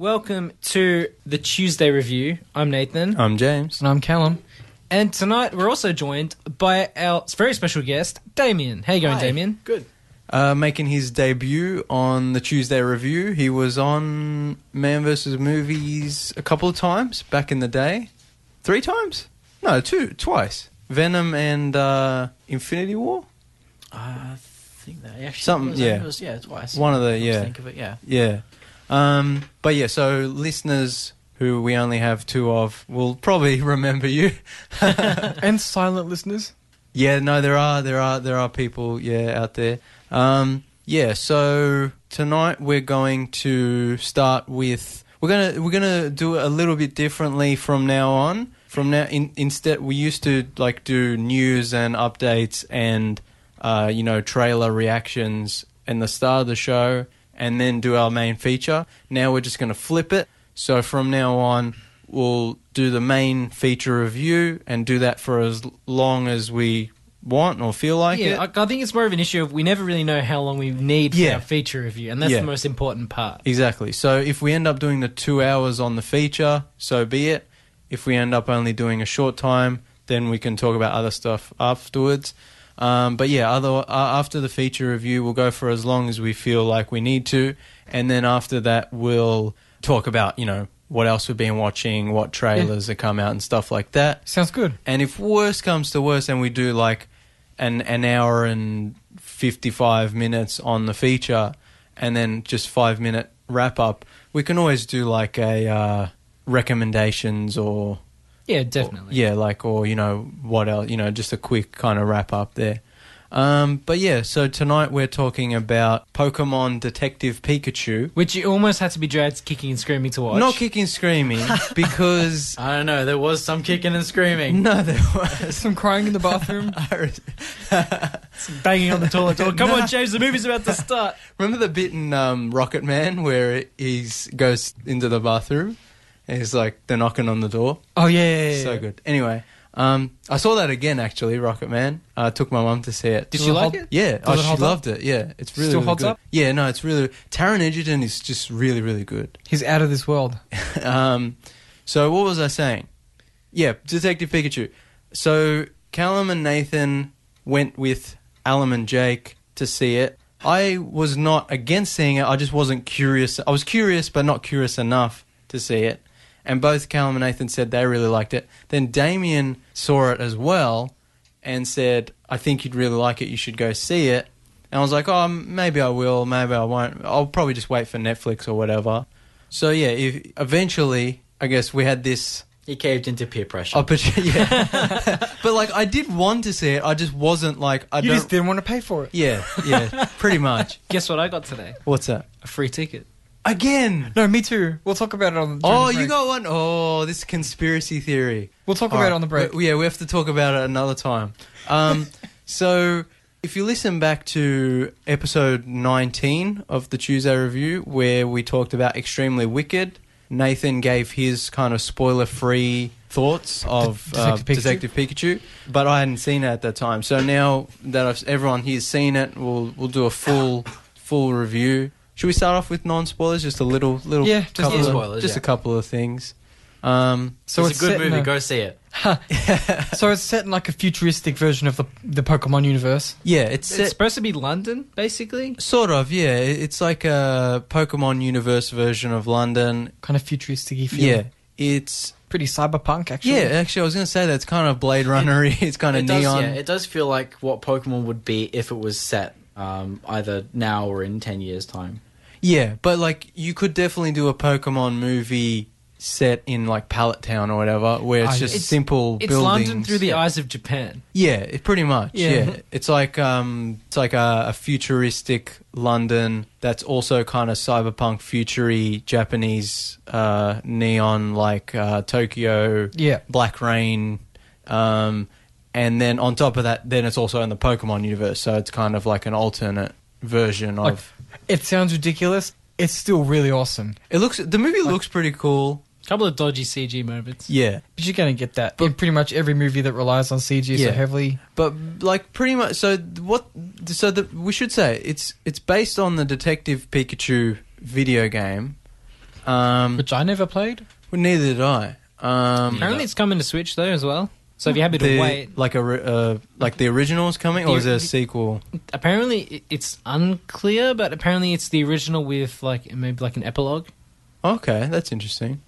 Welcome to the Tuesday review. I'm Nathan. I'm James. And I'm Callum. And tonight we're also joined by our very special guest, Damien. How you going, Damien? Good. Uh, making his debut on the Tuesday Review. He was on Man vs. Movies a couple of times back in the day. Three times? No, two, twice. Venom and uh, Infinity War? I think that actually Something, was, I think yeah. it was yeah twice. One of the- Come to yeah. Think of it, yeah. Yeah. Um, but yeah, so listeners who we only have two of will probably remember you. and silent listeners. Yeah, no, there are there are there are people yeah out there. Um, yeah, so tonight we're going to start with we're gonna we're gonna do it a little bit differently from now on. From now in, instead, we used to like do news and updates and uh, you know trailer reactions and the start of the show and then do our main feature. Now we're just gonna flip it. So from now on, we'll do the main feature review and do that for as long as we want or feel like it. yeah, I, I think it's more of an issue of we never really know how long we need for Yeah. our feature review, and that's Yeah. the most important part. Exactly. So if we end up doing the two hours on the feature, so be it. If we end up only doing a short time, then we can talk about other stuff afterwards. Um, but yeah, other, uh, after the feature review, we'll go for as long as we feel like we need to, and then after that, we'll talk about you know what else we've been watching, what trailers have come out, and stuff like that. Sounds good. And if worse comes to worse, and we do like an an hour and fifty five minutes on the feature, and then just five minute wrap up, we can always do like a uh, recommendations or Yeah, definitely. yeah, like or you know what else, you know, just a quick kind of wrap up there. Um, but yeah, so tonight we're talking about Pokemon Detective Pikachu. Which you almost had to be dragged kicking and screaming to watch. Not kicking, screaming because I don't know. There was some kicking and screaming. no, there was. Some crying in the bathroom. banging on the toilet door. Come on, James, the movie's about to start. Remember the bit in um, Rocket Man where he goes into the bathroom and he's like, they're knocking on the door? oh yeah, yeah, yeah. So good. Anyway, um, I saw that again actually, Rocket Man. I took my mum to see it. Did Does you it like hold- it? Yeah, oh, Does it she hold up? loved it. Yeah, it's really, Still really holds good. up? Yeah, no, it's really. Taron Egerton is just really, really good. He's out of this world. um, so what was I saying? Yeah, Detective Pikachu. So Callum and Nathan went with Alan and Jake to see it. I was not against seeing it. I just wasn't curious. I was curious, but not curious enough to see it. And both Callum and Nathan said they really liked it. Then Damien saw it as well and said, "I think you'd really like it. You should go see it." And I was like, "Oh, m- maybe I will. Maybe I won't. I'll probably just wait for Netflix or whatever." So yeah, if, eventually, I guess we had this He caved into peer Oh, pressure. opportunity. Yeah. but like, I did want to see it. I just wasn't like I you don't. just didn't want to pay for it. yeah, yeah, pretty much. Guess what I got today? What's that A free ticket. again? No, me too. We'll talk about it on. during Oh, the break. you got one. Oh, this conspiracy theory. We'll talk All about right. it on the break. We- yeah, we have to talk about it another time. Um, so, if you listen back to episode 19 of the Tuesday Review, where we talked about Extremely Wicked, Nathan gave his kind of spoiler free thoughts of De- uh, Detective Pikachu? Detective Pikachu, but I hadn't seen it at that time. So, now that I've, everyone here's seen it, we'll, we'll do a full, full review. Should we start off with non spoilers? Just a little, little, Yeah, just couple little of- spoilers, just yeah. a couple of things. Um, so it's, a good set in movie. a- Go see it. so it's set in like a futuristic version of the the Pokemon universe. yeah, it's It's set- supposed to be London, basically. Sort of, yeah. It- It's like a Pokemon universe version of London. Kind of futuristic feel. Yeah, it's Pretty cyberpunk actually. yeah. Actually, I was gonna say that it's kind of Blade Runnery. it's kind of it does, neon. yeah, it does feel like what Pokemon would be if it was set um, either now or in ten years' time. yeah, but like you could definitely do a Pokemon movie set in like Pallet Town or whatever, where it's Ah, just It's- simple It's buildings. London through the eyes of Japan. yeah, it, pretty much. Yeah. Yeah. it's like um, it's like a, a futuristic London that's also kind of cyberpunk, futury Japanese uh, neon like uh, Tokyo. Yeah. Black Rain, um, and then on top of that, then it's also in the Pokemon universe, so it's kind of like an alternate version Like, of. it sounds ridiculous. It's still really awesome. It looks the movie looks pretty cool. couple of dodgy CG moments. Yeah, But you're gonna get that in pretty much every movie that relies on CG Yeah. so heavily. but like pretty much. So th- what? So the, we should say it's it's based on the Detective Pikachu video game. Um, which I never played. well, neither did I. Mm. Um, Apparently, it's coming to Switch though as well. So if you're happy to the- wait, like a re- uh, like the original's coming, or is there a The- sequel? apparently it- it's unclear, but apparently it's the original with like maybe like an epilogue. Okay, that's interesting.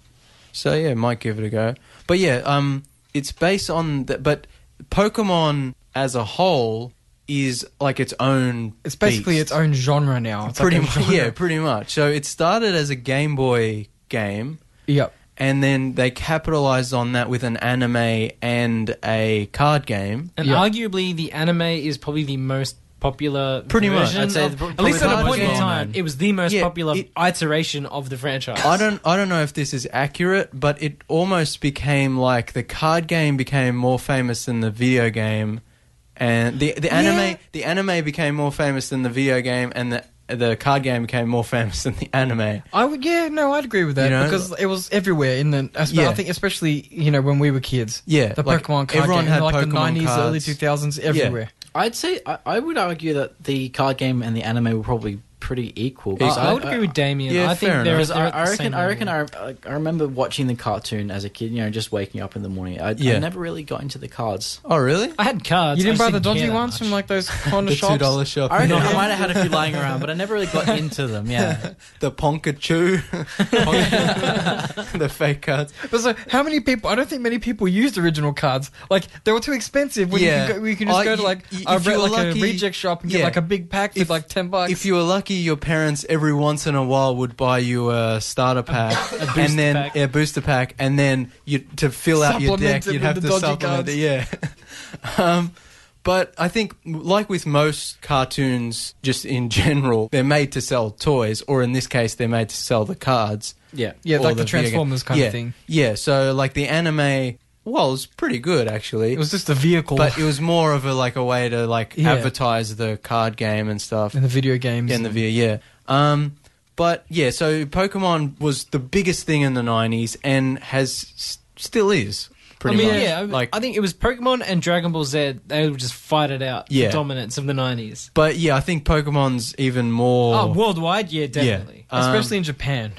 So yeah, might give it a go. But yeah, um, it's based on the, but Pokemon as a whole is like its own. It's basically beast. its own genre now. It's pretty like a much, genre. yeah, pretty much. So it started as a Game Boy game, Yep. and then they capitalized on that with an anime and a card game. And Yeah. arguably, the anime is probably the most popular. Pretty much. version I'd say of- the pro- at least probably at a the point in most time, well-known. it was the most Yeah, popular it- iteration of the franchise. I don't I don't know if this is accurate, but it almost became like the card game became more famous than the video game, and the the anime Yeah. the anime became more famous than the video game, and the the card game became more famous than the anime. I would, yeah, no, I'd agree with that You know? because it was everywhere in the. I, spe- Yeah. I think especially you know when we were kids. Yeah, the like, Pokemon card everyone game, had like the Pokemon nineties, cards. early two thousands, everywhere. I'd say I, I would argue that the card game and the anime were probably pretty equal. I, 'cause I would agree with Damien. yeah, I think fair there enough. is. Because I, I reckon, I reckon, I, I I remember watching the cartoon as a kid. You know, just waking up in the morning. I, Yeah. I never really got into the cards. Oh really? I had cards. You didn't I buy just the care dodgy that ones from much. like those corner The two shops. dollar shop, I reckon I might have had a few lying around, but I never really got into them. Yeah, the Ponkachu, the fake cards. But so, how many people? I don't think many people used original cards. Like they were too expensive. When Yeah. you, can go, you can just Oh, go to y- like, y- a, if re- you were like lucky- a reject shop and yeah. get like a big pack with If- like ten bucks. If you were lucky, your parents every once in a while would buy you a starter pack, and then pack. a booster pack, and then you to fill out your Supplement deck, it you'd with have the to dodgy supplement cards. it. Yeah. um, but I think, like with most cartoons, just in general, they're made to sell toys, or in this case, they're made to sell the cards. yeah. yeah, or like video the, game. Transformers kind yeah. of thing. Yeah. So like the anime, well, it's pretty good actually. It was just a vehicle but it was more of a like a way to like Yeah. advertise the card game and stuff. in the video games. Yeah, in the video, yeah. Um, but yeah, so Pokemon was the biggest thing in the '90s and has s- still is I pretty mean, much. yeah, I- like, I think it was Pokemon and Dragon Ball Z. They would just fight it out. Yeah. the dominance of the nineties. but yeah, I think Pokemon's even more. Oh, worldwide, yeah, definitely. um, especially in Japan.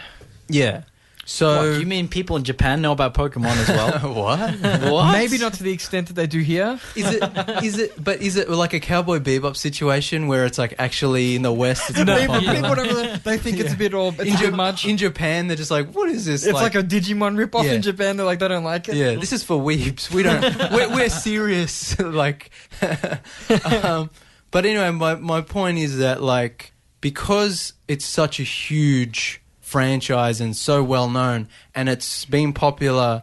yeah. So What, you mean people in Japan know about Pokemon as well? what what? Maybe not to the extent that they do here. is it? Is it? But is it like a Cowboy Bebop situation where it's like actually in the West? It's No. more popular? people, people don't really- they think it's a bit all it's in, a bit Ja- much. in Japan, they're just like, what is this? it's like, a Digimon ripoff Yeah. in Japan. They're like they don't like it. Yeah, this is for weebs. We don't. we're, we're serious. like, um, but anyway, my my point is that like because it's such a huge franchise and so well known, and it's been popular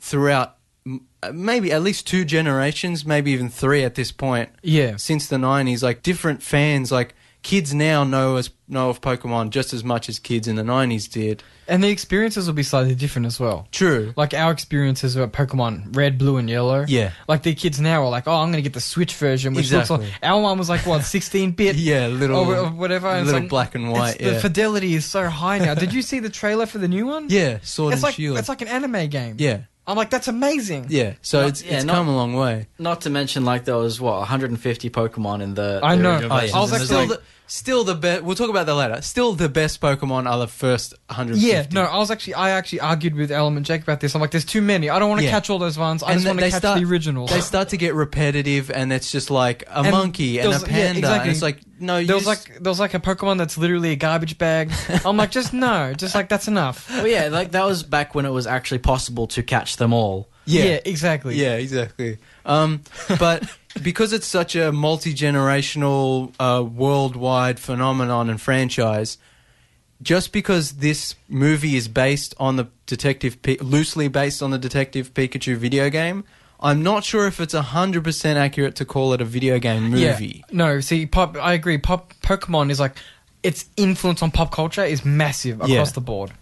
throughout m- maybe at least two generations, maybe even three at this point yeah. since the nineties. Like different fans, like kids now know as know of Pokemon just as much as kids in the nineties did. And the experiences will be slightly different as well. True. Like our experiences about Pokemon Red, Blue, and Yellow. Yeah. Like the kids now are like, oh, I'm going to get the Switch version, which looks Exactly. like our one was like what 16 bit. Yeah, little Or, wh- whatever. and it's little like- black and it's- white. yeah. The fidelity is so high now. Did you see the trailer for the new one? Yeah, Sword and It's like Shield. it's like an anime game. yeah, I'm like that's amazing. yeah. So Not- it's yeah, it's not- come a long way. Not to mention, like there was what 150 Pokemon in the. I the know. original I versions, and was actually- there's, still like, the, still the best. We'll talk about that later. Still the best Pokemon are the first hundred. Yeah, no, I was actually I actually argued with Element Jake about this. I'm like, there's too many. I don't want to Yeah. catch all those ones. I just want to catch the originals. They start to get repetitive, and it's just like a And monkey there and a was- panda. yeah, and exactly. it's like no, you there was just- like there was like a Pokemon that's literally a garbage bag. I'm like, just no, just like that's enough. Well, yeah, like that was back when it was actually possible to catch them all. yeah, yeah, exactly. exactly. Um, but because it's such a multi-generational, uh, worldwide phenomenon and franchise, just because this movie is based on the detective Pi- loosely based on the detective Pikachu video game, I'm not sure if it's 100% accurate to call it a video game Yeah. movie. No, see, pop. I agree. Pop Pokemon is like its influence on pop culture is massive across Yeah. the board.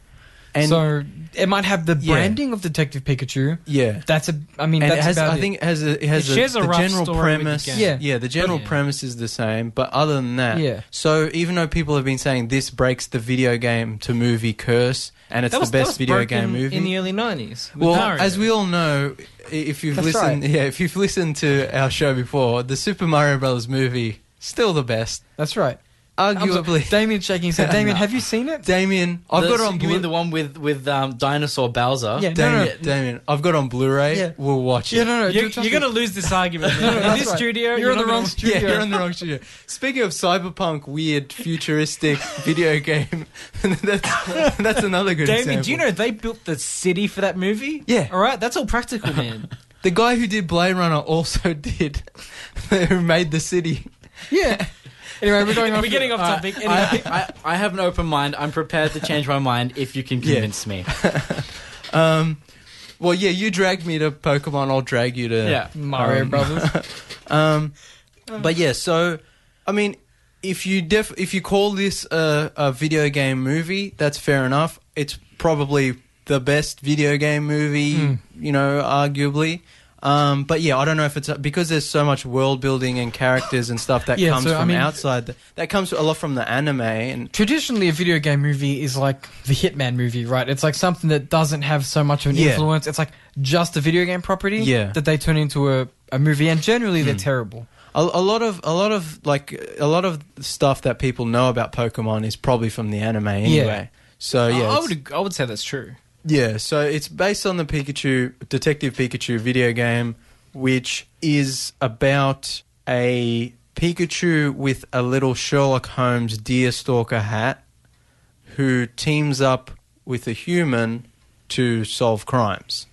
And so it might have the Yeah. branding of Detective Pikachu. yeah. That's a. I mean, And it that's has, about I it. think it has a, it has It shares a the rough general story with the premise. game. yeah, Yeah. the general Yeah. premise is the same, but other than that, Yeah. So even though people have been saying this breaks the video game to movie curse, and it's That was- that the best was video broken game movie in the early nineties. Well, as we all know, i- if you've That's listened, right. yeah, if you've listened to our show before, the Super Mario Brothers movie still the best. that's right. I'm sorry, arguably, Damien's shaking his head. Damien, have you seen it? Damien, I've The- got it on. You Blu- mean the one with with um, dinosaur Bowser? Yeah. Damien, No, no, no. Damien, I've got it on Blu-ray. Yeah. We'll watch it. Yeah, no, no. You're, dude, trust you're me. going to lose this argument. man. no, that's In this right. studio, You're in not the wrong gonna- studio. Yeah, you're in the wrong studio. Speaking of cyberpunk, weird, futuristic video game, that's, that's another good Damien, example. do you know they built the city for that movie? Yeah. All right, that's all practical, man. the guy who did Blade Runner also did, who made the city. Yeah. Anyway, we're going off. We're getting off Uh, topic. Anyway. I, I, I have an open mind. I'm prepared to change my mind if you can Yeah. convince me. Um, well, yeah, you dragged me to Pokemon. I'll drag you to Yeah. Mario Um, Brothers. Um, but yeah, so I mean, if you def- if you call this a, a video game movie, that's fair enough. It's probably the best video game movie, Hmm. you know, arguably. Um, but yeah, I don't know if it's because there's so much world building and characters and stuff that Yeah, comes so, I from mean- outside. The, that comes a lot from the anime and Traditionally, a video game movie is like the Hitman movie, right? It's like something that doesn't have so much of an Yeah. influence. It's like just a video game property Yeah. Hmm. that they turn into a, a movie, and generally they're terrible. a, a lot of a lot of like a lot of stuff that people know about Pokemon is probably from the anime anyway. So yeah, I- I it's- would, I would say that's true. Yeah, so it's based on the Pikachu Detective Pikachu video game, which is about a Pikachu with a little Sherlock Holmes deerstalker hat who teams up with a human to solve crimes.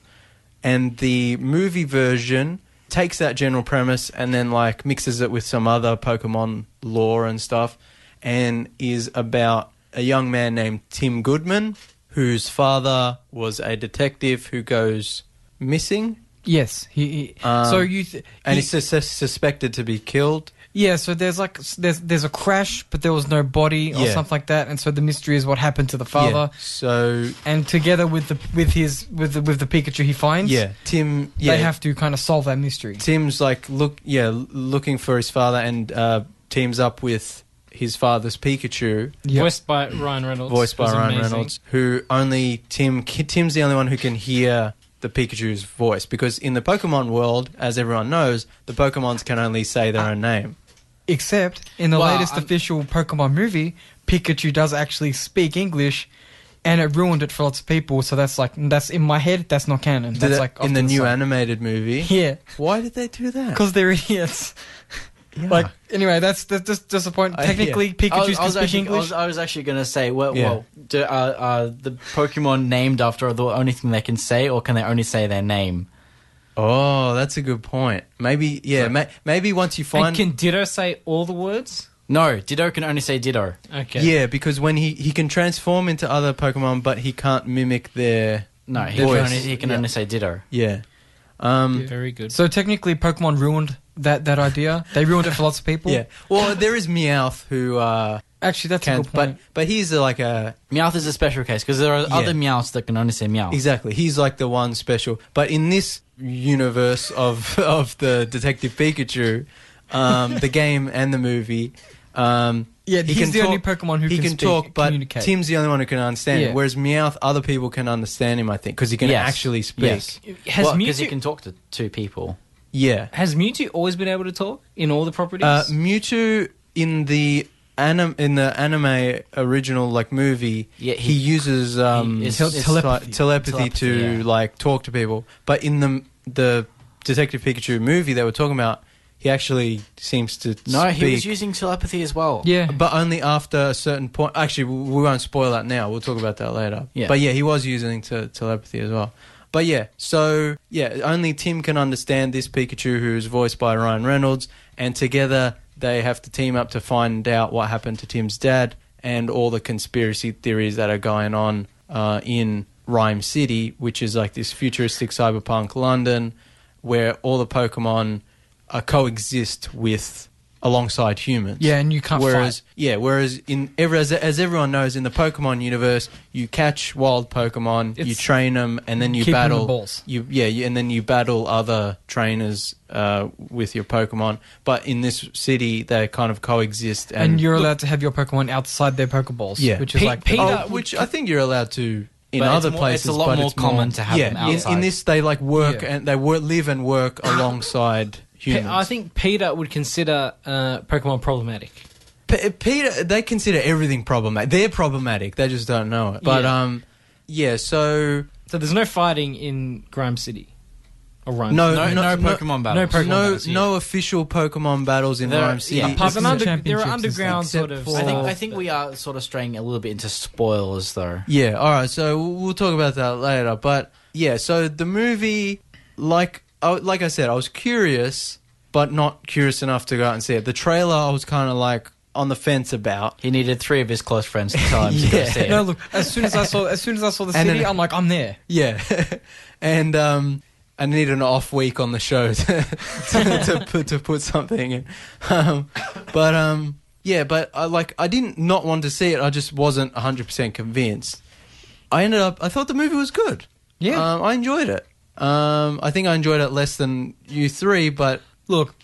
And the movie version takes that general premise and then like mixes it with some other Pokemon lore and stuff and is about a young man named Tim Goodman whose father was a detective who goes missing Yes. He, he- Um, so you. Th- and he- is sus- suspected to be killed. Yeah, so there's like s- there's there's a crash, but there was no body or Yeah. something like that, and so the mystery is what happened to the father. Yeah, So And together with the with his with the, with the Pikachu he finds, yeah, Tim yeah, they have to kind of solve that mystery. Tim's like look yeah, l- looking for his father and uh, teams up with his father's Pikachu Yeah. Voiced by Ryan Reynolds. voiced by was Ryan amazing. Reynolds, who only Tim Tim's the only one who can hear the Pikachu's voice because in the Pokemon world, as everyone knows, the Pokemons can only say their own name. Except in the Well, latest I'm- official Pokemon movie, Pikachu does actually speak English, and it ruined it for lots of people. So that's like that's in my head. That's not canon. Did that's that- like off in the to new side. animated movie. Yeah, Why did they do that? because they're idiots. Yeah. Like anyway, that's that's just disappointing. I- yeah. Technically, Pikachu I can was, speak actually, I English. was, I was actually going to say, well, Yeah. well do, uh, uh, the Pokemon named after are the only thing they can say, or can they only say their name? oh, that's a good point. Maybe yeah, ma- maybe once you And find can Ditto say all the words? No, Ditto can only say Ditto. Okay. yeah, because when he he can transform into other Pokemon, but he can't mimic their No, he Voice. can, only, he can Yeah. only say Ditto. yeah. Um, Very good. So technically, Pokemon ruined that that idea. They ruined it for lots of people. yeah. Well, there is Meowth who uh, actually, that's a can, good but point. but he's uh, like a Meowth is a special case because there are Yeah. other Meowths that can only say Meow. Oh. Exactly. He's like the one special. But in this universe of of the Detective Pikachu, um, the game and the movie, um, yeah, he he's can the only talk- Pokemon who he can, can speak, talk, but communicate. Tim's the only one who can understand Yeah. it. Whereas Meowth, other people can understand him, I think, because he can Yes. actually speak. Yes. Has Well, 'cause Mewtwo he can talk to two people. Yeah. has Mewtwo always been able to talk in all the properties? Uh, Mewtwo in the anim- in the anime original like movie, Yeah, he, he- uses um, he- it's- tel- it's- telepathy, telepathy, Telepathy, to yeah. like talk to people. But in the the Detective Pikachu movie they were talking about, he actually seems to No, speak, he was using telepathy as well. yeah, but only after a certain point. Actually, we we won't spoil that now. We'll talk about that later. Yeah. But yeah, he was using te- telepathy as well. But yeah, so yeah, only Tim can understand this Pikachu who is voiced by Ryan Reynolds, and together they have to team up to find out what happened to Tim's dad and all the conspiracy theories that are going on uh, in Rhyme City, which is like this futuristic cyberpunk London where all the Pokemon uh, coexist with alongside humans. Yeah, and you can't Whereas fight. yeah, whereas in ever as, as everyone knows in the Pokemon universe, you catch wild Pokemon, you It's- train them, and then you Keep 'em in the battle. balls. You yeah, you, and then you battle other trainers uh, with your Pokemon. But in this city, they kind of coexist, and, and, you're allowed to have your Pokemon outside their Pokeballs. Yeah. which is Pe- like Pe- Oh, Peter- which I think you're allowed to. In But it's other more- it's places, a lot but more common to have yeah, them in- In, outside. this, they like work Yeah. and they work, live and work alongside Pe- humans. I think Peter would consider uh, Pokemon problematic. P- Peter, they consider everything problematic. They're problematic. They just don't know it. But Yeah. um, yeah. So So there's no fighting in Grime City. Or Rhyme no, No, no, no, no- Pokemon no battles. Pokemon no, battles, yeah. no official Pokemon battles in There- Rhyme City. yeah. Apart It's- from This is under, there championships are and underground stuff. sort of. Except I think for- uh, I think we are sort of straying a little bit into spoilers, though. Yeah, all right. So we'll- we'll talk about that later. But yeah, so the movie, like, I, like I said, I was curious, but not curious enough to go out and see it. The trailer, I was kind of like on the fence about. He needed three of his close friends to tell him to go Yeah. see it. No, look. As soon as I saw, as soon as I saw the And city, then- I'm like, I'm there. Yeah, and um, I need an off week on the show to to, to, put, to put something. In. Um, but um, yeah, but I like I didn't not want to see it. I just wasn't hundred percent convinced. I ended up. I thought the movie was good. Yeah. Um, I enjoyed it. Um, I think I enjoyed it less than you three, but Look,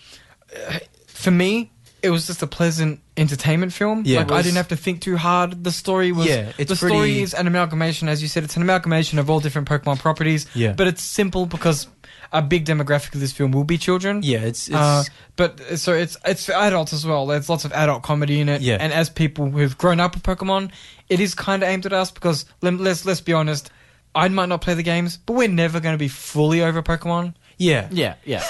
uh, for me, it was just a pleasant entertainment film. Yeah. like It I was- didn't have to think too hard. The story was. Yeah, it's the pretty- story is an amalgamation, as you said. It's an amalgamation of all different Pokemon properties. Yeah. But it's simple because a big demographic of this film will be children. yeah, it's it's Uh, but uh, so it's it's for adults as well. There's lots of adult comedy in it. Yeah. And as people who've grown up with Pokemon, it is kind of aimed at us because lem- let's let's be honest, I might not play the games, but we're never going to be fully over Pokemon. yeah. Yeah, yeah.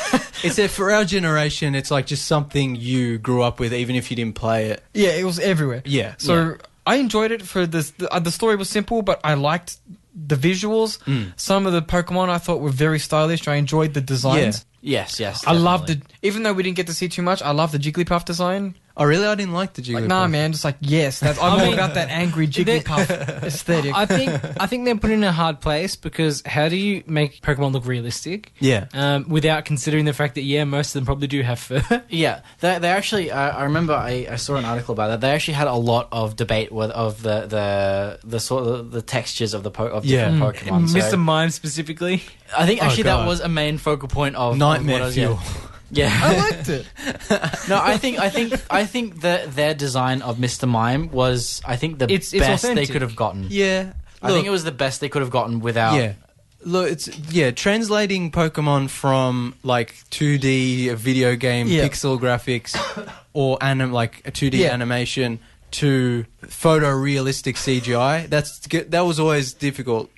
It's that for our generation, it's like just something you grew up with, even if you didn't play it. Yeah, it was everywhere. Yeah. So I enjoyed it for this. The, uh, the story was simple, but I liked the visuals. Mm. Some of the Pokemon I thought were very stylish. I enjoyed the designs. yes, yes. I loved definitely. it. Even though we didn't get to see too much, I loved the Jigglypuff design. Oh, really? I didn't like the Jigglypuff. Like, nah, man, just like yes, that's I'm I all mean- about that angry Jigglypuff aesthetic. I think I think they're put in a hard place because how do you make Pokemon look realistic Yeah. um, without considering the fact that yeah, most of them probably do have fur. Yeah, they, they actually. I, I remember I, I saw an article about that. They actually had a lot of debate with of the the the sort of the textures of the po- of Yeah. Mm. different Pokemon. So Mr. Mime specifically. I think Oh, actually that God. was a main focal point of of Nightmare what I was- fuel. Yeah. I yeah. liked it. no, I think I think I think that their design of Mr. Mime was I think the It's- it's best they authentic. could have gotten. Yeah. I think it was the best they could have gotten without. Yeah. Look, it's yeah, translating Pokemon from like 2D video game Yeah. pixel graphics or anim like a 2D Yeah. animation to photorealistic CGI. That's that was always difficult.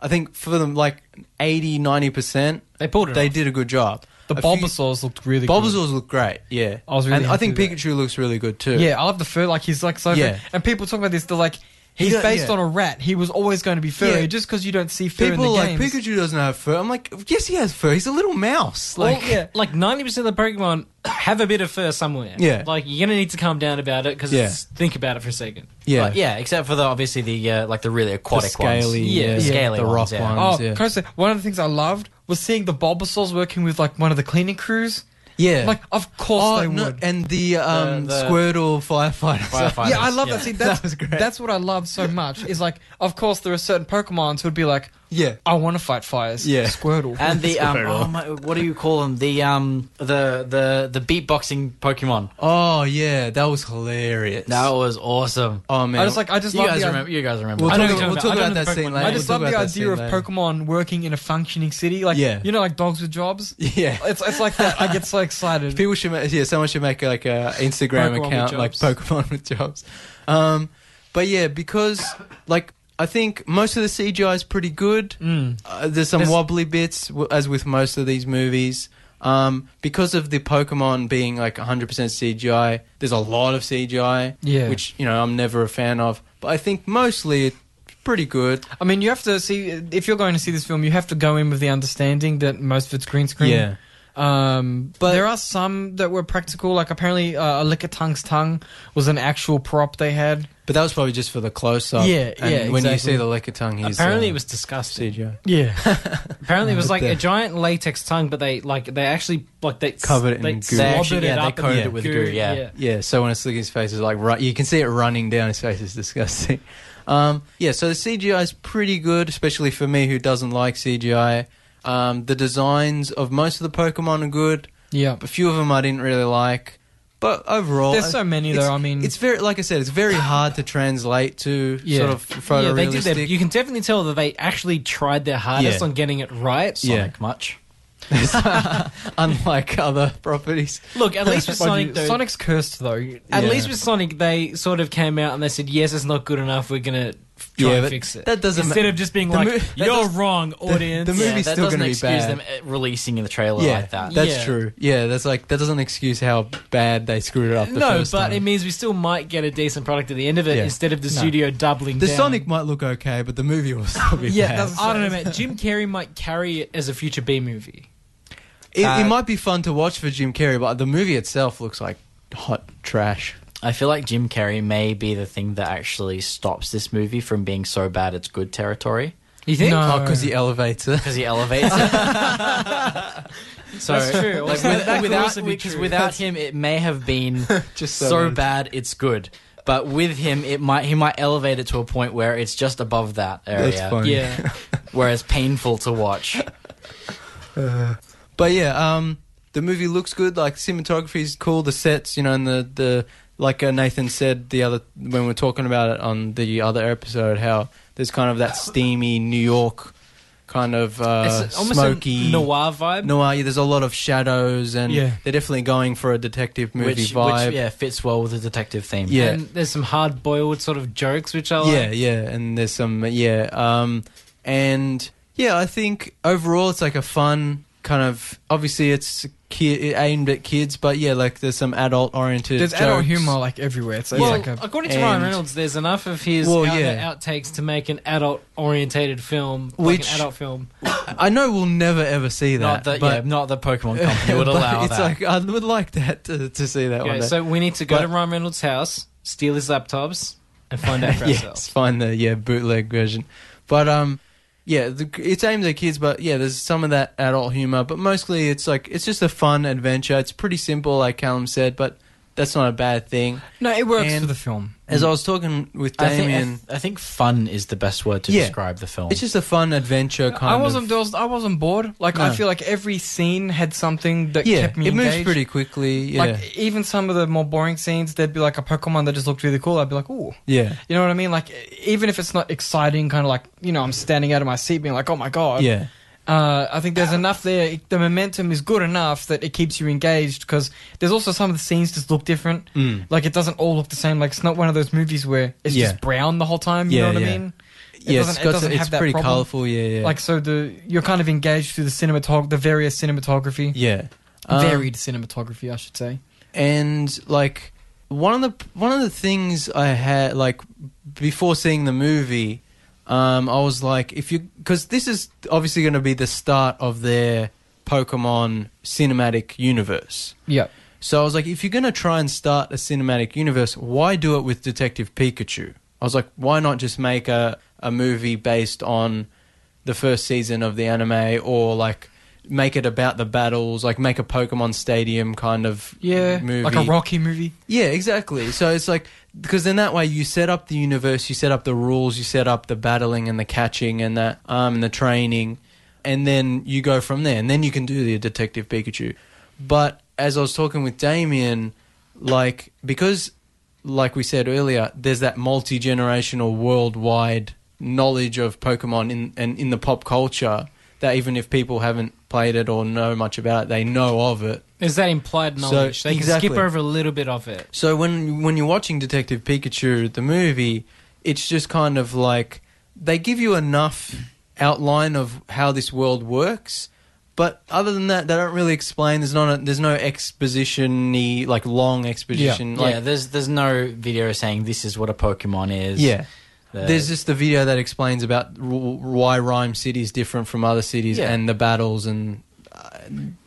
I think for them like 80 90% They pulled it they off. did a good job. The A few- Bulbasaurs looked really. good. Bulbasaurs look great. Yeah. I was really and I think happy with Pikachu looks really good too. Yeah, I love the fur. Like he's like so. Yeah. Yeah. And people talk about this. They're like, he's Yeah, based yeah. on a rat. He was always going to be furry. Yeah. Just because you don't see fur People in are the like games. Pikachu doesn't have fur. I'm like, yes, he has fur. He's a little mouse. Like, Like like ninety percent of the Pokemon have a bit of fur somewhere. Yeah. like you're gonna need to calm down about it because Yeah. think about it for a second. yeah, But yeah, except for the obviously the uh, like the really aquatic ones. scaly, Yeah, yeah, the scaly the rock ones, yeah. ones. Oh, Yeah. can I say, one of the things I loved was seeing the Bulbasaurs working with like one of the cleaning crews. yeah. Like, of course Oh, they no, would. and the, um, The- the- Squirtle firefighters. Firefighters. yeah, I love Yeah. that. See, that's, That was great. that's what I love so much. Is like, of course, there are certain Pokemons who'd be like, Yeah. I want to fight fires. Yeah. Squirtle. and the um, Squirtle. oh my, what do you call them? The um, the the the beatboxing Pokemon. Oh yeah, that was hilarious. That was awesome. oh man, I just like, I just you love guys the, remember? You guys remember? We'll I talk, know about, you're we'll talking about- I talk about know that the scene Pokemon later. one. I We'll just talk love the about that idea of scene later. Pokemon working in a functioning city. Like, Yeah. you know, like dogs with jobs. Yeah. it's it's like that. I get so excited. People should, make, yeah, someone should make like a Instagram Pokemon with account like jobs. Pokemon with jobs. Um, but yeah, because like I think most of the CGI is pretty good. Mm. Uh, there's some There's- wobbly bits, w- as with most of these movies. Um, because of the Pokemon being like 100% CGI, there's a lot of CGI, Yeah. which you know I'm never a fan of. But I think mostly it's pretty good. I mean, you have to see if you're going to see this film, you have to go in with the understanding that most of it's green screen. Um, but there are some that were practical. Like apparently, uh, a Lickitungs tongue was an actual prop they had. but that was probably just for the close up. Yeah, and yeah, When you exactly. see the Lickitung, he's Apparently, uh, it was disgusting. CGI Yeah, Apparently, it was But like the- a giant latex tongue, but they like they actually like they Covered it in they goo. slobbered They actually- it yeah, they up and coated it with goo, yeah. Yeah, so when it's licking his face, it's like run- you can see it running down his face. It's disgusting. Um, yeah, so the CGI is pretty good, especially for me who doesn't like CGI. Um, the designs of most of the Pokemon are good. yeah. A few of them I didn't really like, but overall, There's so many, it's- though, I mean- it's very like I said, it's very hard to translate to Yeah. sort of photorealistic. Yeah, they did their, You can definitely tell that they actually tried their hardest Yeah. on getting it right. Yeah. Sonic much. Unlike other properties. Look, at least with Sonic, though, Sonic's cursed though. at Yeah. least with Sonic, they sort of came out and they said, "Yes, it's not good enough. We're gonna f- try Yeah, and but fix it." that doesn't Instead ma- of just being the like, mo- that "You're does- wrong, the audience." movie's yeah, that still doesn't gonna be excuse bad. them uh, releasing in the trailer yeah, like that. that's Yeah. true. Yeah, that's like that doesn't excuse how bad they screwed it up. The no, but first time. it means we still might get a decent product at the end of it Yeah. instead of the studio doubling the down. Sonic might look okay, but the movie will still be Yeah, bad. that's- I don't know, man. Jim Carrey might carry it as a future B movie. It, Uh, it might be fun to watch for Jim Carrey, but the movie itself looks like hot trash. I feel like Jim Carrey may be the thing that actually stops this movie from being so bad it's good territory You think? No. Oh, because he elevates it. because he elevates it. so That's true. Like, Also, with- that could without, also be because true. without him, it may have been Just so, so bad. bad it's good. But with him, it might he might elevate it to a point where it's just above that That's area, funny. Yeah. where it's painful to watch. Uh, But yeah, um, the movie looks good. Like cinematography is cool. The sets, you know, and the the like uh, Nathan said the other when we were talking about it on the other episode, how there's kind of that steamy New York kind of uh, it's almost smoky a noir vibe. Noir, yeah, there's a lot of shadows, and Yeah. they're definitely going for a detective movie which, vibe. which yeah fits well with the detective theme. Yeah. And there's some hard boiled sort of jokes which I like. yeah, yeah, and there's some yeah, um, and yeah, I think overall it's like a fun kind of. Obviously, it's ki- aimed at kids, but yeah, like there's some adult oriented. There's adult humor like everywhere. It's, it's Well, like a according to and- Ryan Reynolds, there's enough of his Well, out- yeah. outtakes to make an adult orientated film, like Which- an adult film. I know we'll never ever see Not that, that, but yeah, not the Pokemon company would but allow it's that. like I would like that to, to see that one. Okay, day. so we need to go But- to Ryan Reynolds' house, steal his laptops, and find out for yes, ourselves. find the yeah bootleg version, but um. Yeah, the, it's aimed at kids, but yeah, there's some of that adult humor, but mostly it's like it's just a fun adventure. It's pretty simple, like Callum said, but that's not a bad thing. no, it works and- for the film. As I was talking with I think, I, Damien, th- I think fun is the best word to Yeah. describe the film. it's just a fun adventure kind I wasn't. of. there was- I wasn't bored. Like I No. feel like every scene had something that yeah, kept me it moves engaged. pretty quickly. Yeah, Like even some of the more boring scenes, there'd be like a Pokemon that just looked really cool. I'd be like, ooh. yeah, You know what I mean? Like even if it's not exciting, kind of like you know, I'm standing out of my seat, being like, oh my god. yeah, Uh, I think there's enough there. It- The momentum is good enough that it keeps you engaged because there's also some of the scenes just look different. Mm. Like it doesn't all look the same. Like it's not one of those movies where it's Yeah. just brown the whole time. You Yeah, know what I yeah. mean? yeah. doesn't- It's, it got doesn't it's have that pretty problem. colorful. Yeah, yeah, Like so the you're kind of engaged through the cinematog the various cinematography, yeah, Um, varied cinematography, I should say. and like one of the one of the things I had like before seeing the movie, um, I was like, if you because this is obviously going to be the start of their Pokemon cinematic universe. Yeah. So I was like, if you're going to try and start a cinematic universe, why do it with Detective Pikachu? I was like, why not just make a, a movie based on the first season of the anime or like make it about the battles, like make a Pokemon Stadium kind of Yeah. movie. Like a Rocky movie. Yeah, exactly. So it's like because then that way you set up the universe, you set up the rules, you set up the battling and the catching and that um and the training, and then you go from there, and then you can do the Detective Pikachu. But as I was talking with Damien, like because like we said earlier, there's that multi generational worldwide knowledge of Pokemon in and in the pop culture that even if people haven't played it or know much about it, they know of it. There's that implied So, knowledge. they exactly. can skip over a little bit of it. So when when you're watching Detective Pikachu the movie, it's just kind of like they give you enough outline of how this world works, but other than that, they don't really explain. There's not a, there's no exposition-y, like long exposition. yeah, like, there's there's no video saying this is what a Pokemon is. yeah. The- There's just the video that explains about r- why Rhyme City is different from other cities Yeah. and the battles and. uh,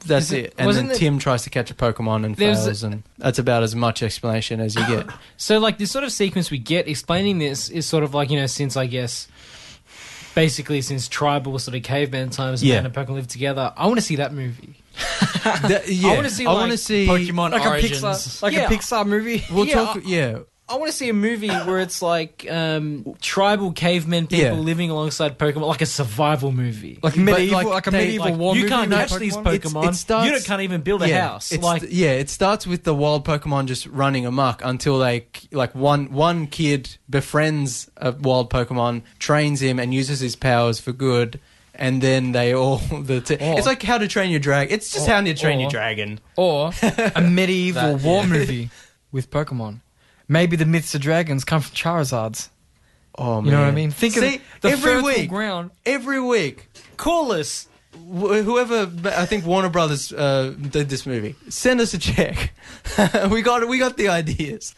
That's Is it- it, and wasn't then it- Tim tries to catch a Pokemon and There's- fails, and that's about as much explanation as you get. So, like, this sort of sequence we get explaining this is sort of like, you know, since I guess basically since tribal sort of caveman times, Yeah. man and Pokemon live together. I want to see that movie. That- yeah, wanna see, I like, want to see Pokemon Like Origins. a Pixar like Yeah. a Pixar movie. We'll Yeah, talk. I- yeah, I want to see a movie where it's like um, tribal cavemen people Yeah. living alongside Pokemon, like a survival movie. like But, medieval like, like, a they- medieval like, war you movie can't with catch these Pokemon. It's- Pokemon. it starts- you don't, can't even build a yeah. house. It's like, th- yeah, it starts with the wild Pokemon just running amok until they c- like one one kid befriends a wild Pokemon, trains him, and uses his powers for good. and then they all the t- Or- it's like How to Train Your Dragon. It's just Or- How to Train or- Your Dragon. or a medieval That, war yeah. movie with Pokemon. Maybe the myths of dragons come from Charizards. Oh man, You know what I mean? Think See, of the every fertile week, ground. every week, Call us. wh- whoever I think Warner Brothers uh, did this movie, send us a check. we got we got the ideas.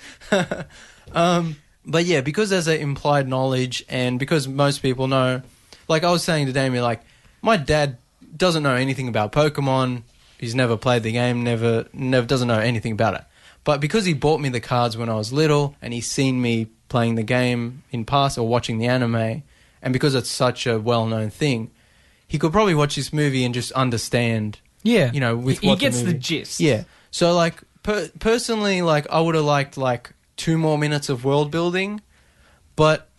um, but yeah, because there's an implied knowledge, and because most people know, like I was saying to Damien, like my dad doesn't know anything about Pokemon. He's never played the game, never never doesn't know anything about it. But because he bought me the cards when I was little, and he's seen me playing the game in past or watching the anime, and because it's such a well-known thing, he could probably watch this movie and just understand. Yeah. You know, with He what gets the movie- gist. Yeah. So like per- personally, like I would have liked like two more minutes of world building, but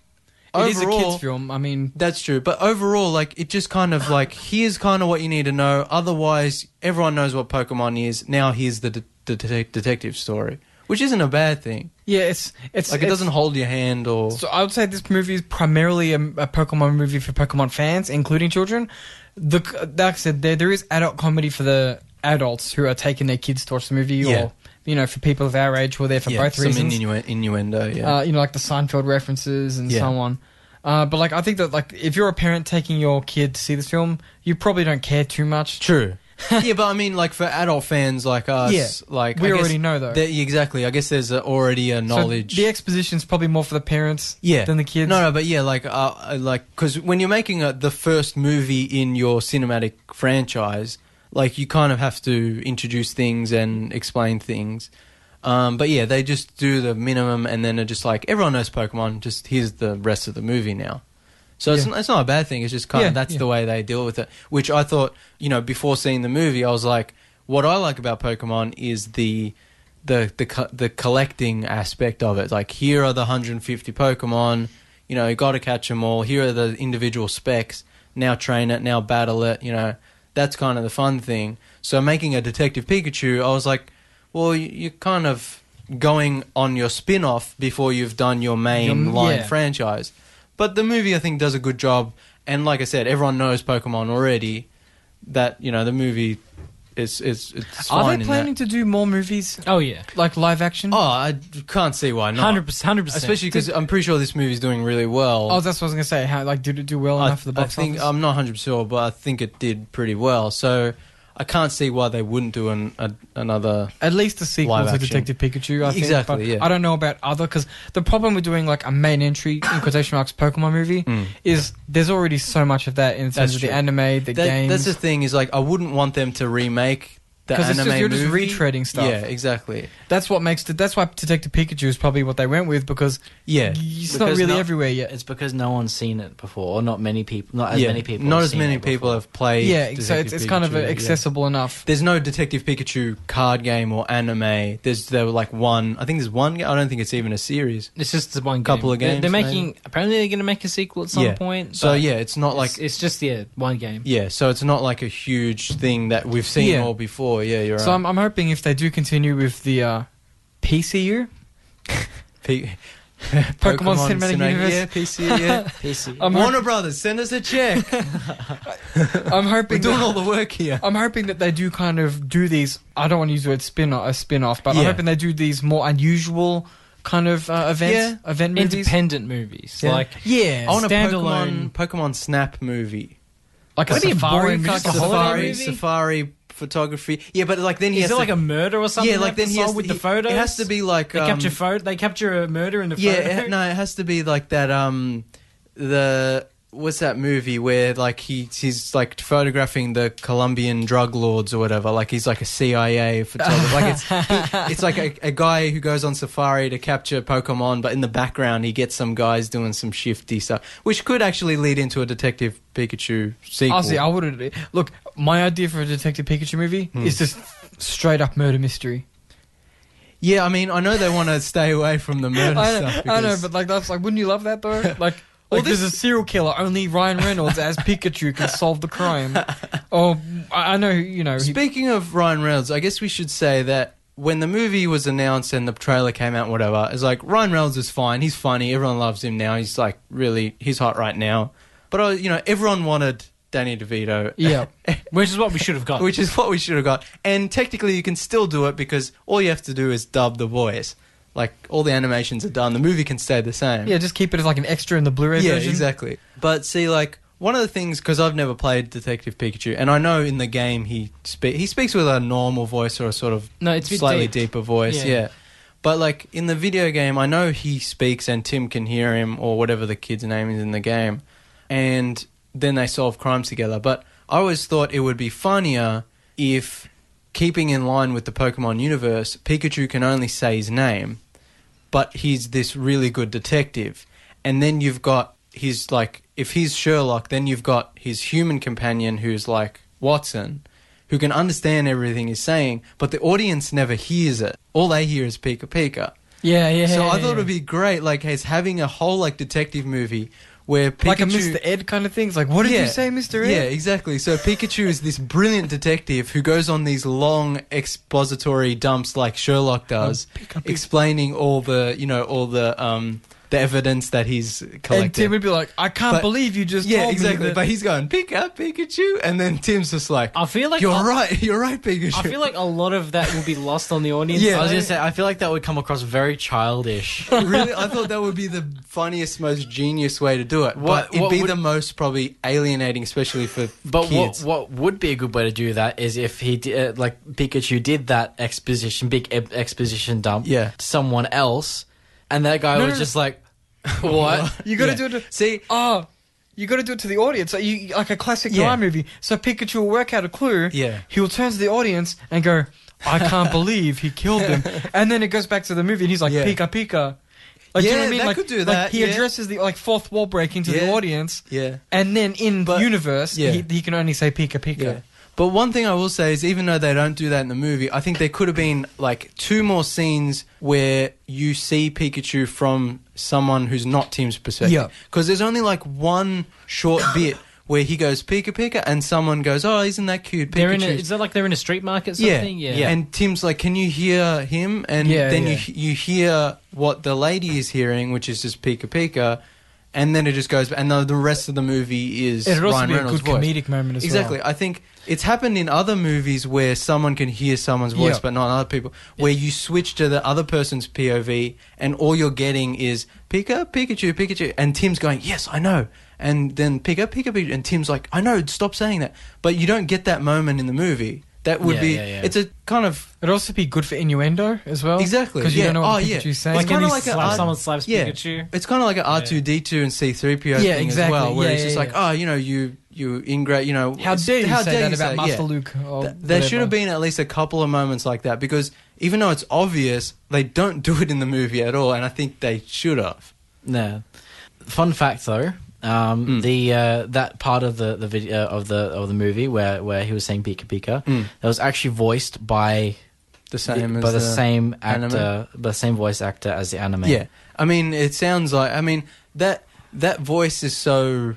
It is a overall, kids film. I mean, that's true. But overall, like it just kind of like here's kind of what you need to know. Otherwise, everyone knows what Pokemon is. Now here's the de- the detec detective story, which isn't a bad thing. yeah, it's it's Like it it's- doesn't hold your hand or So I would say this movie is primarily a, a Pokemon movie for Pokemon fans, including children. The like I said, there there is adult comedy for the adults who are taking their kids to watch the movie, Yeah. or you know, for people of our age who are there for yeah, both some reasons. innue- innuendo. Yeah. Uh, you know, like the Seinfeld references and Yeah. so on. Uh, but like, I think that like if you're a parent taking your kid to see this film, you probably don't care too much. True. yeah, but I mean, like for adult fans like us, Uh, Yeah. like We I guess already know, though. there- exactly. I guess there's a, already a So knowledge. the exposition's probably more for the parents yeah. than the kids. No, no, but yeah, like, uh, uh, like, because when you're making a, the first movie in your cinematic franchise, like, you kind of have to introduce things and explain things. Um, but yeah, they just do the minimum, and then are just like, everyone knows Pokemon. Just here's the rest of the movie now. So it's, Yeah. it's not a bad thing. It's just kind Yeah, of that's yeah. the way they deal with it. Which I thought, you know, before seeing the movie, I was like, what I like about Pokemon is the the the co- the collecting aspect of it. Like here are the 150 Pokemon. You know, you got to catch them all. Here are the individual specs. Now train it. Now battle it. You know, that's kind of the fun thing. So making a Detective Pikachu, I was like, well, you- you're kind of going on your spin-off before you've done your main Your- line Mm, yeah. franchise. But the movie, I think, does a good job. And like I said, everyone knows Pokemon already. That you know, the movie is is it's fine are they in planning that. to do more movies Oh yeah. like live action? Oh, I can't see why not. Hundred percent. Hundred percent. Especially because I'm pretty sure this movie's doing really well. Oh, that's what I was gonna say. How like did it do well I, enough for the box I think um, office? I'm not 100 sure, but I think it did pretty well. So I can't see why they wouldn't do an, a, another. At least the sequel Live to action. Detective Pikachu, I think. Exactly, but yeah. I don't know about other because the problem with doing like a main entry in quotation marks Pokemon movie is there's already so much of that in terms Mm. That's of the true. anime, the That- games. that's the thing is like I wouldn't want them to remake the 'Cause anime it's just- you're just movie. retreading stuff. Yeah, exactly. that's what makes the, that's why Detective Pikachu is probably what they went with because Yeah, it's not Because really not- everywhere yet. It's because no one's seen it before, or not many people, not as yeah. many people. Not have as seen many it before. people have played. yeah, so Detective it's, it's kind of Pikachu, yeah. accessible enough. There's no Detective Pikachu card game or anime. There's there were like one. I think there's one. ga- I don't think it's even a series. It's just the one Couple game. of They're, games, they're maybe. making. Apparently, they're going to make a sequel at some Yeah. point. So but yeah, it's not like it's, it's just yeah, one game. yeah. So it's not like a huge thing that we've seen Yeah. all before. Yeah, you're So right. I'm, I'm hoping if they do continue with the uh, PCU, P- Pokemon Cinematic Universe. Yeah, PC, yeah. Oh, PC. I'm, Warner Brothers, send us a check. hop- I'm We're hoping doing that- all the work here. I'm hoping that they do kind of do these. I don't want to use the word spin a spin off, but I'm Yeah. hoping they do these more unusual kind of uh, events, event movies. Independent movies Yeah. like yeah, I want a Standalone. Pokemon, Pokemon Snap movie. like a Wouldn't it be safari, boring if movie. it's a holiday safari, movie? safari photography. Yeah, but like then he is has it to, like a murder or something? yeah, like they then he solve has to, with he- the photos. It has to be like They um, capture photo. They capture a murder in the Yeah, photo. it, no, it has to be like that. Um, the what's that movie where like he he's like photographing the Colombian drug lords or whatever? Like he's like a CIA photographer. like it's he, it's like a, a guy who goes on safari to capture Pokemon, but in the background he gets some guys doing some shifty stuff, which could actually lead into a Detective Pikachu sequel. Honestly, I would look. My idea for a Detective Pikachu movie Hmm. is just straight up murder mystery. yeah, I mean, I know they want to stay away from the I murder know, stuff. I know, because- but like that's like, wouldn't you love that though? Like. Well, Like there's a this- serial killer. Only Ryan Reynolds as Pikachu can solve the crime. Oh, I I know. You know. He, Speaking of Ryan Reynolds, I guess we should say that when the movie was announced and the trailer came out, whatever, it's like Ryan Reynolds is fine. He's funny. uh, Everyone loves him now. He's like really, he's hot right now. But I, you know, everyone wanted Danny DeVito. Yeah. which is what we should have got. Which is what we should have got. And technically, you can still do it because all you have to do is dub the voice. Like, all the animations are done. The movie can stay the same. Yeah, just keep it as like an extra in the Blu-ray yeah, version. exactly. But see, like one of the things because I've never played Detective Pikachu, and I know in the game he spe- he speaks with a normal voice or a sort of no, it's a bit slightly deep. deeper voice. Yeah. Yeah. But like in the video game, I know he speaks and Tim can hear him or whatever the kid's name is in the game, and then they solve crimes together. But I always thought it would be funnier if, keeping in line with the Pokemon universe, Pikachu can only say his name, but he's this really good detective, and then you've got his like if he's Sherlock, then you've got his human companion who's like Watson who can understand everything he's saying, but the audience never hears it. All they hear is Pika Pika. Yeah, yeah. so yeah, I thought yeah. it would be great, like, as having a whole, like, detective movie where Pikachu... like a Mr. Ed kind of thing. It's like, what did Yeah. you say, Mr. Ed? Yeah, exactly. So Pikachu is this brilliant detective who goes on these long expository dumps like Sherlock does, explaining all the, you know, all the, um, the evidence that he's collected. And Tim would be like, I can't But- believe you just yeah, told exactly. me that. But he's going, pick up Pikachu, and then Tim's just like, I feel like you're a- right, you're right, Pikachu. I feel like a lot of that will be lost on the audience. Yeah. I was though. gonna say, I feel like that would come across very childish. really, I thought that would be the funniest, most genius way to do it. What- but it'd what be would- the most probably alienating, especially for But what, kids. what would be a good way to do that is if he did, uh, like Pikachu did that exposition, big ep- exposition dump, Yeah. to someone else, and that guy No, was no, just like, "What? You got to Yeah. do it. To, See, oh, you got to do it to the audience, like, you, like a classic Yeah. noir movie. So Pikachu will work out a clue. Yeah. he will turn to the audience and go, "I can't believe he killed him," and then it goes back to the movie, and he's like, Yeah. "Pika Pika." Like, do you know what Yeah, I mean? that like, could do like, that, he yeah. addresses the like fourth wall break into the Yeah. audience, yeah, and then in But- universe, yeah. he, he can only say Pika Pika. yeah. But one thing I will say is, even though they don't do that in the movie, I think there could have been like two more scenes where you see Pikachu from someone who's not Tim's perspective. Yeah. Because there's only like one short bit where he goes Pika Pika, and someone goes, "Oh, isn't that cute?" Pikachu. they're in. A, is that like they're in a street market? Sort of thing? yeah, And Tim's like, "Can you hear him?" And Yeah, then yeah. you you hear what the lady is hearing, which is just Pika Pika, and then it just goes. And the, the rest of the movie is It'd also Ryan be a Reynolds' good voice. comedic moment as well. Exactly. I think it's happened in other movies where someone can hear someone's voice, Yeah. but not other people. Where you switch to the other person's POV, and all you're getting is Pika, Pikachu, Pikachu, and Tim's going, "Yes, I know." And then Pika, Pika, Pikachu, and Tim's like, "I know, stop saying that." But you don't get that moment in the movie. That would Yeah, be. yeah, yeah. It's a kind of It'd also be good for innuendo as well, Exactly, because Oh, you yeah. don't know what Oh, yeah. Pikachu's saying. It's like when kinda he like a slaps odd- someone slaps yeah. Pikachu. It's kind of like an R two D two and C three PO thing Yeah, as exactly. well, where Yeah, it's just yeah, like, yeah. oh, you know, you you ingrate, you know, how it's- dare you how say dare that you about say- Master yeah. Luke? Or Th- there Oh, should whatever. have been at least a couple of moments like that because even though it's obvious, they don't do it in the movie at all, and I think they should have. No. Fun fact, though, um, Mm. the uh, that part of the the video of the of the movie where where he was saying Pika Pika, Mm. that was actually voiced by The same the, as by the, same actor, anime? by the same voice actor as the anime. Yeah, I mean, it sounds like I mean that that voice is so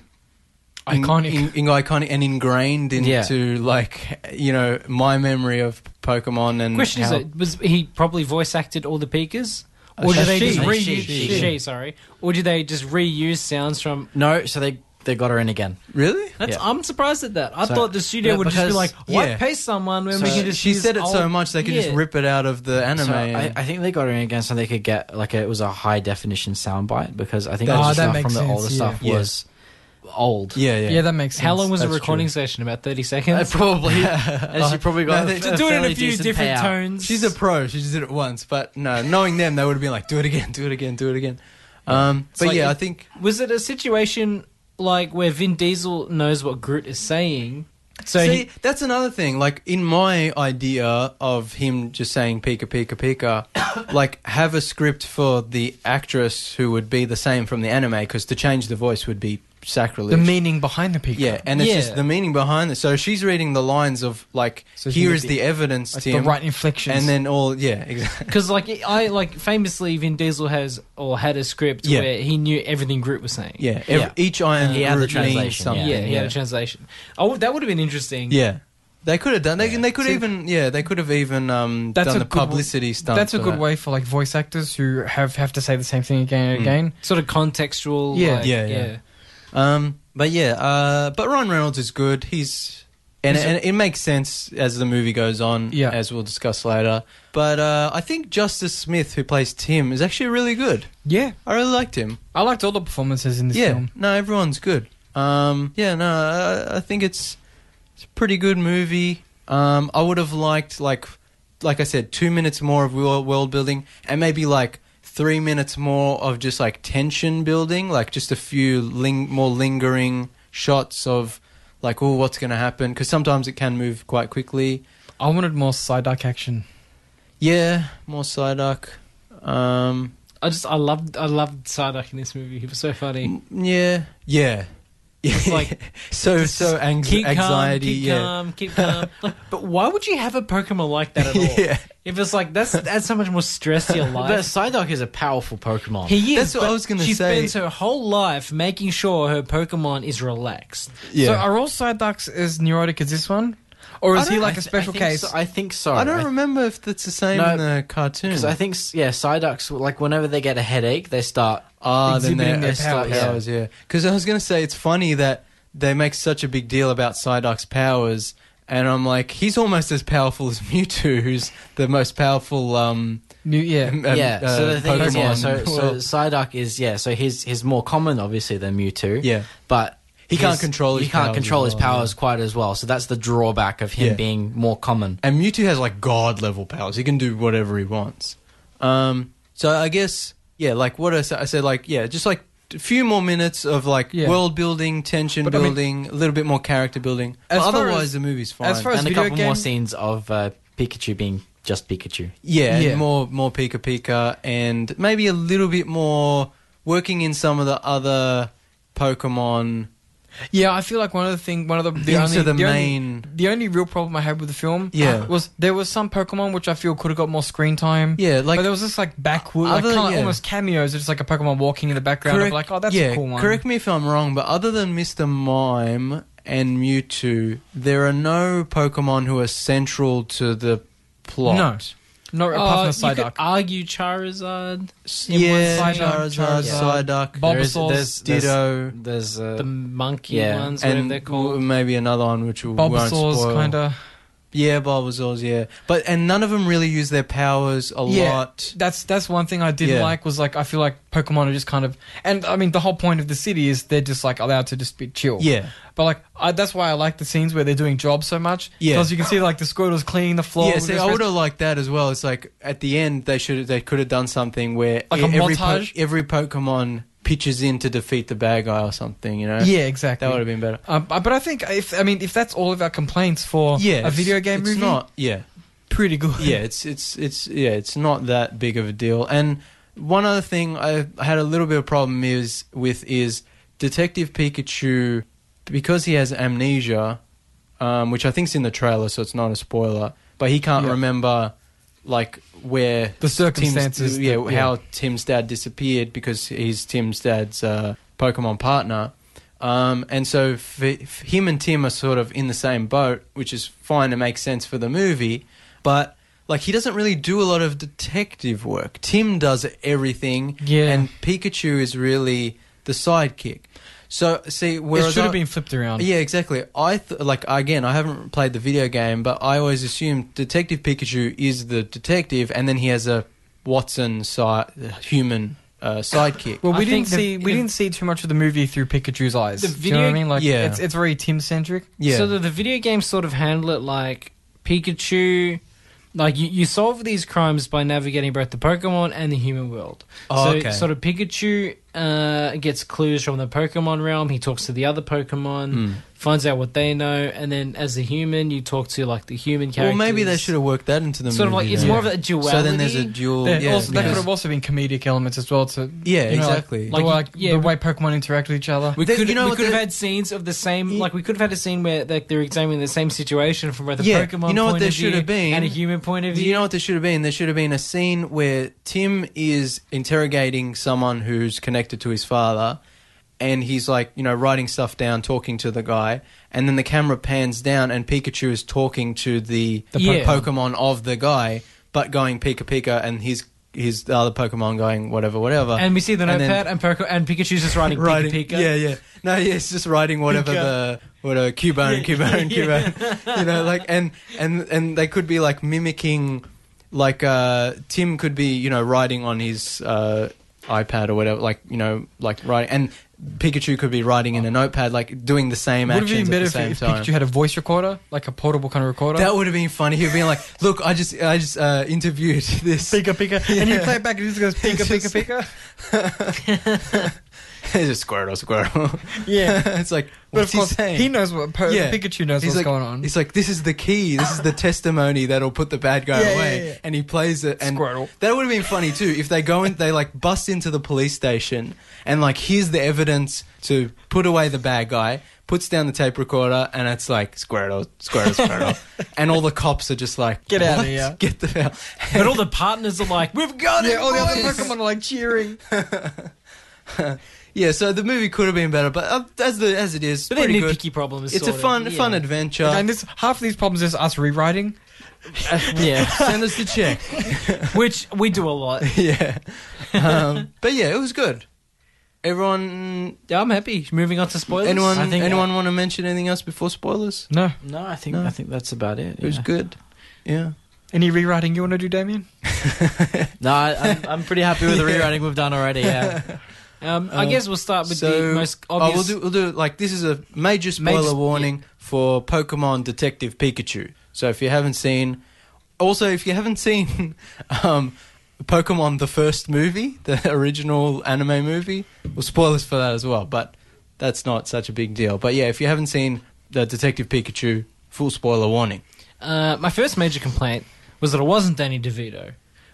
in- Iconic. in, in- iconic, and ingrained Yeah. into like you know my memory of Pokemon. And Question Mm, how- is, it, was he probably voice acted all the Pikas, Uh, or did she- they just she- reuse she- she, she. Sorry, or did they just reuse sounds from? No, so they they got her in again. really? That's, Yeah. I'm surprised at that. I So- thought the studio No, would just be because- like, "Why yeah. pay someone when So we can just?" she use said it so old- much they could just Yeah. rip it out of the anime. So I, and- I think they got her in again so they could get like a, it was a high definition soundbite because I think That- all Ah, the that stuff makes from the sense, older yeah. stuff Yeah. was old. yeah, Yeah. yeah. that makes sense. How long was the That's recording session? About thirty seconds. probably. and she probably got No, they- to do it in fairly a few decent different payout. tones. She's a pro. She just did it once, but no, knowing them, they would have been like, "Do it again, do it again, do it again." Um, It's but like yeah, if- I think Was it a situation like where Vin Diesel knows what Groot is saying? So See, he, that's another thing. Like in my idea of him just saying "pika pika pika," like have a script for the actress who would be the same from the anime, because to change the voice would be the sacrilege. meaning behind the Pika. yeah, and it's Yeah. just the meaning behind it. So she's reading the lines of like, So she "Here did is the- the, evidence, like Tim," the right inflections. and then all yeah, exactly. Because like I like famously, Vin Diesel has or had a script Yeah. where he knew everything Groot was saying. Yeah, ev- Yeah. each iron He had root the means yeah, translation, something. he had a translation. Oh, that would have been interesting. Yeah. They could have done. They, Yeah. they could See- even. Yeah, they could have even um, That's done a the good w- publicity stunt. that's a for good that. way for like voice actors who have have to say the same thing again and Mm. again. sort of contextual. Yeah. like, Yeah, yeah. Um, but yeah, uh, but Ryan Reynolds is good. He's and, He's a- and it makes sense as the movie goes on, Yeah. as we'll discuss later. But uh, I think Justice Smith, who plays Tim, is actually really good. Yeah, I really liked him. I liked all the performances in this yeah, film. no, everyone's good. Um, yeah, no, I, I think it's it's a pretty good movie. Um, I would have liked like like I said, two minutes more of wo- world building, and maybe like three minutes more of just like tension building, like just a few ling- more lingering shots of like, oh, what's going to happen? Because sometimes it can move quite quickly. I wanted more Psyduck action. Yeah, more Psyduck. Um, I just I loved I loved Psyduck in this movie. He was so funny. m- yeah, yeah. It's like, so just so ang- keep anxiety. calm, keep yeah. calm, keep calm. Like, but why would you have a Pokemon like that at all? Yeah. If it's like that's that's so much more stress to your But life. Psyduck is a powerful Pokemon. He is. That's what but I was gonna she say. spends her whole life making sure her Pokemon is relaxed. So are all Psyducks as neurotic as this one, or I is he don't- I like a th- special I think case? so- I think so. I don't remember if it's the same No, in the cartoon. because I think s- yeah, Psyducks like whenever they get a headache, they start. ah, then exhibiting they're their extra powers. powers. Yeah. yeah. Because I was going to say it's funny that they make such a big deal about Psyduck's powers, and I'm like, he's almost as powerful as Mewtwo, who's the most powerful. Um, New, yeah, um, um, yeah. so uh, the thing is, yeah. So, Pokemon. so Well, Psyduck is yeah. So he's he's more common, obviously, than Mewtwo. yeah, but He can't his- control his he can't powers control as his well, powers quite as well. So that's the drawback of him Yeah. being more common. and Mewtwo has like god level powers. He can do whatever he wants. Um, so I guess yeah, like what I said, I said like yeah, just like a few more minutes of like Yeah. world building, tension But, I mean- building, a little bit more character building. As But far otherwise, as- the movie's fine. as far as- and a video couple more game- scenes of uh, Pikachu being just Pikachu. yeah, and Yeah. more more Pika Pika, and maybe a little bit more working in some of the other Pokemon. yeah. I feel like one of the thing, one of the the Into only the the only- main- the only real problem I had with the film, Yeah. was there was some Pokemon which I feel could have got more screen time. Yeah, like but there was this like backward, like, Other- kind of like yeah. almost cameos. It's just like a Pokemon walking in the background. I'm like, oh, that's yeah, a cool one. Correct me if I'm wrong, but other than Mr. Mime and Mewtwo, there are no Pokemon who are central to the plot. No. Not apart Uh, from you the could Psyduck. argue Charizard. in one Yeah, scene, Charizard, Charizard, Psyduck, Bulbasaur, there's, there's, Ditto, there's uh, the monkey Yeah. ones, whatever and they're called. w- maybe another one which we won't Bulbasaur's spoil. kind of. Yeah, Bulbasaur's, yeah. But and none of them really use their powers a Yeah. lot. That's that's one thing I didn't Yeah. like was like I feel like Pokemon are just kind of and I mean the whole point of the city is they're just like allowed to just be chill. Yeah. But like I, that's why I like the scenes where they're doing jobs so much. Yeah. Because you can see like the Squirtle's cleaning the floor. yeah, with see, his I friends. would have liked that as well. It's like at the end they should they could have done something where e-, Like a every montage? every Pokemon pitches in to defeat the bad guy or something. You know, Yeah, exactly. that would have been better. Um, but I think if I mean if that's all of our complaints for Yeah, a video it's- game it's movie, Not yeah, pretty good. yeah. It's it's it's yeah. It's not that big of a deal. And one other thing I had a little bit of problem is with is Detective Pikachu because he has amnesia, um, which I think's in the trailer, so it's not a spoiler. But he can't Yeah. remember like where The Tim's- circumstances. yeah, that- how Tim's dad disappeared because he's Tim's dad's uh, Pokemon partner. Um, and so f- f- him and Tim are sort of in the same boat, which is fine and makes sense for the movie. But like he doesn't really do a lot of detective work. Tim does everything, Yeah. and Pikachu is really the sidekick. So see, whereas it should have I- been flipped around. yeah, exactly. I th- like again. I haven't played the video game, but I always assumed Detective Pikachu is the detective, and then he has a Watson si- human uh, sidekick. Well, we I didn't think the- see we if- didn't see too much of the movie through Pikachu's eyes. The Do you know what I video- mean? Like, Yeah. it's it's very Tim centric. yeah, So the, the video games sort of handle it like Pikachu. Like you, you solve these crimes by navigating both the Pokemon and the human world. Oh, so okay. sort of Pikachu uh, gets clues from the Pokemon realm. He talks to the other Pokemon, Hmm. finds out what they know, and then as a human, you talk to like the human well, characters. maybe they should have worked that into the sort of movie. like it's then. more of a duality. So then there's a dual. There, yeah, also, there could because- have also been comedic elements as well. To yeah, you know, like- exactly. like, Like, like, yeah, the we- way Pokemon interact with each other. We We could, could- you know we what could have the- had scenes of the same, Ye- like we could have had a scene where like they're examining the same situation from both a Yeah, Pokemon you know what point there of should view have been? and a human point of Do view. you know what there should have been? There should have been a scene where Tim is interrogating someone who's connected to his father, and he's like, you know, writing stuff down, talking to the guy, and then the camera pans down, and Pikachu is talking to the, The Yeah. Pokemon of the guy, but going Pika Pika, and he's his the other Pokemon going whatever, whatever. and we see the and then- notepad and, Poke- and Pikachu's just writing, writing, Pika Pika. yeah, yeah. No, yeah, it's just writing whatever the whatever Cubone, Cubone, Cubone. You know, like and and and they could be like mimicking, like uh Tim could be you know writing on his uh iPad or whatever, like you know like writing and. Pikachu could be writing in a notepad, like doing the same Would it actions have been at better the if, same if time. Pikachu had a voice recorder, like a portable kind of recorder? that would have been funny. He'd been like, "Look, I just, I just uh, interviewed this." Pika Pika, and you Yeah. play it back, and it just goes Pika Pika just- Pika. it's a squirrel, squirrel. Yeah, it's like, but of what's he course saying? he knows what po- Yeah. Pikachu knows He's what's like, going on. He's like, this is the key. This is the testimony that'll put the bad guy Yeah, yeah, away. yeah. And he plays it. And Squirtle. that would have been funny too if they go and they like bust into the police station and like here's the evidence to put away the bad guy. Puts down the tape recorder and it's like Squirtle, Squirtle, Squirtle, and all the cops are just like, Get outta "What? here." Get the hell!" But all the partners are like, we've got it. yeah, all the other boys!" Pokemon are like cheering. Yeah, so the movie could have been better, but uh, as the as it is, But their pretty good. nitpicky problem is It's a sorted. fun, Yeah. fun adventure. And this half of these problems is us rewriting. yeah, Send us the check. which we do a lot. yeah. Um, but yeah, it was good. Everyone, Yeah, I'm happy. Moving on to spoilers. anyone, I think, uh, anyone want to mention anything else before spoilers? No, No, I think No. I think that's about it. It was yeah. good. Yeah. any rewriting you want to do, Damien? No, I, I'm, I'm pretty happy with the Yeah. rewriting we've done already. Yeah, Um, I Uh, guess we'll start with so- the most Oh, obvious. we'll do. We'll do. Like this is a major spoiler Major sp- warning for Pokemon Detective Pikachu. So if you haven't seen, also if you haven't seen, um, Pokemon the first movie, the original anime movie, well, spoilers for that as well. But that's not such a big deal. But yeah, if you haven't seen the Detective Pikachu, full spoiler warning. Uh, my first major complaint was that it wasn't Danny DeVito.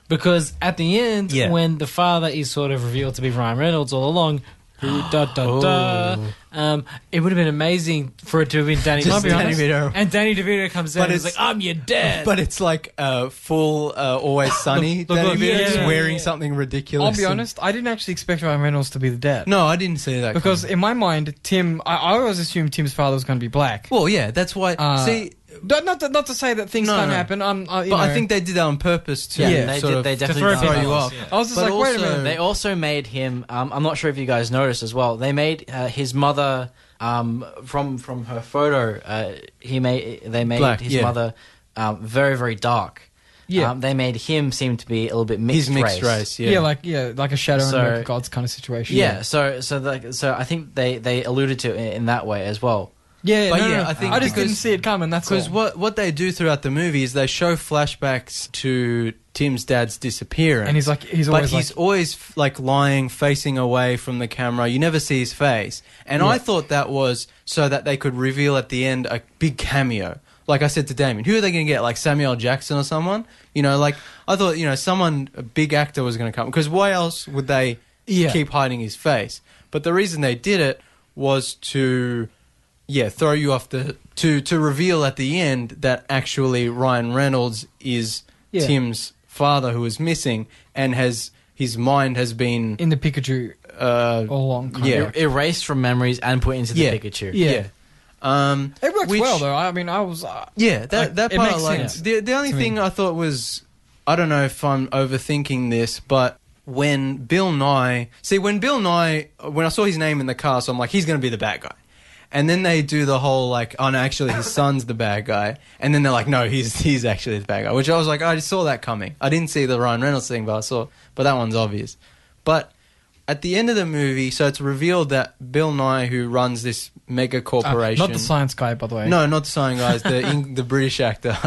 Because at the end, Yeah. when the father is sort of revealed to be Ryan Reynolds all along, who da da da, um, it would have been amazing for it to have been Danny Oh. Just DeVito. Danny DeVito. And Danny DeVito comes in But and is like, it's- I'm your dad. But it's like uh, full uh, always sunny. look, Danny look, DeVito yeah, just yeah, wearing yeah. something ridiculous. I'll be and- honest, I didn't actually expect Ryan Reynolds to be the dad. No, I didn't see that because coming. in my mind, Tim, I, I always assumed Tim's father was going to be black. well, yeah, that's why. Uh, see, Not, not, to, not to say that things No, don't no. happen. I'm, I, you but I know. think they did that on purpose to Yeah, they, sort did, of they definitely throw did throw people that. you off. Yeah. I was just But like, wait a also- minute. They also made him. Um, I'm not sure if you guys noticed as well. They made uh, his mother um, from from her photo. Uh, he made they made Black, his yeah. mother um, very very dark. Yeah. um, they made him seem to be a little bit He's mixed mixed race, yeah. Yeah. like yeah, like a shadow and So- American gods kind of situation. Yeah, so so the, so I think they they alluded to it in that way as well. yeah, yeah, But no, no, yeah, no. I I think just because- didn't see it coming. That's all. Because what what they do throughout the movie is they show flashbacks to Tim's dad's disappearance, and he's like, he's but always he's like, always f- like lying, facing away from the camera. You never see his face, and I thought that was so that they could reveal at the end a big cameo. Like I said to Damien, who are they going to get? Like Samuel Jackson or someone? You know, like I thought, you know, someone a big actor was going to come because why else would they Yeah. keep hiding his face? But the reason they did it was to yeah, throw you off the to to reveal at the end that actually Ryan Reynolds is Yeah. Tim's father who is missing and has his mind has been in the Pikachu uh all along. Kind Yeah. of. Er, Erased from memories and put into the Yeah. Pikachu. Yeah. Um it works which- well though. I mean, I was, uh, Yeah, that Like, that it part I makes liked. sense The the only to me. thing I thought was I don't know if I'm overthinking this, but when Bill Nye see when Bill Nye when I saw his name in the car, so I'm like he's going to be the bad guy. And then they do the whole like, oh no, actually his son's the bad guy. And then they're like, no, he's he's actually the bad guy. Which I was like, I saw that coming. I didn't see the Ryan Reynolds thing, but I saw. But that one's obvious. But at the end of the movie, so it's revealed that Bill Nye, who runs this mega uh, corporation, not the science guy by the way. no, not the science guys. The Eng- the British actor,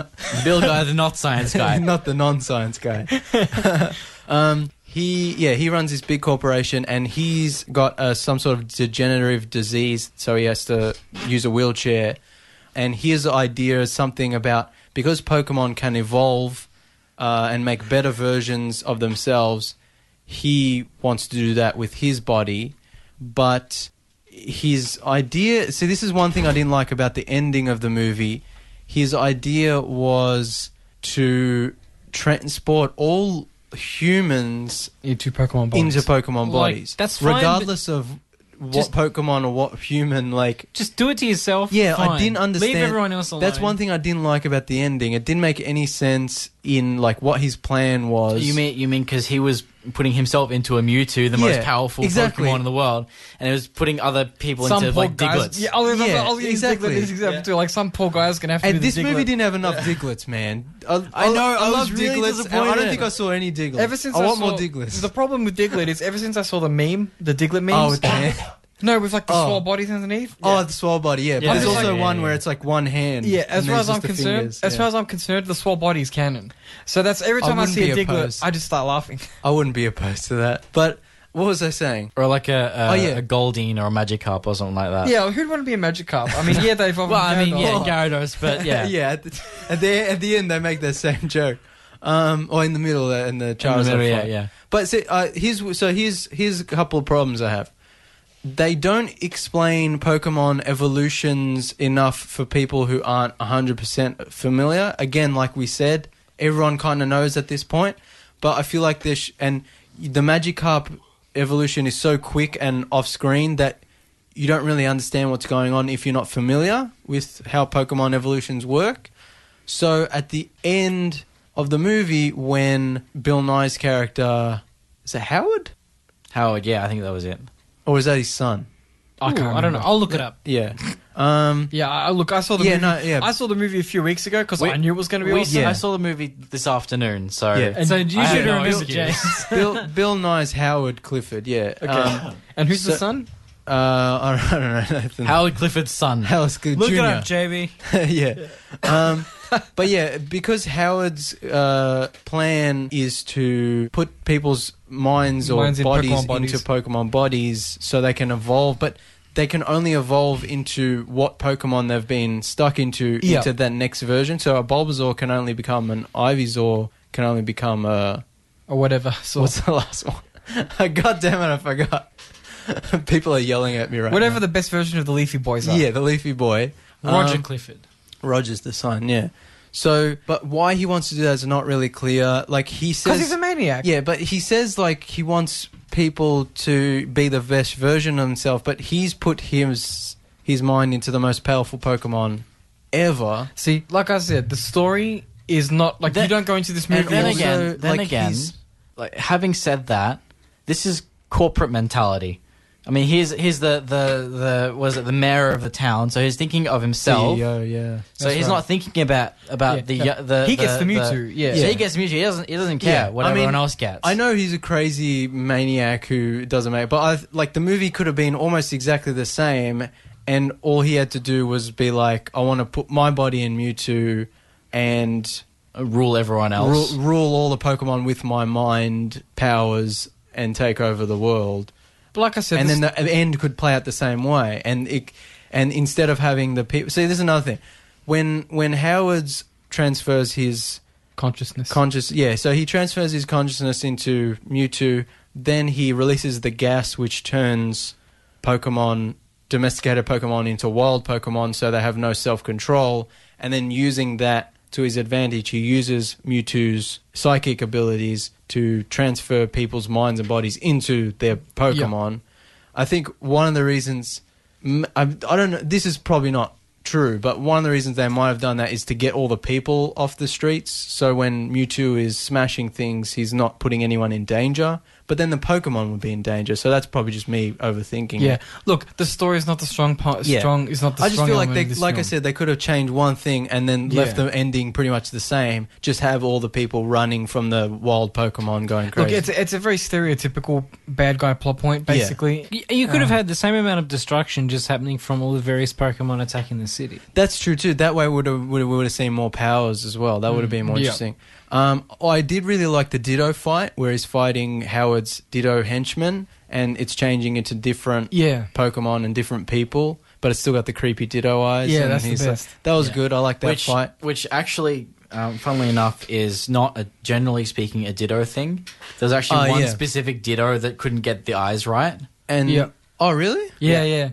Bill Guy, Oh, the not science guy. not the non-science guy. um, he yeah, he runs this big corporation, and he's got uh, some sort of degenerative disease, so he has to use a wheelchair. And his idea is something about because Pokemon can evolve uh, and make better versions of themselves. He wants to do that with his body, but his idea see this is one thing i didn't like about the ending of the movie his idea was to transport all humans into Pokemon. Bodies. into pokemon Like, bodies that's fine, regardless of what just- pokemon or what human like Just do it to yourself. yeah i fine. didn't understand Leave everyone else alone. that's one thing i didn't like about the ending it didn't make any sense in like what his plan was. You mean you mean because he was putting himself into a Mewtwo, the most Yeah, powerful exactly. Pokemon in the world, and it was putting other people some into poor like guys. Diglets. Yeah, I was, Yeah, I was gonna use exactly. Diglett as example too. Like some poor guy's gonna have to. be And the this movie Diglett. didn't have enough Diglets, man. I, know, I was was really and I don't disappointed. think I saw any Diglets. Ever since I I want saw, more Diglets. The problem with Diglett is ever since I saw the meme, the Diglett memes. oh, with the hand. no, with like the Oh. swole bodies underneath. Oh, the swell body, yeah. But Yeah. there's Yeah, also yeah, one yeah. where it's like one hand. Yeah, as and far there's as I'm just the concerned, fingers, as yeah. far as I'm concerned, the swole body is canon. So that's every I time I, wouldn't see a be Diglett, opposed. I just start laughing. I wouldn't be opposed to that. But what was I saying? or like a, a, Oh, yeah. a Goldeen or a Magikarp or something Uh. like that. yeah, who'd want to be a Magikarp? I mean, yeah, they've Well, I mean, yeah, Oh. Gyarados, but yeah, yeah. At the, at the at the end, they make that same joke. Um, or in the middle, uh, in the In the Charizard. middle, yeah, fight. yeah. But see, uh, here's so here's here's a couple of problems I have. They don't explain Pokemon evolutions enough for people who aren't 100% familiar. Again, like we said, everyone kind of knows at this point, but I feel like this and the Magikarp evolution is so quick and off screen that you don't really understand what's going on if you're not familiar with how Pokemon evolutions work. So at the end of the movie, when Bill Nye's character is it Howard Howard, yeah, I think that was it. or is that his son? I, can't I don't know. I'll look it up. Yeah. Um. Yeah, I, look, I saw the Yeah, movie. no, yeah. I saw the movie a few weeks ago because We- I knew it was going to be We- awesome. I saw the movie this afternoon, so Yeah. so you I should have no remember, excuse. James. Bill Bill Nye's Howard Clifford. Yeah. Okay. Um, And who's the So- son? uh, I don't know. Nathan. Howard Clifford's son. Howard's good Look Junior. it up, JB. yeah. Um, but yeah, because Howard's uh, plan is to put people's minds or Minds in bodies, Pokemon bodies. into Pokemon bodies so they can evolve, but they can only evolve into what Pokemon they've been stuck into Yeah. into that next version. So a Bulbasaur can only become an Ivysaur, can only become a Or whatever. So what's the last one? God damn it, I forgot. People are yelling at me right whatever now. the best version of the Leafy Boys are. yeah, the Leafy Boy. Roger Um, Clifford. Roger's the son, yeah. So, but why he wants to do that is not really clear. Like he Because says, he's a maniac. yeah, but he says like he wants people to be the best version of himself. But he's put his his mind into the most powerful Pokemon ever. See, like I said, the story is not like That- you don't go into this And movie. then also, again, then like, again, he's- like having said that, this is corporate mentality. I mean, here's here's the the the was it the mayor of the town, so he's thinking of himself. CEO, E yeah. So That's he's right. not thinking about about Yeah, the no. uh, the He gets the Mewtwo, yeah. So Yeah. he gets the Mewtwo. He doesn't he doesn't care Yeah, what I mean, everyone else gets. I know he's a crazy maniac who doesn't make, but I like the movie could have been almost exactly the same, and all he had to do was be like, I want to put my body in Mewtwo, and rule everyone else. Rule, rule all the Pokemon with my mind powers and take over the world. But like I said, and this- then the end could play out the same way. And it, and instead of having the people, see, this is another thing. When when Howard's transfers his consciousness. conscious, yeah, so he transfers his consciousness into Mewtwo. Then he releases the gas, which turns Pokemon domesticated Pokemon into wild Pokemon, so they have no self control. And then using that to his advantage, he uses Mewtwo's psychic abilities to transfer people's minds and bodies into their Pokemon. I think one of the reasons m- I, I don't know. This is probably not true, but one of the reasons they might have done that is to get all the people off the streets. So when Mewtwo is smashing things, he's not putting anyone in danger. But then the Pokemon would be in danger. So that's probably just me overthinking. yeah. it. Look, the story is not the strong part. Yeah. Strong is not the I just strong feel like element they, of this like I film. said, they could have changed one thing and then left Yeah. the ending pretty much the same. Just have all the people running from the wild Pokemon going Look, crazy. it's it's a very stereotypical bad guy plot point, Yeah. basically. Y- You could have Um, had the same amount of destruction just happening from all the various Pokemon attacking the city. That's true too. That way would have would we would have seen more powers as well. That would have been more yeah. interesting. Um, I did really like the Ditto fight where he's fighting Howard's Ditto henchman, and it's changing into different Yeah. Pokemon and different people, but it's still got the creepy Ditto eyes. Yeah, and that's the he's best. Like, that was Yeah. good. I like that which, fight. Which actually, um, funnily enough, is not a, generally speaking a Ditto thing. There's actually Oh, one yeah. specific Ditto that couldn't get the eyes right. And Yeah. oh, really? Yeah, yeah.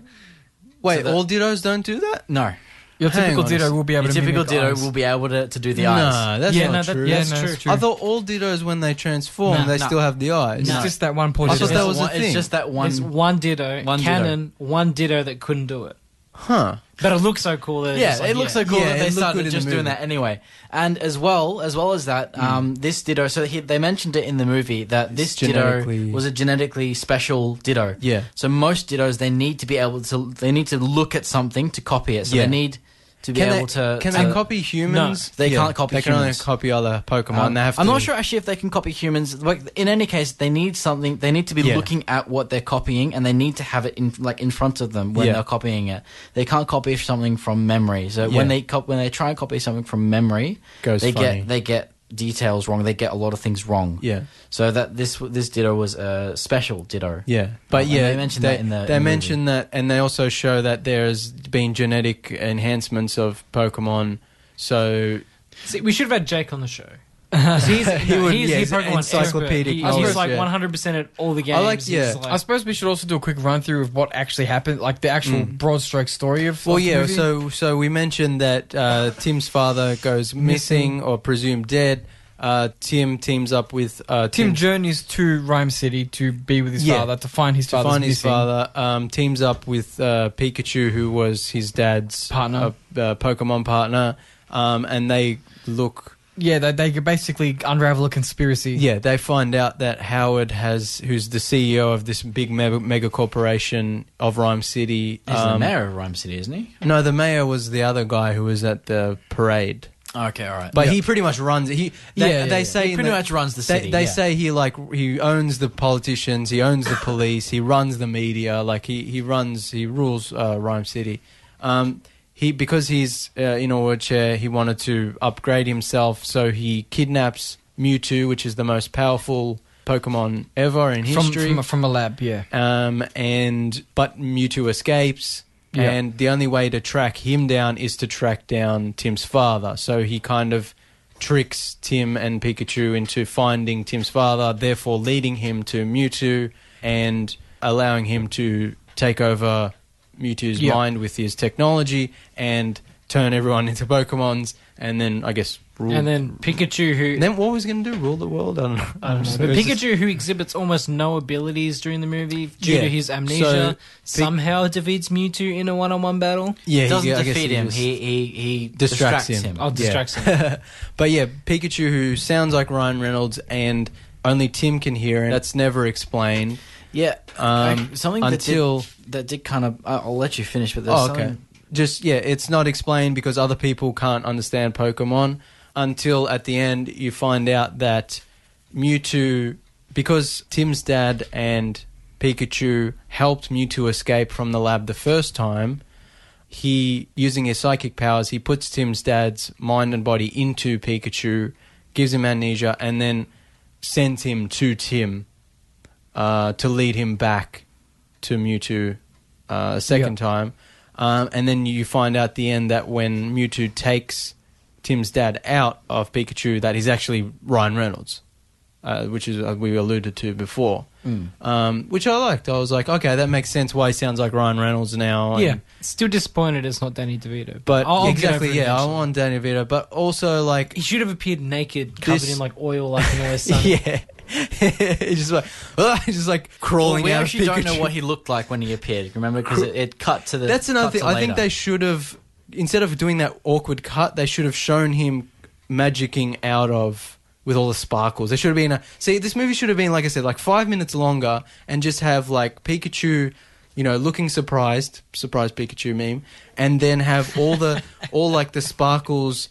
Wait, So that- all Dittos don't do that. No, Your Hang typical on a Ditto s- will be able Your to typical mimic Ditto eyes. will be able to, to do the nah, eyes. that's yeah, not no, that- true. yeah, That's no, true. it's true. I thought all Dittos when they transform Nah, they nah. still have the eyes. It's No. just that one portion. I thought It's that just was a one- thing. It's just that There's one. one Ditto, one canon, one Ditto that couldn't do it. Huh. But it looks so cool. that it's Yeah, just like, it looks yeah. so cool Yeah, that it they looked good started in just the doing movie. Hmm. that anyway. And as well, as well as that, um, this Ditto. So he, they mentioned it in the movie that It's this genetically- Ditto was a genetically special Ditto. Yeah. So most Dittos, they need to be able to. They need to look at something to copy it. So Yeah. they need to be Can able they, to. can to- they copy humans? they can't copy They humans. can only copy Uh-huh. other Pokemon. Um, they have. I'm to, not sure actually if they can copy humans. Like in any case, they need something. They need to be Yeah. looking at what they're copying, and they need to have it in like in front of them when Yeah. they're copying it. They can't copy something from memory. So Yeah. when they cop- when they try and copy something from memory, Goes they funny. get they get details wrong. They get a lot of things wrong. Yeah. So that this this Ditto was a special Ditto. Yeah, but and yeah, they mentioned that in the- Uh, they in the mention that, and they also show that there's been genetic enhancements of Pokemon. So See, we should have had Jake on the show. 'Cause He's, He would- he's yeah, the he's an Pokemon encyclopedic encyclopedic. He, knowledge, he's like yeah. 100% at all the games. I like- He's yeah. like- I uh, suppose we should also do a quick run through of what actually happened, like the actual broad stroke story of. Hmm. Well, of the yeah. movie. So, so we mentioned that uh, Tim's father goes missing or presumed dead. Uh, Tim teams up with uh, Tim Tim journeys to Rhyme City to be with his Yeah. father to find his to father's find his missing father. Um, teams up with uh, Pikachu, who was his dad's partner. uh, uh, Pokemon partner, um, and they look. yeah, they, they could basically unravel a conspiracy. Yeah, they find out that Howard has, who's the CEO of this big mega, mega corporation of Rhyme City. He's um, the mayor of Rhyme City, isn't he? No, the mayor was the other guy who was at the parade. Okay, all right. But he pretty much runs. it. He they, Yeah, yeah, they yeah. say he in pretty the- much runs the They, city. they yeah. say he like he owns the politicians, he owns the police, he runs the media. Like he he runs, he rules uh, Rhyme City. Um, he because he's uh, in a wheelchair, he wanted to upgrade himself, so he kidnaps Mewtwo, which is the most powerful Pokemon ever in from, history. from a, from a lab. Yeah, um, and but Mewtwo escapes, Yeah. and the only way to track him down is to track down Tim's father. So he kind of tricks Tim and Pikachu into finding Tim's father, therefore leading him to Mewtwo and allowing him to take over Mewtwo's Yeah. mind with his technology and turn everyone into Pokemons, and then I guess rule. and then Pikachu, who. Then what was he going to do? Rule the world? I don't know. I don't know, but It's just- Pikachu, who exhibits almost no abilities during the movie due Yeah. to his amnesia, So, Pi- somehow defeats Mewtwo in a one-on-one battle. yeah, he- doesn't I guess defeat he him. just- He he he Distracts distracts, him. him. Oh, distracts him. But yeah, Pikachu who sounds like Ryan Reynolds and only Tim can hear and that's never explained. Yeah, Um, I- something until- that did, that did kind of. I- I'll let you finish, but there's Oh, okay. something- Just yeah, it's not explained because other people can't understand Pokemon until at the end you find out that Mewtwo because Tim's dad and Pikachu helped Mewtwo escape from the lab the first time, he using his psychic powers, he puts Tim's dad's mind and body into Pikachu, gives him amnesia, and then sends him to Tim uh, to lead him back to Mewtwo uh, a second time. Um, and then you find out at the end that when Mewtwo takes Tim's dad out of Pikachu, that he's actually Ryan Reynolds, uh, which is uh, we alluded to before. Um, which I liked. I was like, okay, that makes sense. Why he sounds like Ryan Reynolds now? and- yeah. Still disappointed it's not Danny DeVito. but I'll- I'll get exactly, over it yeah, I eventually. want Danny Vito, but also like, He should have appeared naked, covered This- in like oil, like in all his son. yeah, he's just like, ugh, he's just like crawling we out actually of Pikachu. don't know what he looked like when he appeared. Remember, because it, it cut to the. That's another cut thing. to I think later. they should have, instead of doing that awkward cut, they should have shown him magicking out of with all the sparkles. They should have been a see. This movie should have been like I said, like five minutes longer, and just have like Pikachu, you know, looking surprised, surprise Pikachu meme, and then have all the all like the sparkles.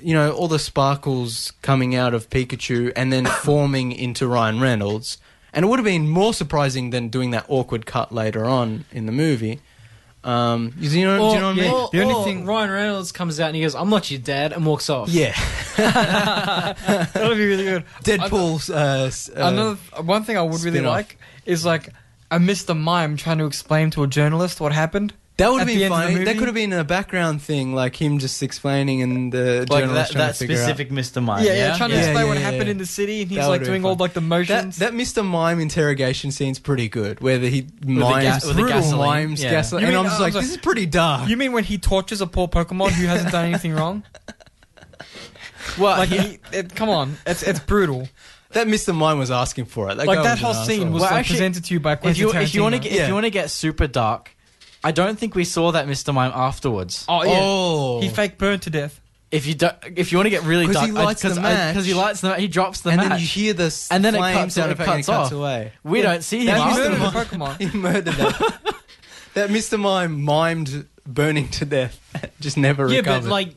You know, all the sparkles coming out of Pikachu and then forming into Ryan Reynolds. And it would have been more surprising than doing that awkward cut later on in the movie. Um, you- you know, do you know what I mean? Or, The only or thing- Ryan Reynolds comes out and he goes, "I'm not your dad," and walks off. Yeah, that would be really good. Deadpool's. Uh, s- uh, Another one thing I would really spin-off. like is like a Mr. Mime trying to explain to a journalist what happened. that would have at the been end of the funny. That movie. could have been a background thing, like him just explaining and the like that, journalist trying that to figure specific Mr. Mime. Yeah, yeah, trying to Yeah, explain yeah, what yeah, happened yeah. in the city, and he's That like would've doing been all fun. like the out. That, motions. that Mr. Mime interrogation scene's pretty good, where he mimes, gas- with the brutal gasoline. mimes Yeah. gasoline, You and mean- I'm just I like, was like- this is pretty dark. you mean when he tortures a poor Pokemon who hasn't done anything wrong? well, Like, he, it, come on, it's it's brutal. that Mr. Mime was asking for it. Like guy that was whole an scene asshole. was Well, like, actually, presented to you by If Quentin you if you want to Tarantino. get Yeah. if you want to get super dark, I don't think we saw that Mr. Mime afterwards. Oh yeah, Oh. he fake burned to death. If you don't, if you want to get really 'Cause dark, he lights the match. because he lights the match, he drops the and match. then you hear the And then it flame cuts- sound it effect and cuts it cuts off. away. we don't see him. That's He Mr. murdered afterwards. a Mime. Pokemon. He murdered that. that Mr. Mime mimed burning to death. Just never yeah, recovered. but like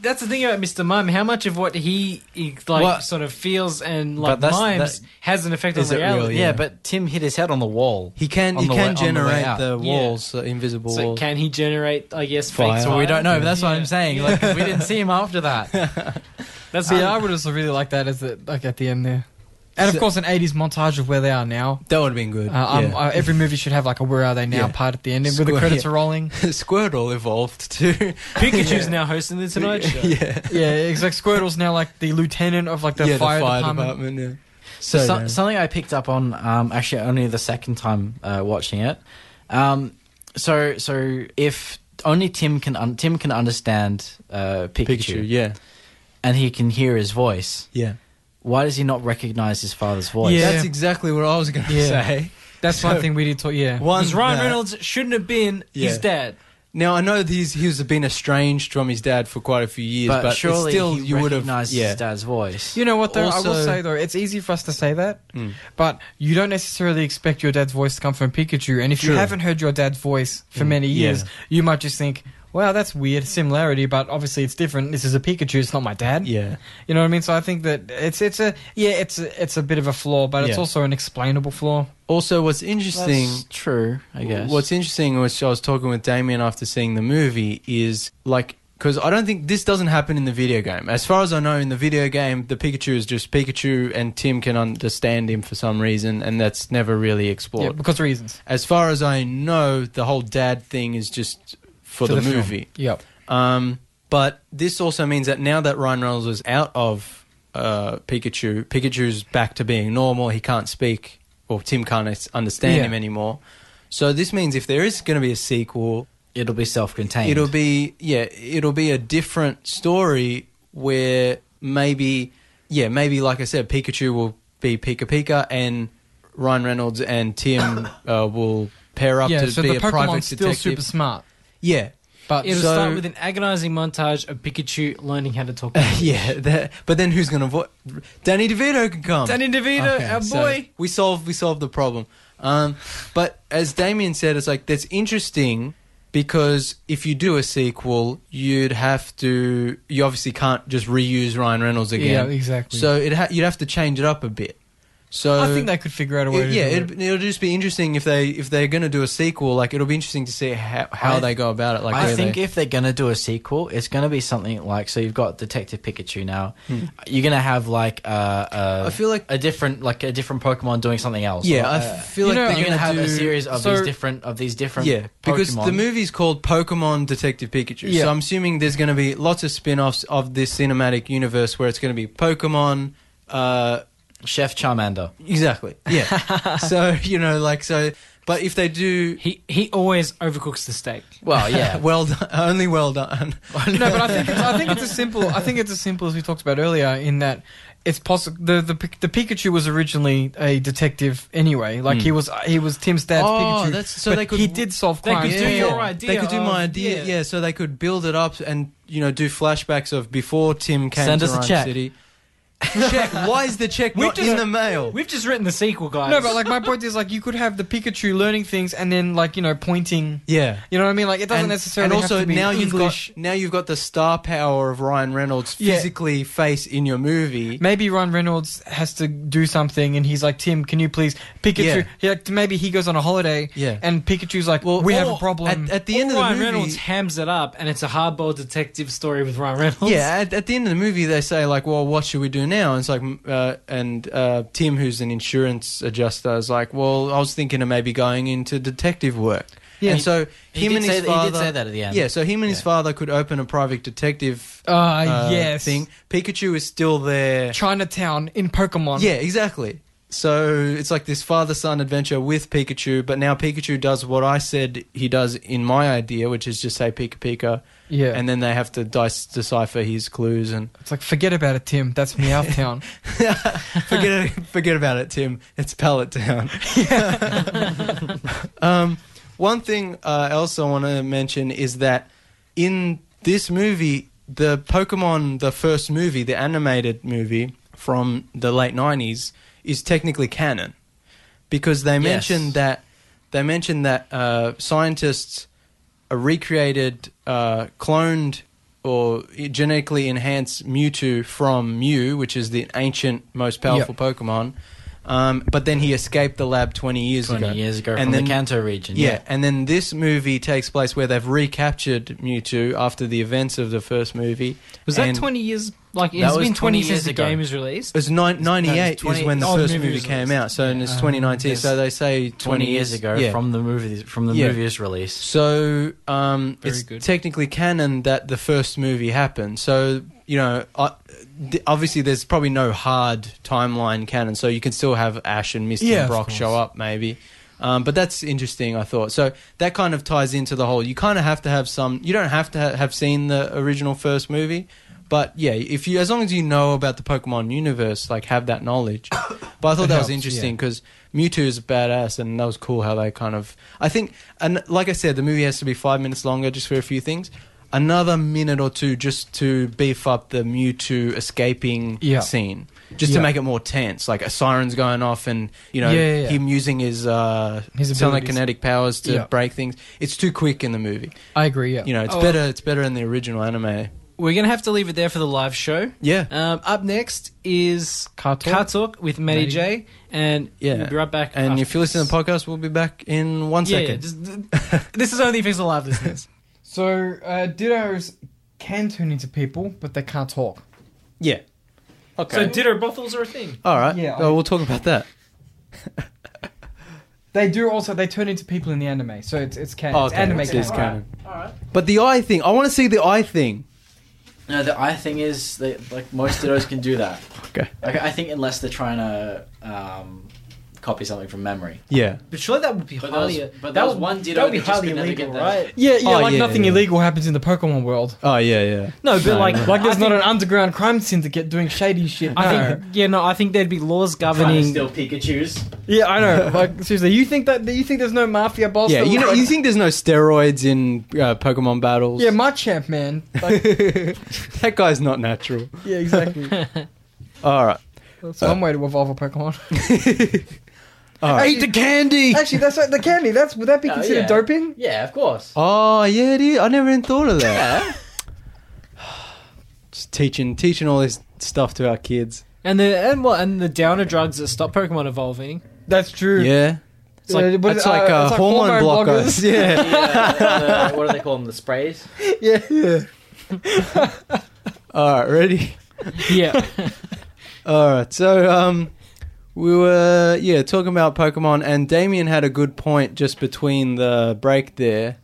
that's the thing about Mr. Mime. How much of what he, he like What? sort of feels and like that's- mimes has an effect on Is it reality? real? yeah, but Tim hit his head on the wall. he can on he the way- can on the way generate out. the, Yeah. walls, the invisible So walls. can he generate? I guess fake Fire. So we don't know, but that's what Yeah. I'm saying. Like 'cause we didn't see him after that. That's See, yeah. I would also really like that as the, like at the end there, and of So- course an '80s montage of where they are now. that would have been good. Uh, um, yeah. uh, every movie should have like a "Where Are They Now" Yeah. part at the end, and where Square- the credits yeah. are rolling. Squirtle evolved too. Pikachu's now hosting the Tonight Show. yeah. yeah, it's like Squirtle's now like the lieutenant of like the, yeah, fire, the fire department. department. yeah. So, So, some- dumb. something I picked up on um, actually only the second time uh, watching it. Um, so so if only Tim can un- Tim can understand uh, Pikachu, Pikachu, yeah, and he can hear his voice. yeah. Why does he not recognize his father's voice? Yeah. That's exactly what I was going to Yeah. say. That's So- one thing we did talk. Yeah, One, Because Ryan that- Reynolds shouldn't have been Yeah. his dad. Now I know that he's he's been estranged from his dad for quite a few years, but, but, it's surely still he you would have recognizes yeah. his dad's voice. you know what though? I will Also- say though, it's easy for us to say that, Mm. but you don't necessarily expect your dad's voice to come from Pikachu. And if True. you haven't heard your dad's voice for Mm, many yeah. years, you might just think, "Wow, that's weird similarity," but obviously it's different. This is a Pikachu. It's not my dad. Yeah. You know what I mean? So I think that it's it's a yeah, it's a, it's a bit of a flaw, but it's Yeah. also an explainable flaw. Also, what's That's interesting true, I guess. What's interesting, which I was talking with Damien after seeing the movie, is like because I don't think this doesn't happen in the video game. As far as I know, in the video game, the Pikachu is just Pikachu, and Tim can understand him for some reason, and that's never really Yeah, explored. because of reasons. As far as I know, the whole dad thing is just for, the, film. movie. Yep. Um, but this also means that now that Ryan Reynolds is out of uh, Pikachu, Pikachu's back to being normal. He can't speak, or Tim can't es- understand Yeah. him anymore. So this means if there is going to be a sequel, it'll be self-contained. it'll be yeah, it'll be a different story where maybe yeah, maybe like I said, Pikachu will be Pika Pika, and Ryan Reynolds and Tim uh, will pair up Yeah, to so be the a private Pokemon's still detective. super smart. yeah, But It'll So- start with an agonizing montage of Pikachu learning how to talk. to yeah, that, but then who's gonna voice? Danny DeVito can come. Danny DeVito, Okay, our so boy. we solved we solved the problem. Um, but as Damien said, it's like that's interesting because if you do a sequel, you'd have to. You obviously can't just reuse Ryan Reynolds yeah, again. exactly. So it ha- you'd have to change it up a bit. So I think they could figure out a way. it- to yeah, do it'd, it'll just be interesting if they if they're gonna do a sequel. Like it'll be interesting to see how, how I- they go about it. Like I where think they, if they're gonna do a sequel, it's gonna be something like so. You've got Detective Pikachu now. Hmm. You're gonna have like uh, uh, I feel like a different like a different Pokemon doing something else. yeah, I Like, uh, feel you like know, they're you're gonna gonna have do, a series of so- these different of these different. Yeah, because Pokemon. the movie's called Pokemon Detective Pikachu. Yeah. So I'm assuming there's going to be lots of spin-offs of this cinematic universe where it's going to be Pokemon uh Chef Charmander. exactly. Yeah. so, you know, like so but if they do He he always overcooks the steak. Well, yeah. well done, only well done. no, but I think it's, I think it's as simple. I think it's as simple as we talked about earlier. In that, it's possible the, the Pi- the Pikachu was originally a detective anyway. Like he was he was Tim's dad's Hmm. Oh, Pikachu. that's- so but they could- he did solve they crime. could do your idea They could do my of- idea. yeah. Yeah. so they could build it up and you know do flashbacks of before Tim came Send to us a Rhyme check. City. check. Why is the check We've not just- in the mail? We've just written the sequel, guys. No, but like my point is like you could have the Pikachu learning things and then like you know pointing. Yeah. You know what I mean? Like it doesn't and, necessarily and also have to be now you've English. got now you've got the star power of Ryan Reynolds Yeah. physically face in your movie. Maybe Ryan Reynolds has to do something, and he's like, "Tim, can you please Pikachu?" Yeah. He, like, maybe he goes on a holiday, Yeah. and Pikachu's like, Well, "We or have a problem." at, at the Or end of the Ryan movie. Reynolds hams it up, and it's a hardball detective story with Ryan Reynolds. yeah, at, at the end of the movie, they say like, "Well, what should we do now?" And it's like, m- uh, and uh, Tim, who's an insurance adjuster, is like, "Well, I was thinking of maybe going into detective work." Yeah. and so He him did and say his that- he father did say that at the end. Yeah, so him and his Yeah. father could open a private detective Ah, uh, yes. thing. Pikachu is still there. Chinatown in Pokemon. Yeah, exactly. So it's like this father son adventure with Pikachu, but now Pikachu does what I said he does in my idea, which is just say Pika Pika, yeah. and And then they have to dice- decipher his clues and it's like, forget about it, Tim. That's Meowtown. forget it, forget about it, Tim. It's Pallet Town. um, One thing uh, else I want to mention is that in this movie, the Pokemon, the first movie, the animated movie from the late 90s, is technically canon because they mentioned that they mentioned that uh, scientists uh, recreated, uh, cloned, or genetically enhanced Mewtwo from Mew, which is the ancient, most powerful Pokemon. Um, but then he escaped the lab 20 years 20 ago. years ago And from then- the Kanto region. yeah, and then this movie takes place where they've recaptured Mewtwo after the events of the first movie. Was that And 20 years? Like, That it's was been 20 20 years years since the ago. game was released. It was ni- 98 20 is when the oh, first movie movie was came released. out, so and it's 2019, yes. so they say 20, 20 um, years ago yeah. from the movie from the Yeah. movie's release. So um, Very it's good. technically canon that the first movie happened. So you know, I- th- obviously there's probably no hard timeline canon, so you can still have Ash and Misty Yeah, and of Brock course. show up maybe. Um, but that's interesting, I thought. So that kind of ties into the whole. You kind of have to have some. You don't have to ha- have seen the original first movie, but yeah, if you as long as you know about the Pokemon universe, like have that knowledge. But I thought It that helps, was yeah. interesting because Mewtwo is badass, and that was cool how they kind of. I think, and like I said, the movie has to be five minutes longer just for a few things. Another minute or two just to beef up the Mewtwo escaping Yeah. scene, just to Yeah. make it more tense. Like a siren's going off, and you know Yeah, yeah, yeah. him using his uh, His abilities. telekinetic powers to Yeah. break things. It's too quick in the movie. I agree. Yeah. You know, it's Oh, better. It's better in the original anime. We're going to have to leave it there for the live show. Yeah. Um, up next is Car Talk. Car Talk with Maddie Maddie. J. And Yeah. we'll be right back. and after if you listen to this. the podcast, we'll be back in one Yeah, second. yeah, just- this is only if it's a live listeners. So uh, Ditto's can turn into people, but they can't talk. Yeah. Okay. So ditto brothels are a thing. All right. Yeah, Oh, we'll talk about that. They do also. They turn into people in the anime. So it's it's can. Oh, it's okay. anime It's can. canon. But the eye thing, I want to see the eye thing. No, the I thing is that like most dittos can do that. Okay. Like, I think unless they're trying to um, copy something from memory. Yeah. But surely that would be But highly. those- but that those would- one that ditto would be that just highly could never get illegal, that. right? Yeah, yeah, Oh, like yeah, nothing yeah. illegal happens in the Pokemon world. Oh yeah, yeah. No, but No, like, no. Like there's I not think- an underground crime syndicate doing shady shit. I no. think yeah, no, I think there'd be laws Trying to governing. steal Pikachu's. yeah, I know. Like seriously, you think that you think there's no mafia boss? Yeah, that you will- know, you think there's no steroids in uh, Pokemon battles? yeah, my champ, man. Like, that guy's not natural. yeah, exactly. All right. That's one way to evolve a Pokemon. All right. Eat the candy. Actually, that's like the candy. That's would that be Oh, considered yeah. doping? Yeah, of course. Oh yeah, it is. I never even thought of that. Just teaching, teaching all this stuff to our kids. And the and what and the downer drugs that stop Pokemon evolving. That's true. Yeah, It's like- but, it's like, uh, it's like hormone, blockers. Yeah. Yeah, uh, the- what do they call them? The sprays. yeah. all right, ready. Yeah, All right, so um, we were yeah talking about Pokemon, and Damien had a good point just between the break there.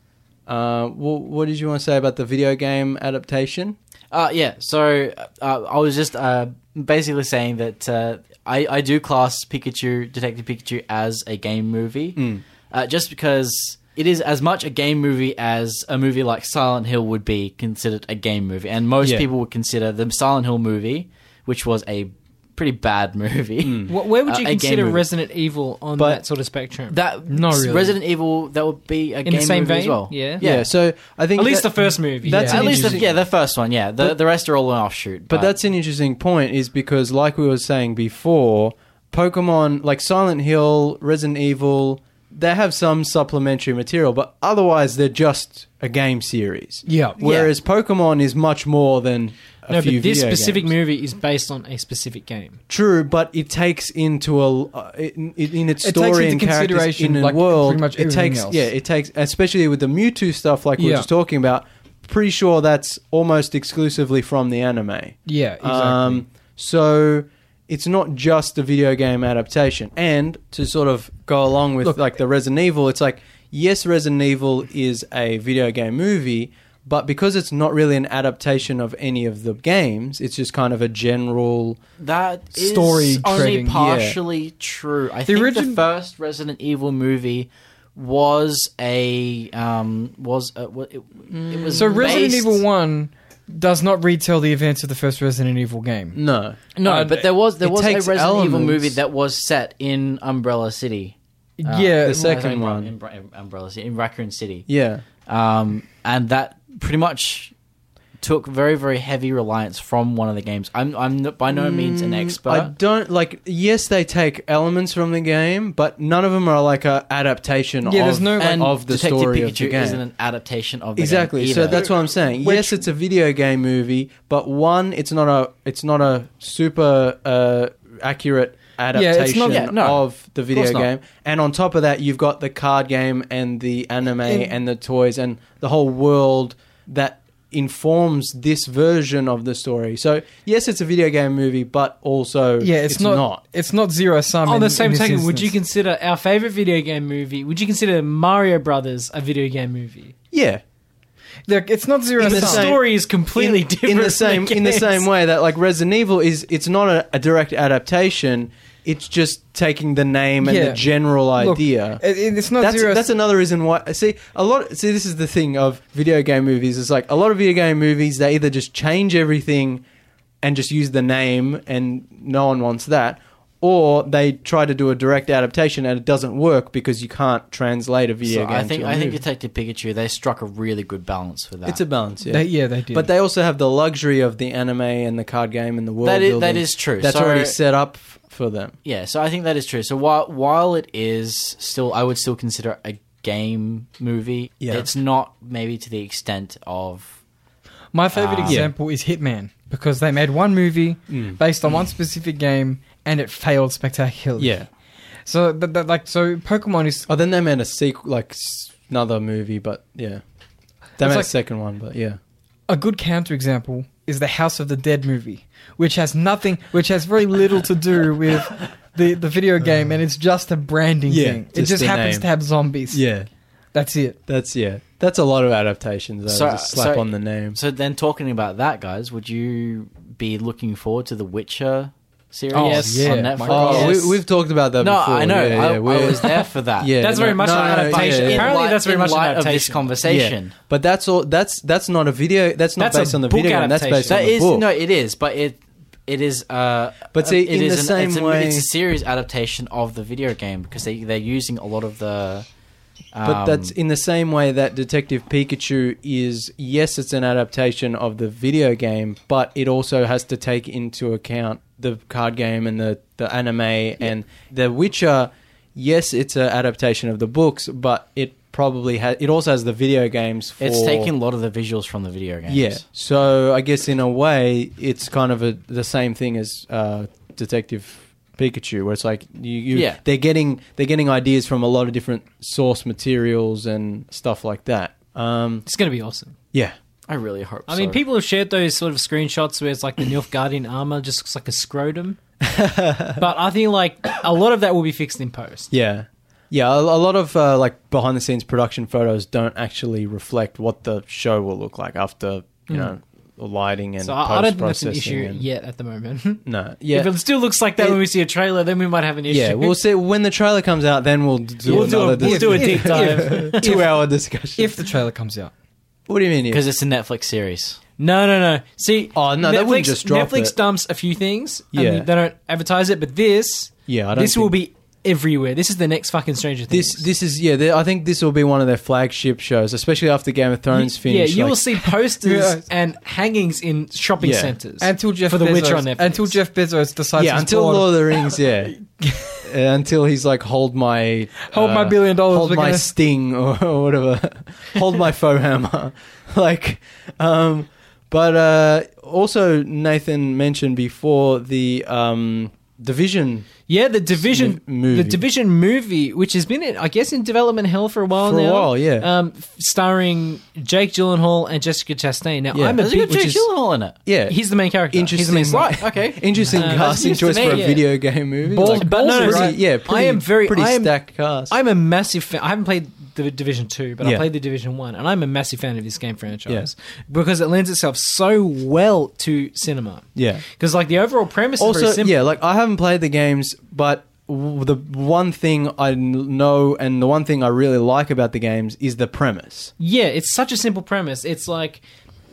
Uh, what, what did you want to say about the video game adaptation? Uh, yeah, so uh, I was just uh, basically saying that uh, I, I do class Pikachu, Detective Pikachu, as a game movie, Hmm. uh, just because it is as much a game movie as a movie like Silent Hill would be considered a game movie. And most Yeah. people would consider the Silent Hill movie, which was a pretty bad movie. Hmm. Wh- where would Uh, you a game consider movie. Resident Evil on But- that sort of spectrum? That Not really. Resident Evil, that would be a Oh, the game same movie as vein? well. Yeah. so I think At least that- the first movie. that's Yeah. yeah. At an least, the, interesting- yeah, the first one, yeah. The, the rest are all an offshoot. But that's an interesting point, is because like we were saying before, Pokemon like Silent Hill, Resident Evil, they have some supplementary material, but otherwise they're just a game series. Yeah. Whereas Pokemon is much more than a no, few but this video specific games. movie is based on a specific game. True, but it takes into a uh, in, in its It takes story into and characters consideration, in a like, world. pretty much it everything takes else. yeah, it takes especially with the Mewtwo stuff like we were Yeah. just talking about. Pretty sure that's almost exclusively from the anime. Yeah, exactly. Um, so it's not just a video game adaptation. And to sort of go along with Look- like the Resident Evil, it's like yes, Resident Evil is a video game movie, but because it's not really an adaptation of any of the games, it's just kind of a general. That is Story only creating, yeah. partially true. I think the origin- first Resident Evil movie was a um was a, wa- it, it was so Resident based- Evil One does not retell the events of the first Resident Evil game. No, No, Uh, but there was there it was a takes Resident Evil elements- movie that was set in Umbrella City. Yeah, the second sorry, one. in, in, Umbrella City, in Raccoon City. Yeah. um, and that pretty much took very very heavy reliance from one of the games. I'm I'm n- by no means Mm, an expert. Mm, I don't like. Yes, they take elements from the game, but none of them are like a adaptation. Yeah, of, there's no, like, and of the Detective story Pikachu of the game. isn't an adaptation of the exactly. game So either. that's what I'm saying. Which- yes, it's a video game movie, but one, it's not a it's not a super uh, accurate it's not- adaptation Yeah, no. of the video course not. game. And on top of that, you've got the card game and the anime And- and the toys and the whole world that informs this version of the story. So yes, it's a video game movie, but also yeah, it's, not, It's not zero sum. On in- Oh, the in same this token, would you instance. consider our favorite video game movie? Would you consider Mario Brothers a video game movie? Yeah. Look, it's not zero In The the sum. same- story is completely in, different. in the from same in the games. same way that like Resident Evil is it's not a, a direct adaptation. It's just taking the name and Yeah. the general Look, idea. it- it- it's not that's zero. that's another reason why. See a lot. See this is the thing of video game movies. Is like a lot of video game movies. They either just change everything and just use the name, and no one wants that. Or they try to do a direct adaptation and it doesn't work because you can't translate a video So game. I think to a I think movie. Detective Pikachu they struck a really good balance with that. it's a balance. Yeah. They, yeah, they did. But they also have the luxury of the anime and the card game and the world That is- building. that is true. That's So- already set up f- for them. yeah, so I think that is true. So while while it is still, I would still consider a game movie. Yeah. it's not maybe to the extent of My favorite Ah. example is Hitman because they made one movie based on one specific game and it failed spectacularly. So, but, but like, so Pokemon is Oh, then they made a sequel, like s- another movie, but yeah, they made It's like- a second one, but yeah, a good counterexample. Is the House of the Dead movie, which has nothing, which has very little to do with the the video game, and it's just a branding Uh, Yeah, thing. It just just the happens name. to have zombies. yeah. that's it. That's yeah. That's a lot of adaptations. Though, So- just slap so- on the name. So then, talking about that, guys, would you be looking forward to the Witcher series Oh, Yes. yeah. on My Netflix? God. Oh, Yes. we, we've talked about that. No, before. I know. Yeah, I, yeah, I we're- was there for that. Yeah, That's very much an adaptation. yeah, yeah. Apparently, that's very in much an light of this adaptation. conversation. Yeah. But that's all. That's that's not a video. That's not That's a based on the book video. game, That's based adaptation. on That the is book. no, it is, but it it is. Uh, But see, it in is the an, it's same a, way- it's a series adaptation of the video game because they they're using a lot of the. Um, But that's in the same way that Detective Pikachu is, yes, it's an adaptation of the video game, but it also has to take into account the card game and the, the anime and The Witcher. Yes, it's an adaptation of the books, but it probably has, it also has the video games for. it's taking a lot of the visuals from the video games. Yeah. So I guess in a way, it's kind of a, the same thing as uh, Detective Pikachu, where it's like you, you Yeah. they're getting they're getting ideas from a lot of different source materials and stuff like that. Um, It's going to be awesome. yeah. I really hope. I mean, so. people have shared those sort of screenshots where it's like the Nilfgaardian armor just looks like a scrotum. but I think like a lot of that will be fixed in post. Yeah. Yeah, a, a lot of uh, like behind the scenes production photos don't actually reflect what the show will look like after, you know, lighting and Hmm. So I, I don't think that's post-processing an issue and- yet at the moment. No. Yeah. If it still looks like that It- when we see a trailer, then we might have an issue. yeah, we'll see when the trailer comes out then we'll do We'll do a, another we'll do a deep dive. two-hour discussion. If the trailer comes out, what do you mean? If? because it's a Netflix series. No, no, no. See, Oh, no, they wouldn't just drop Netflix it. dumps a few things. Yeah, Yeah. and they don't advertise it, but this, Yeah, I don't this will think- be everywhere. This is the next fucking Stranger Things. This this is yeah. they- I think this will be one of their flagship shows, especially after Game of Thrones yeah, finished. you will like- see posters Yeah. and hangings in shopping Yeah. centers until Jeff for the Bezos, Witcher on Netflix. until Jeff Bezos decides, yeah, he's until bored of- Lord of the Rings, yeah, Uh, until he's like hold my uh, Hold my billion dollars, hold we're my gonna- sting or, or whatever, hold my faux hammer, like. Um, but uh, also Nathan mentioned before the um, division yeah, the division M- movie. the division movie, which has been in, I guess in development hell for a while For a now. while, yeah. Um, f- starring Jake Gyllenhaal and Jessica Chastain. Now Yeah. I'm a There's a big, good which is, Jake Gyllenhaal in it. yeah he's the main character. He's the interesting main Right. Okay. interesting Uh, casting that's news choice to for a me, yeah. video game movie. Balls- Like, but no, pretty- right. yeah, pretty, I am very- pretty I am- stacked cast. I'm a massive fan. I haven't played the Division Two, but I Yeah. played the Division One, and I'm a massive fan of this game franchise because it lends itself so well to cinema. yeah. Because like the overall premise is also very simple. yeah like i haven't played the games but w- the one thing i kn- know and the one thing i really like about the games is the premise Yeah, it's such a simple premise. It's like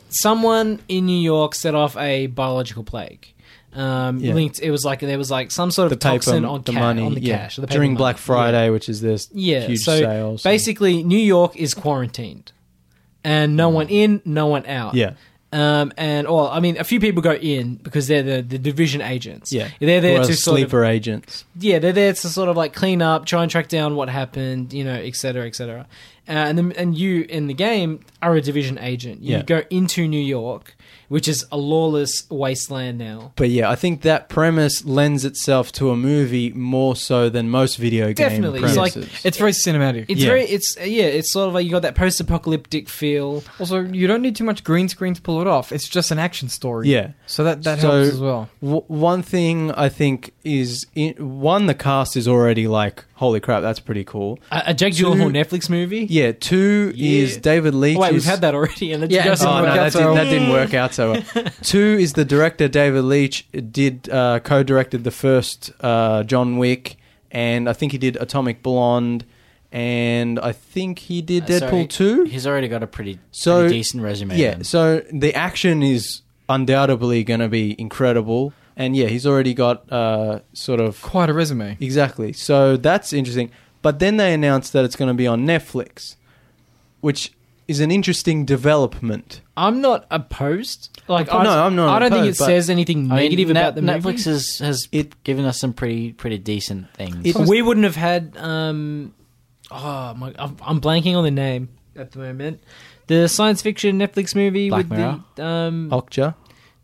someone in New York set off a biological plague. um, Yeah. linked. It was like there was like some sort of toxin on, ca- on the yeah. cash, the paper during money. Black Friday, which is this Yeah, huge so sales. basically, New York is quarantined, and no one in, no one out. yeah, Um, and all I mean, a few people go in because they're the, the division agents. yeah, they're there Who are to sort of sleeper agents. yeah, they're there to sort of like clean up, try and track down what happened, you know, et cetera, et cetera. Uh, and then, and you in the game are a division agent. You Yeah. go into New York, which is a lawless wasteland now. But yeah, I think that premise lends itself to a movie more so than most video game Definitely. It's like- premises. It's very cinematic. It's Yeah. very, it's uh, yeah, it's sort of like you got that post-apocalyptic feel. also, you don't need too much green screen to pull it off. It's just an action story. yeah. So that, that So- helps as well. W- one thing I think is in- one the cast is already like holy crap, that's pretty cool. A, a Jake Two- Gyllenhaal Netflix movie. Yeah, two Yeah. is David Leitch. Oh, wait, we've is- had that already, and it Yeah, doesn't Oh, work no, out that, so did, well. that didn't work out so well. Two is the director David Leitch did uh, co-directed the first uh, John Wick, and I think he did Atomic Blonde, and I think he did Uh, Deadpool sorry. two. He's already got a pretty, So- pretty decent resume. Yeah, then. so the action is undoubtedly going to be incredible, and yeah, he's already got uh, sort of Quite a resume. Exactly. So that's interesting. But then they announced that it's going to be on Netflix, which is an interesting development. I'm not opposed. Like, Oh, I, no, I'm not I don't think it opposed, but- says anything I mean, negative Ne- about the movie. Netflix has, has It- given us some pretty pretty decent things. It- we wouldn't have had. Um, oh my! I'm, I'm blanking on the name at the moment. The science fiction Netflix movie Black with Mirror? the um, Okja.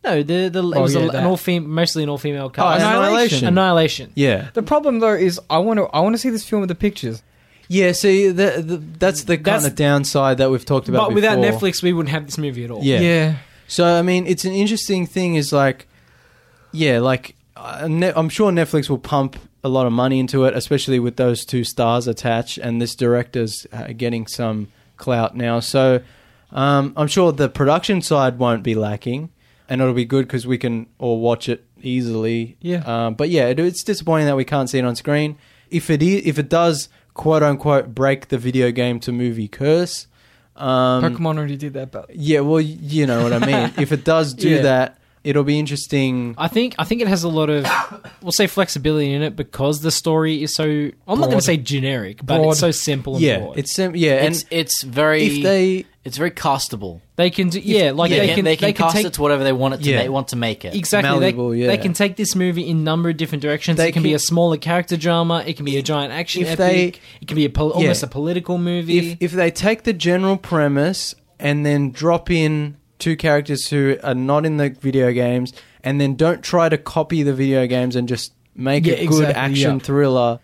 no the the it Oh, was a- yeah, an that. all fem- mostly an all female Oh, cast. Annihilation. Annihilation. Yeah. The problem though is I want to I want to see this film with the pictures. Yeah, see, the, the, that's the kind That's- of downside that we've talked about But without before. Netflix, we wouldn't have this movie at all. Yeah. So, I mean, it's an interesting thing is like, yeah, like, uh, ne- I'm sure Netflix will pump a lot of money into it, especially with those two stars attached and this director's uh, getting some clout now. So, Um, I'm sure the production side won't be lacking, and it'll be good because we can all watch it easily. Yeah. Um, but yeah, it, it's disappointing that we can't see it on screen. If it is, if it does quote unquote break the video game to movie curse, um, Pokemon already did that, but Yeah, well, y- you know what I mean. if it does do Yeah. that, it'll be interesting. I think I think it has a lot of we'll say flexibility in it because the story is so I'm not going to Broad. say generic, but Broad. it's so simple and Yeah, broad. it's sim- yeah, and it's it's very if they it's very castable. they can do yeah, like they, they, can, they can cast take it to whatever they want it to. Yeah. They want to make it. Exactly. malleable, they, yeah. they can take this movie in a number of different directions. They it can be can- a smaller character drama. It can be a giant action if epic. they- it can be a pol- almost a political movie. if if they take the general premise and then drop in two characters who are not in the video games and then don't try to copy the video games and just make Yeah, a good exactly, action yeah. thriller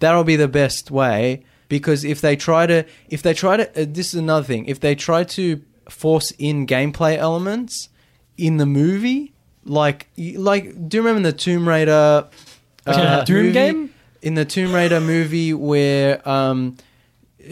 that'll be the best way because if they try to if they try to uh, this is another thing if they try to force in gameplay elements in the movie like like do you remember the Tomb Raider uh, Doom movie? game? in the Tomb Raider movie where um,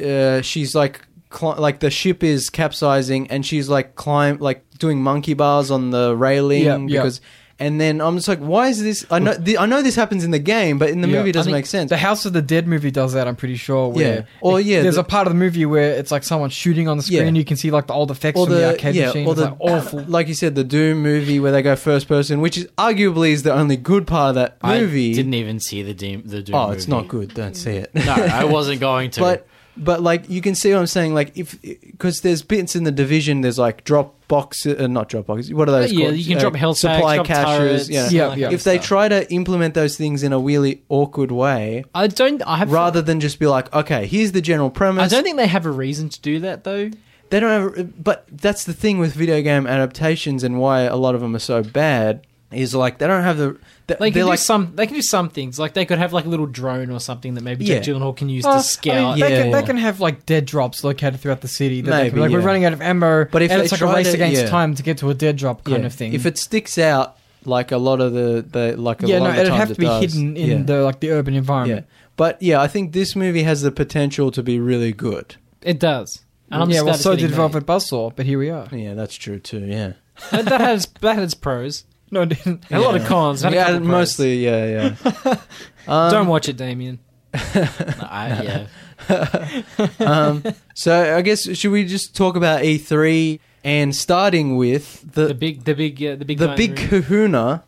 uh, she's like cli- like the ship is capsizing and she's like climb like doing monkey bars on the railing Yeah, yeah. because and then I'm just like why is this I know th- I know this happens in the game but in the Yeah. movie it I doesn't think make sense the House of the Dead movie does that. I'm pretty sure. Where Yeah. Or, yeah, there's the- a part of the movie where it's like someone shooting on the Yeah. screen. You can see like the old effects or from the, the arcade yeah machine. or It's the like, oh, awful like you said the Doom movie where they go first person which is arguably is the only good part of that movie I didn't even see the Doom. The Doom oh it's movie. not good don't see it No, I wasn't going to. But but like you can see what I'm saying. Like if because there's bits in the division. There's like drop boxes, uh, not drop boxes. What are those? yeah, called? you can Uh, drop health supply packs, drop caches. turrets, Yeah. Yeah, like yeah. that If they stuff. try to implement those things in a really awkward way, I don't. I have rather than just be like, okay, here's the general premise. I don't think they have a reason to do that though. they don't have. But that's the thing with video game adaptations and why a lot of them are so bad is like they don't have the. They, They can they're do like some. They can do some things. Like they could have like a little drone or something that maybe Jake Yeah. Gyllenhaal can use well, I to scout. mean, they, Yeah, can, yeah. they can have like dead drops located throughout the city. That they can, Maybe, be like yeah. we're running out of ammo, But if and they it's like a try race to- against yeah. time to get to a dead drop kind Yeah. of thing. If it sticks out like a lot of the, the like a yeah, lot no, of the it'd times have to it be does, hidden in yeah. the like the urban environment. Yeah. But yeah, I think this movie has the potential to be really good. it does. And I'm just yeah, well, glad it's so getting did made. Velvet Buzzsaw, but here we are. Yeah, that's true too. Yeah. But that has that has pros. No, it didn't. A lot of cons. had a Yeah, couple pros. mostly. Yeah, yeah. um, Don't watch it, Damien. No, I, yeah, um, so I guess should we just talk about E3 and starting with the The big, the big, uh, the big, the guy in big room. Kahuna,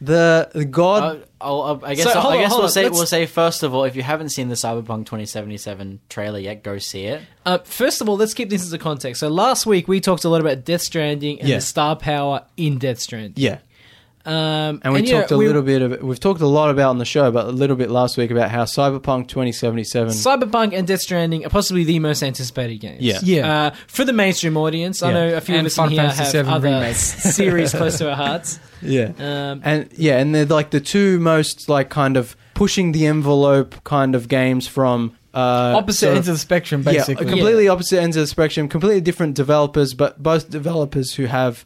The the god. Uh, I'll, I'll, I guess, So, I'll- hold I on, guess hold we'll, on, say, let's- we'll say, first of all, if you haven't seen the Cyberpunk 2077 trailer yet, go see it. Uh, first of all, let's keep this into context. So last week we talked a lot about Death Stranding and Yeah. the star power in Death Stranding. yeah, Um, and we you know, talked a little bit of. We've talked a lot about on the show, but a little bit last week about how Cyberpunk 2077. Cyberpunk and Death Stranding are possibly the most anticipated games. Yeah. Yeah. Uh, for the mainstream audience, I Yeah. know a few And of us in Final here Fantasy have VII other Remake. series close to our hearts. yeah, Um, and yeah, and they're like the two most like kind of pushing the envelope kind of games from uh, Opposite sort of- ends of the spectrum, Yeah, basically. completely opposite ends of the spectrum, completely different developers, but both developers who have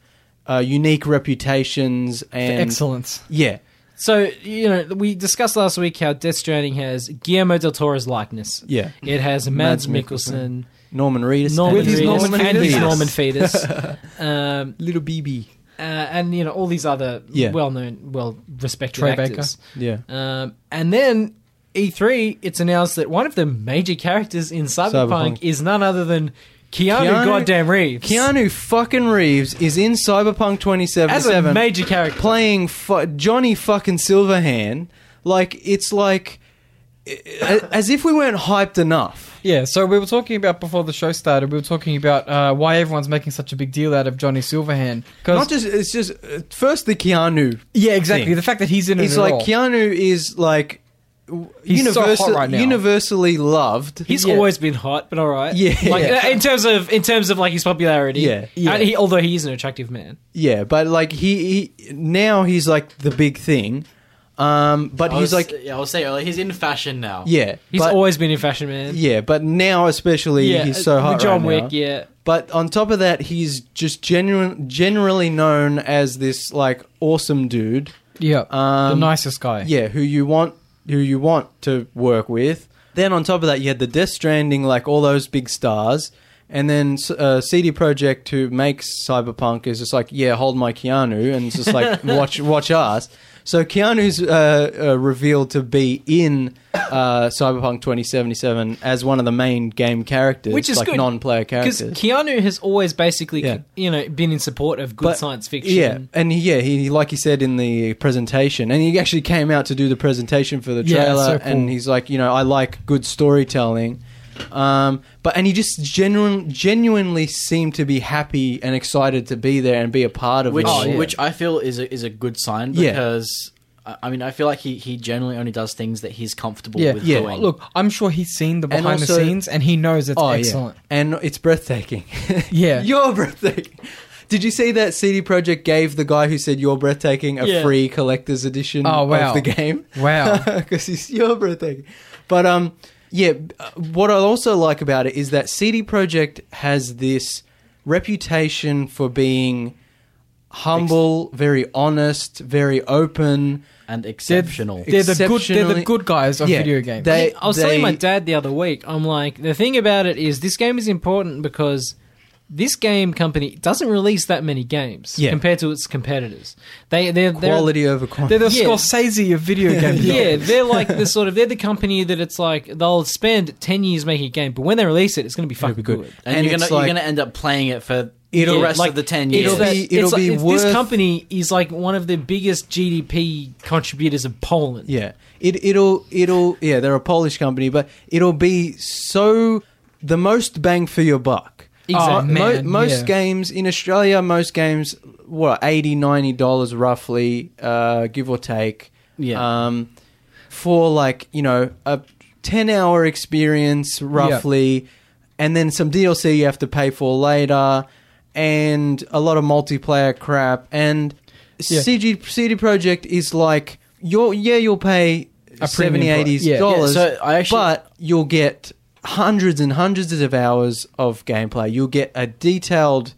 uh, unique reputations For and excellence. Yeah, so you know, we discussed last week how Death Stranding has Guillermo del Toro's likeness. yeah. It has Mads, Mads Mikkelsen, Norman Reedus, Norman With his Reedus, Norman and his Reedus. Norman fetus, um, little BB. uh, and you know all these other Yeah. well-known, well-respected Troy Baker. actors. Yeah, Um, and then E3, it's announced that one of the major characters in Cyberpunk, Cyberpunk. is none other than Keanu, Keanu- Goddamn Reeves. Keanu fucking Reeves is in Cyberpunk as a 2077 major character. playing fu- Johnny fucking Silverhand. Like it's like a- as if we weren't hyped enough. Yeah, so we were talking about before the show started, we were talking about uh, why everyone's making such a big deal out of Johnny Silverhand. 'Cause- Not just it's just uh, first the Keanu yeah, exactly. thing. The fact that he's in it It's at like all. Keanu is like w- He's so hot universal- right now. universally loved. He's Yeah. always been hot, but all right. Yeah. like Yeah. uh, in terms of in terms of like his popularity. Yeah. Yeah. And he, although he is an attractive man. yeah, but like he, he now he's like the big thing. Um, but I he's was- like yeah, I'll say earlier, he's in fashion now. yeah, He's but, always been in fashion, man. yeah, but now especially he's so uh, hot with John right now. Wick. Yeah, But on top of that, he's just genuine, generally known as this like awesome dude. yeah, the Um, nicest guy. Yeah, who you want who you want to work with. Then on top of that, you had the Death Stranding, like all those big stars, and then uh, CD Projekt, who makes Cyberpunk, is just like, yeah, hold my Keanu, and it's just like, watch, watch us. So Keanu's uh, uh, revealed to be in uh, Cyberpunk 2077 as one of the main game characters, Which is like good, non-player because characters. Keanu has always basically Yeah. you know been in support of good But- science fiction. Yeah, and he, yeah, he like he said in the presentation, and he actually came out to do the presentation for the Yeah, trailer, so cool. and he's like, you know, I like good storytelling, um, but and he just genuine, genuinely seemed to be happy and excited to be there and be a part of Which, it. Oh, yeah. which I feel is a, is a good sign Yeah. because, I I mean, I feel like he, he generally only does things that he's comfortable yeah. with yeah. doing. Look, I'm sure he's seen the And behind also- the scenes and he knows it's Oh, yeah. excellent. and it's breathtaking. Yeah. you're breathtaking. Did you see that CD Projekt gave the guy who said "You're breathtaking" a Yeah. free collector's edition Oh, wow. of the game? Wow. because he's your breathtaking. But um, yeah. uh, What I also like about it is that CD Projekt has this reputation for being humble, very honest, very open. and They're, exceptional. they're the good they're the Exceptionally- good guys of Yeah, video games. they- I was telling my they- dad the other week, I'm like, the thing about it is this game is important because this game company doesn't release that many games Yeah. compared to its competitors. They they're, they're Quality over They're quantity. the Yeah. Scorsese of video games. yeah, they're like the sort of they're the company that it's like they'll spend ten years making a game, but when they release it, it's going to be fucking be good. good. and, and you're it's gonna like- you're gonna end up playing it for It'll- the rest like, of the ten it'll years. It's that- be- it's it'll like- be it's- worth- This company is like one of the biggest GDP contributors of Poland. Yeah, it it'll it'll yeah they're a Polish company, but it'll be so the most bang for your buck. Uh, Exactly. Oh, man, most yeah. games in Australia, most games what 80 90 dollars roughly, uh, give or take. Yeah. Um, for like you know a 10 hour experience roughly, and then some DLC you have to pay for later, and a lot of multiplayer crap and Yeah. CG CD Project is like you're yeah you'll pay A 70 premium price. 80 Yeah. dollars Yeah, so I actually- but you'll get hundreds and hundreds of hours of gameplay you'll get a detailed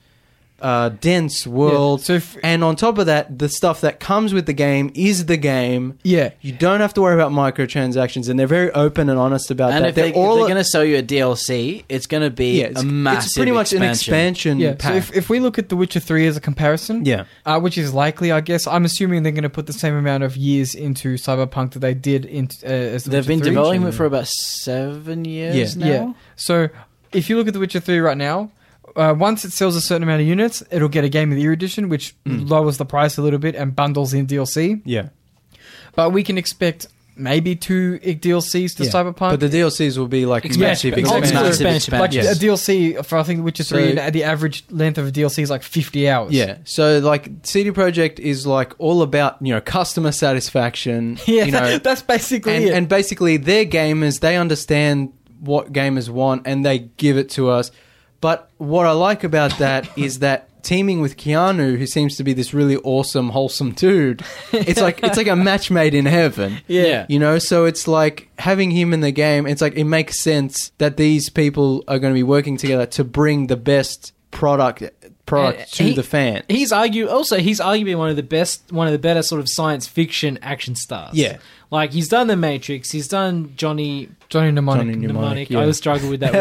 uh, dense world Yeah, so if- and on top of that the stuff that comes with the game is the game Yeah. you don't have to worry about microtransactions and they're very open and honest about and uh, that if, they, they're all are going to sell you a DLC, it's going to be yeah, it's, a it's massive pretty much expansion. an expansion Yeah, so pack. if, if we look at The Witcher 3 as a comparison, Yeah. uh, which is likely, I guess, I'm assuming they're going to put the same amount of years into Cyberpunk that they did in, uh, as The They've Witcher been 3. developing it for about seven years Yeah. now. Yeah. So if you look at The Witcher 3 right now, uh, uh, once it sells a certain amount of units, it'll get a Game of the Year edition, which Hmm. lowers the price a little bit and bundles in DLC. Yeah. But we can expect maybe two DLCs to Yeah. Cyberpunk. But the DLCs will be like Expansion. massive It's expansions. expansion. Massive Expansion. like expansions. a DLC for I think Witcher So- Three, the average length of a DLC is like fifty hours. Yeah. So like CD Projekt is like all about, you know, customer satisfaction. yeah, You know, that's basically and, it. and basically they're gamers, they understand what gamers want and they give it to us. But what I like about that is that teaming with Keanu, who seems to be this really awesome, wholesome dude, it's like it's like a match made in heaven. Yeah. You know, so it's like having him in the game, it's like it makes sense that these people are going to be working together to bring the best product product And to he- the fan. He's argue also he's arguably one of the best, one of the better sort of science fiction action stars. Yeah. like he's done The Matrix, he's done Johnny Johnny Mnemonic. Johnny Mnemonic, Mnemonic. yeah. I always struggle with that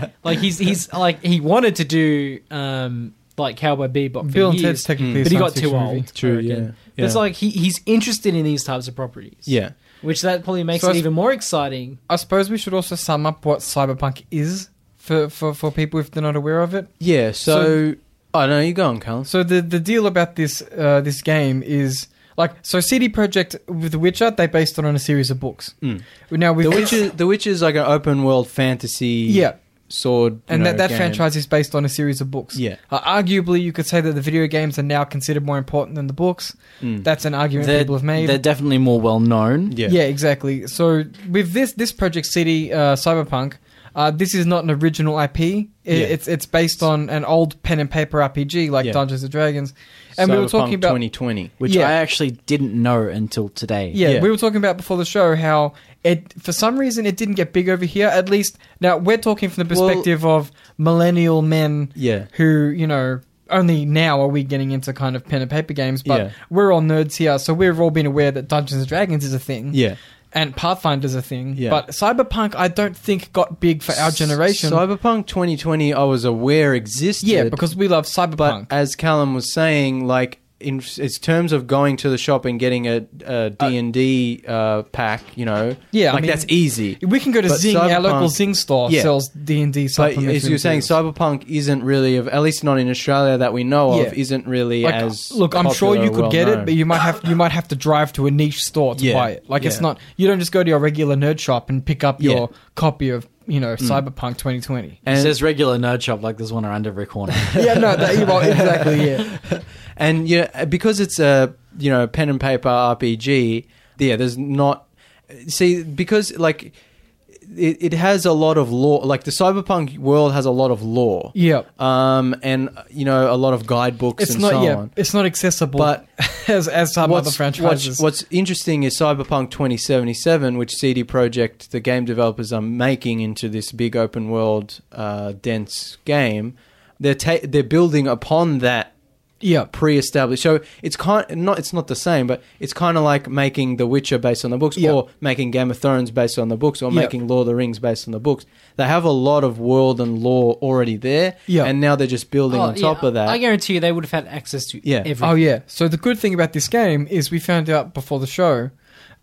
word. like he's he's like he wanted to do um like Cowboy Bebop. For Bill and years, Ted's technically, a but he science got too fiction old. movie. I True, reckon. yeah, But yeah. It's like he, he's interested in these types of properties. Yeah. which that probably makes So it it's- even more exciting. I suppose we should also sum up what cyberpunk is for, for, for people if they're not aware of it. Yeah, so, I don't know, you go on, Carl. So the the deal about this uh, this game is like so CD Projekt with The Witcher they based it on a series of books. Mm. Now with The Witch this- is the Witch is like an open world fantasy yeah, sword you and that know, that game. franchise is based on a series of books. Yeah. Uh, arguably, you could say that the video games are now considered more important than the books. Mm. That's an argument They're, people have made. they're definitely more well known. yeah. yeah. exactly. So with this this Project City uh, Cyberpunk, uh, this is not an original IP. It, Yeah. It's it's based on an old pen and paper RPG like Yeah. Dungeons and Dragons. And we were Cyberpunk talking about 2020. Which Yeah. I actually didn't know until today. yeah, Yeah. we were talking about before the show how it for some reason it didn't get big over here. At least now we're talking from the Well- perspective of millennial men Yeah. who you know only now are we getting into kind of pen and paper games, but Yeah. we're all nerds here, so we've all been aware that Dungeons and Dragons is a thing. Yeah. and Pathfinder's a thing. Yeah. But Cyberpunk, I don't think got big for our generation. Cyberpunk 2020 I was aware existed. yeah, because we love but Cyberpunk. as Callum was saying like in, in terms of going to the shop and getting a, a D&D uh, pack, you know. Uh, Yeah, I Like mean- that's easy. we can go to but Zing, our local Cyberpunk- Zing store Yeah. sells D and D. But as you were saying, cyberpunk isn't really, of, at least not in Australia that we know Yeah. of, isn't really Like, as. look, I'm popular sure you or could well get known. it, but you might have you might have to drive to a niche store to Yeah, buy it. Like it's yeah. not you don't just go to your regular nerd shop and pick up your Yeah. Mm. copy of you know Cyberpunk 2020. It And- says regular nerd shop like there's one around every corner. yeah, no, that, well, exactly. Yeah, and you know, because it's a you know pen and paper RPG, yeah, there's not see because like it, it has a lot of law, like the cyberpunk world has a lot of law, yeah. um, and you know a lot of guidebooks It's and not so yeah, on. it's not accessible, But as as some other franchises. what's, what's interesting is Cyberpunk 2077, which CD Projekt, the game developers, are making into this big open world, uh, dense game. They're ta- they're building upon that yeah, pre-established. So it's kind not it's not the same, but it's kind of like making The Witcher based on the books, Yeah. or making Game of Thrones based on the books, or Yeah. making Lord of the Rings based on the books. They have a lot of world and lore already there, Yeah. and now they're just building Oh, on top yeah, of that. I guarantee you they would have had access to Yeah. everything. Oh yeah. So the good thing about this game is we found out before the show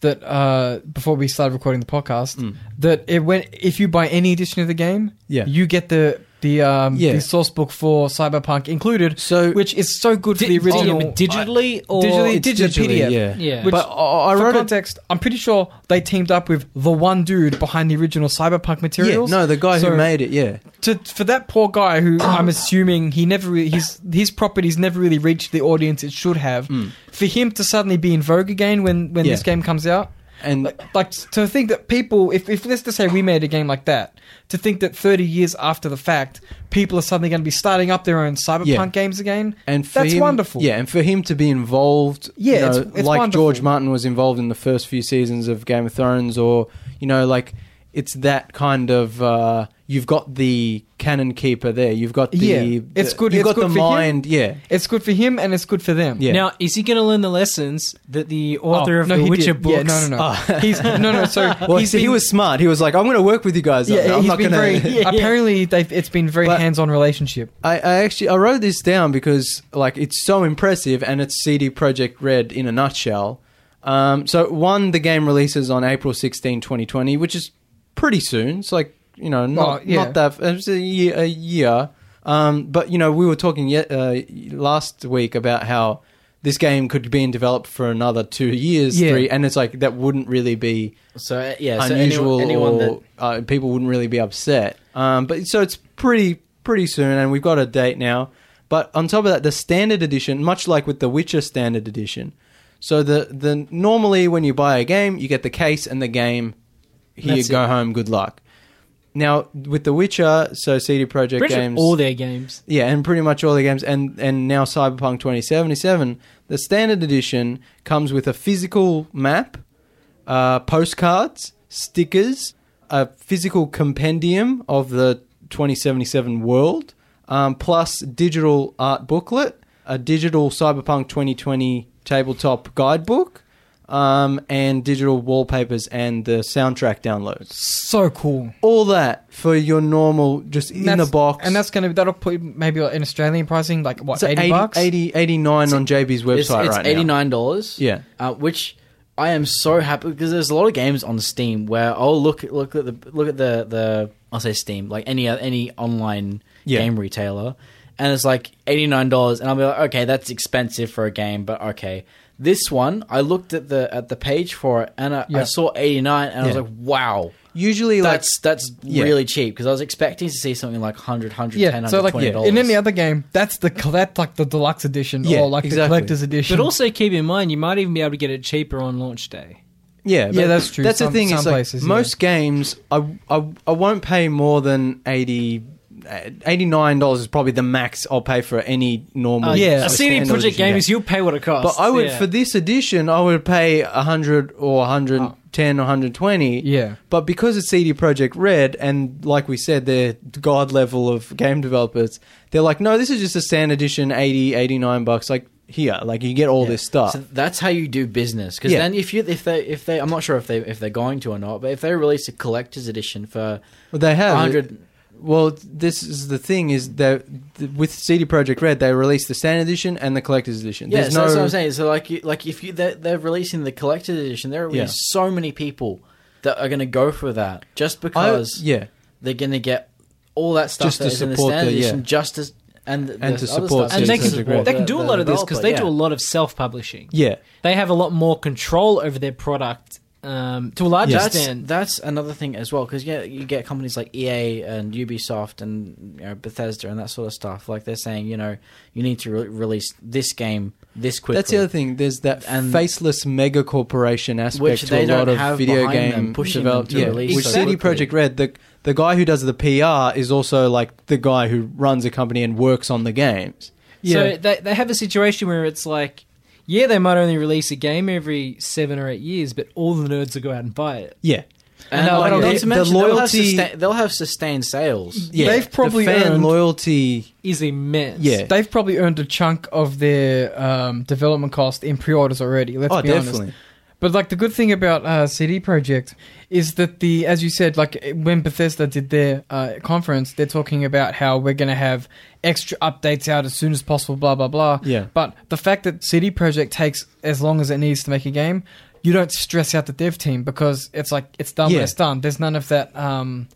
that uh, before we started recording the podcast that it went if you buy any edition of the Mm. game, Yeah. you get the the um Yeah. the source book for Cyberpunk included, so which is so good for the Di- di- original digitally or digitally, it's digitally, PDF. yeah. yeah. Which- Oh, but I, I For wrote it context, I'm pretty sure they teamed up with the one dude behind the original Cyberpunk materials. Yeah, no, the guy So- who made it. Yeah, to, for that poor guy who I'm assuming he never really, his his properties never really reached the audience it should have. For him to suddenly be in vogue again when when this Hmm. Yeah. game comes out, and like, like to think that people, if if let's just say we made a game like that, to think that 30 years after the fact, people are suddenly going to be starting up their own cyberpunk games again, and for that's him- wonderful. Yeah, and for him to be involved. Yeah, you know, it's- it's like wonderful. George Martin was involved in the first few seasons of Game of Thrones, or you know, like it's that kind of. Uh, you've got the cannon keeper there. You've got the. Yeah, it's the- good- You've got it's good the for him. mind. Yeah, it's good for him and it's good for them. yeah. Now, is he going to learn the lessons that the author Oh, of no, the he Witcher did. books? Yeah, no, no, no. He's no, no. So Oh. well, he's see, he been- was smart. He was like, "I'm going to work with you guys. Yeah, I'm he's not been going to." very. Apparently, they've, it's been very But- hands-on relationship. I, I actually I wrote this down because like it's so impressive and it's CD Project Red in a nutshell. Um, so one, the game releases on April 16, 2020, which is pretty soon. It's like you know not Oh, yeah. not that it's a year, a year Um, but you know, we were talking yet, uh, last week about how this game could be in developed for another two years, Yeah. three, and it's like that wouldn't really be So uh, yeah, so unusual, anyone, anyone that or uh, people wouldn't really be upset. Um, but so it's pretty pretty soon, and we've got a date now. But on top of that, the standard edition, much like with the Witcher standard edition, so the the normally when you buy a game, you get the case and the game. Here, That's go it. home. Good luck. Now with the Witcher, so CD Projekt Pretty much games, all their games. yeah, and pretty much all the games, and and now Cyberpunk 2077, the standard edition comes with a physical map, uh, postcards, stickers, a physical compendium of the 2077 world, um, plus digital art booklet, a digital Cyberpunk 2020 tabletop guidebook, um, and digital wallpapers and the soundtrack downloads. So cool. All that for your normal, just in the That's- box, And that's going to that'll put maybe in Australian pricing like what so 80, bucks. 80 89 on JB's website it's, it's right eighty now. nine dollars. Yeah. uh, which I am so happy because there's a lot of games on Steam where I'll look look at the look at the the I'll say Steam like any any online Yeah. game retailer, and it's like eighty nine dollars, and I'll be like, okay, that's expensive for a game, but okay. This one, I looked at the at the page for it, and I, I Yeah. saw eighty nine, and I was Yeah. like, wow. Usually, like, That's that's Yeah. really cheap because I was expecting to see something like 100 110 yeah, so like $120. in any other game, that's the collect like the deluxe edition Yeah, or like exactly. the collector's edition. But also keep in mind, you might even be able to get it cheaper on launch day. yeah, but Yeah, that's true. That's the Some- thing. some is like places, yeah. most games, I, I I won't pay more than 80 89 dollars is probably the max I'll pay for any Uh, normal. Oh, Yeah. a CD standard Project edition game is you'll pay what it costs. But I would Yeah. for this edition, I would pay hundred or one hundred ten or one hundred twenty. Yeah. But because it's CD Project Red, and like we said, they're god level of game developers, they're like, no, this is just a standard edition, 80, 89 bucks. Like here, like you get all this stuff. So that's how you do business. Because Yeah. then, if you if they if they, I'm not sure if they if they're going to or not, but if they release a collector's edition for Well, they have 100 Well, this is the thing is that th- with CD Project Red, they released the standard edition and the collector's edition. yeah, There's so no, that's what I'm saying. So like you, like if you they're, they're releasing the collector's edition, there will Yeah. be so many people that are going to go for that just I- because yeah, they're going to get all that stuff Just to that is in the support standard the- yeah. edition just as and the, And the to other support stuff and is they Citizens to can, of support Great. they can the- do a the lot of this because they do developer, a yeah. lot of self-publishing. yeah. They have a lot more control over their product um, to a large Yeah. That's, extent. that's another thing as well because yeah, you get companies like EA and Ubisoft and you know, Bethesda and that sort of stuff. Like they're saying, you know, you need to re- release this game this quickly. That's the other thing. There's that And- faceless mega corporation aspect Which to they a lot don't of have video behind them, game pushing develop- them to yeah, release Which so CD quickly. Project Red, the the guy who does the PR is also like the guy who runs a company and works on the games. So they, they have a situation where it's like, yeah, they might only release a game every seven or eight years, but all the nerds will go out and buy it. Yeah, and, No, and I don't not know. to mention, The they'll have, loyalty- sustain, they'll have sustained sales. yeah. They've probably the fan earned- loyalty. Is immense. Yeah. They've probably earned a chunk of their um, development cost in pre-orders already. Let's oh, be definitely. honest. But like the good thing about uh, CD Project is that the, as you said, like when Bethesda did their uh, conference, they're talking about how we're going to have extra updates out as soon as possible, blah blah blah. Yeah. But the fact that CD Project takes as long as it needs to make a game, you don't stress out the dev team because it's like it's done Yeah. when it's done. There's none of that um,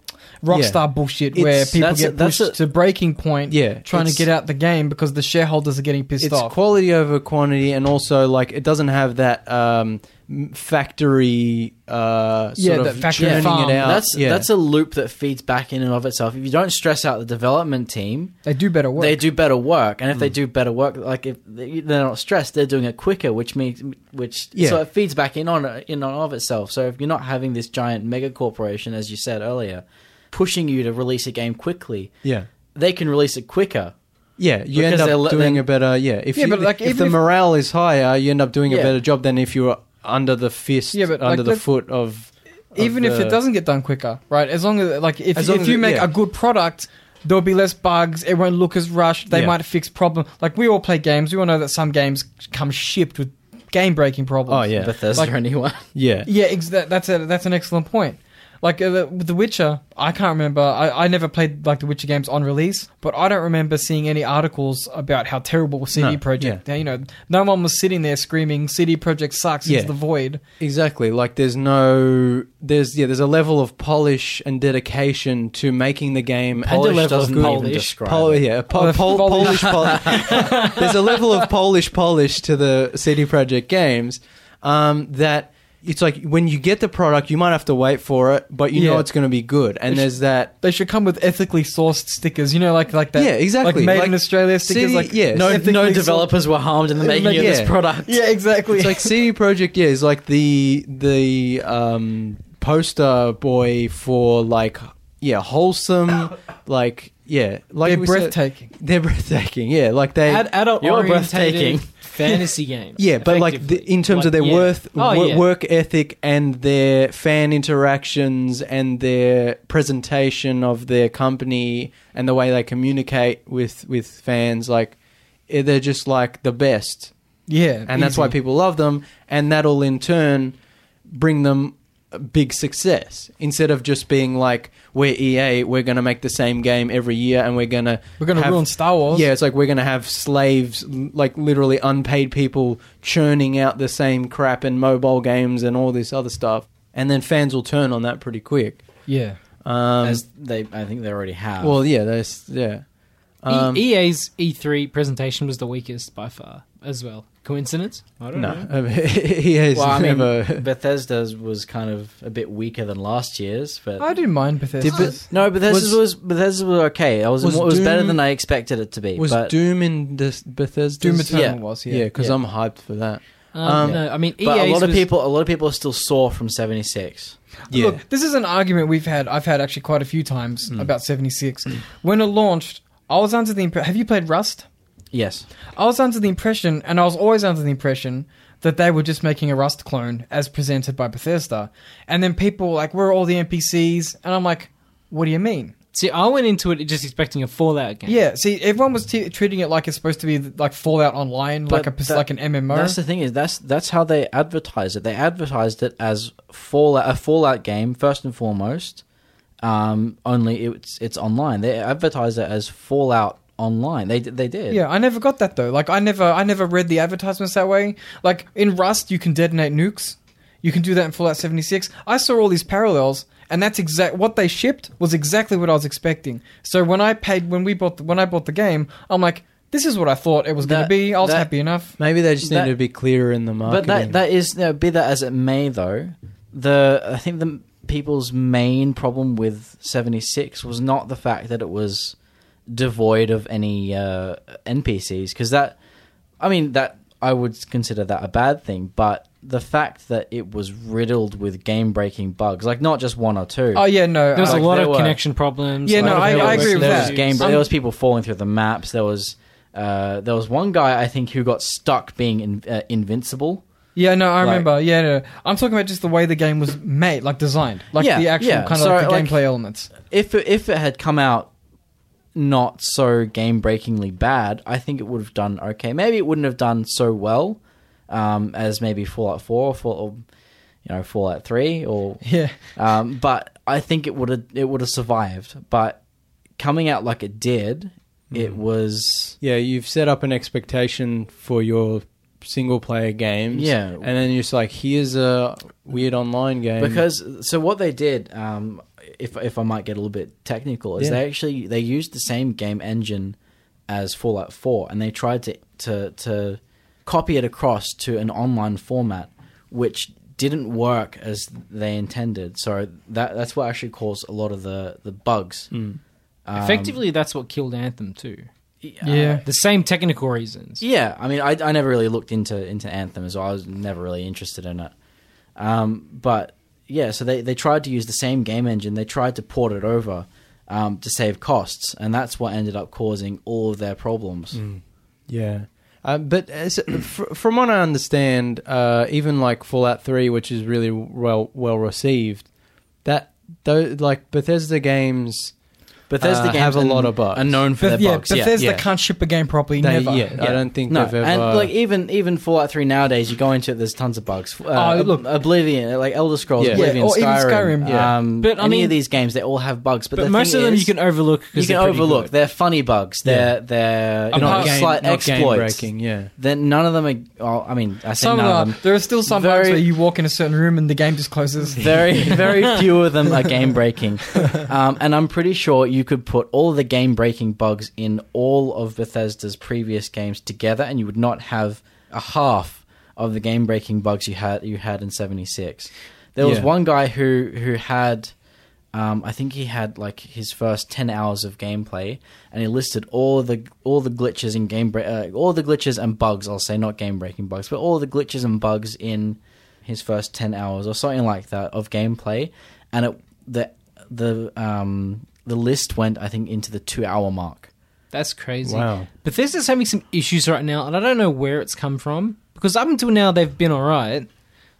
rockstar bullshit where It's- people that's get a- that's pushed to breaking point, Yeah, trying to it's- get out the game because the shareholders are getting pissed it's off. quality over quantity, and also like it doesn't have that um, m- factory uh, sort Yeah, of that factory churning farm. it out. That's yeah. that's a loop that feeds back in and of itself. If you don't stress out the development team, they do better work. they do better work, and if Mm. they do better work, like if they- they're not stressed, they're doing it quicker, which means which Yeah. so it feeds back in on in on of itself. So if you're not having this giant mega corporation, as you said earlier, pushing you to release a game quickly, yeah. they can release it quicker. Yeah, you end Because they'll up let doing them- a better yeah. If Yeah, you, but, like, if even the if- morale is higher, you end up doing a Yeah. better job than if you were under the fist, Yeah, but, like, under the let- foot of. of even if the- it doesn't get done quicker, right? As long as like if, As long if as you it- make yeah. a good product, there'll be less bugs. It won't look as rushed. They Yeah. might fix problem. Like we all play games. We all know that some games come shipped with game breaking problems. Oh yeah, Bethesda Like- or anyone. yeah, yeah. Ex- that, that's a that's an excellent point. Like uh, the- with The Witcher, I can't remember. I, I never played like The Witcher games on release, but I don't remember seeing any articles about how terrible CD No, Project. You know, no one was sitting there screaming CD Project sucks. Yeah. It's the void. Exactly. Like there's no there's yeah there's a level of polish and dedication to making the game And a Polish level of doesn't even Polish. describe Pol- it. yeah, Oh, po- the pol- Polish Polish. polish. There's a level of Polish polish to the CD Projekt games um, that it's like when you get the product, you might have to wait for it, but you know Yeah. it's going to be good. And It's- there's that. They should come with ethically sourced stickers. You know, like like that. Yeah, exactly. Like made Like, in Australia stickers. CD like yeah, No, ethically no sourced- developers were harmed in the making of Yeah. this product. Yeah, exactly. It's like CD Projekt yeah is like the the um, poster boy for like yeah wholesome like yeah like They're we said- breathtaking. they're breathtaking yeah like they Ad- adult You're orientated breathtaking. fantasy game. Yeah, but like the, in terms of their worth, Oh, wo- work ethic, and their fan interactions, and their presentation of their company, and the way they communicate with with fans, like eh, they're just like the best, yeah, and that's easy. why people love them, and that'll in turn bring them a big success instead of just being like we're EA, we're going to make the same game every year, and we're going to we're gonna have- ruin Star Wars. yeah, it's like we're going to have slaves, l- like literally unpaid people, churning out the same crap in mobile games and all this other stuff. And then fans will turn on that pretty quick. yeah. Um, As they, I think they already Ah. have. well, yeah, that's yeah. Um, e- EA's E3 presentation was the weakest by far as well. Coincidence? I don't know. no, he has Well, I mean, never. Bethesda's was kind of a bit weaker than last year's, but I didn't mind Bethesda. Did Beth- no, Bethesda's was, Bethesda was okay. It was Was it was better Doom- than I expected it to be. Was but Doom in this Bethesda? Doom Eternal yeah. was yeah, yeah. because Yeah. I'm hyped for that. Um, Um, no, I mean, EA's but a lot of was- people, a lot of people are still sore from seventy six. Yeah, Mm. Look, this is an argument we've had. I've had actually quite a few times about seventy six. When it launched, I was under the impression. Have you played Rust? Yes, I was under the impression, and I was always under the impression that they were just making a Rust clone as presented by Bethesda. And then people were like, "Where are all the NPCs?" And I'm like, "What do you mean?" See, I went into it just expecting a Fallout game. Yeah. See, everyone was t- treating it like it's supposed to be like Fallout Online, like a But pers- that- like an MMO. that's the thing is that's that's how they advertised it. They advertised it as Fallout, a Fallout game first and foremost. Um, only it's it's online. They advertised it as Fallout Online. They d- they did. Yeah, I never got that though. Like I never I never read the advertisements that way. Like in Rust you can detonate nukes. You can do that in Fallout 76. I saw all these parallels and that's exact what they shipped was exactly what I was expecting. So when I paid when we bought the, when I bought the game, I'm like this is what I thought it was going to That- be. I was that- happy enough. maybe they just That- need to be clearer in the but marketing. that that is you know, be that as it may though the i think the people's main problem with 76 was not the fact that it was devoid of any uh, npcs because that i mean that i would consider that a bad thing but the fact that it was riddled with game breaking bugs like not just one or two Oh yeah, no. There was I- a lot there of were- connection problems. a Yeah, lot no, of I- network I agree with there issues. that. was game, Um, there was people falling through the maps. There was uh, there was one guy I think who got stuck being in, uh, invincible. yeah, no, I like- remember. yeah, no, no. I'm talking about just the way the game was made, like designed, like Yeah, the actual yeah. kind of So, like the like- gameplay elements. if it, if it had come out not so game breakingly bad, I think it would have done okay. Maybe it wouldn't have done so well um, as maybe Fallout Four or, Fall, or you know Fallout Three or Yeah. um, but I think it would have it would have survived. But coming out like it did, it was Yeah, you've set up an expectation for your single player games. Yeah. And then you're just like, here's a weird online game. because so what they did um, if if I might get a little bit technical is Yeah. they actually they used the same game engine as Fallout 4 and they tried to to to copy it across to an online format which didn't work as they intended so that that's what actually caused a lot of the the bugs Um, Effectively, that's what killed Anthem too. uh, yeah. The same technical reasons. Yeah, I mean, I, I never really looked into into Anthem as well. I was never really interested in it. Um, but yeah, so they, they tried to use the same game engine. They tried to port it over um, to save costs, and that's what ended up causing all of their problems. Yeah. Uh, but as, fr- from what I understand, uh, even like Fallout 3, which is really well well received, that though like Bethesda games, Bethesda uh, games have a are- lot of bugs. are known for their Beth- yeah, bugs. Bethesda yeah, yeah. can't ship a game properly. They- never. yeah, I don't think No, they've ever. and like even even Fallout Three nowadays, you go into it. There's tons of bugs. Uh, Oh, Ob- look. Oblivion, like Elder Scrolls, Yeah. Yeah, Oblivion, or even Skyrim. Skyrim, yeah. Um, But, I any mean- of these games, they all have bugs. But, But the most thing of them is, you can overlook you because can overlook. They're funny bugs. They're they're you Apart- know, not Not game, slight not game exploits. breaking. Yeah. Then none of them are. Well, I mean, I say Some none are. of them. There are still some Very- bugs where you walk in a certain room and the game just closes. Very very few of them are game breaking, um, and I'm pretty sure you could put all the game breaking bugs in all of Bethesda's previous games together, and you would not have a half of the game breaking bugs you had you had in '76. There was Yeah. one guy who who had. Um, I think he had like his first ten hours of gameplay, and he listed all the all the glitches in game break, uh, all the glitches and bugs. I'll say not game breaking bugs, but all the glitches and bugs in his first ten hours or something like that of gameplay, and it, the the um, the list went I think into the two hour mark. That's crazy. Wow. Bethesda's having some issues right now, and I don't know where it's come from because up until now they've been all right.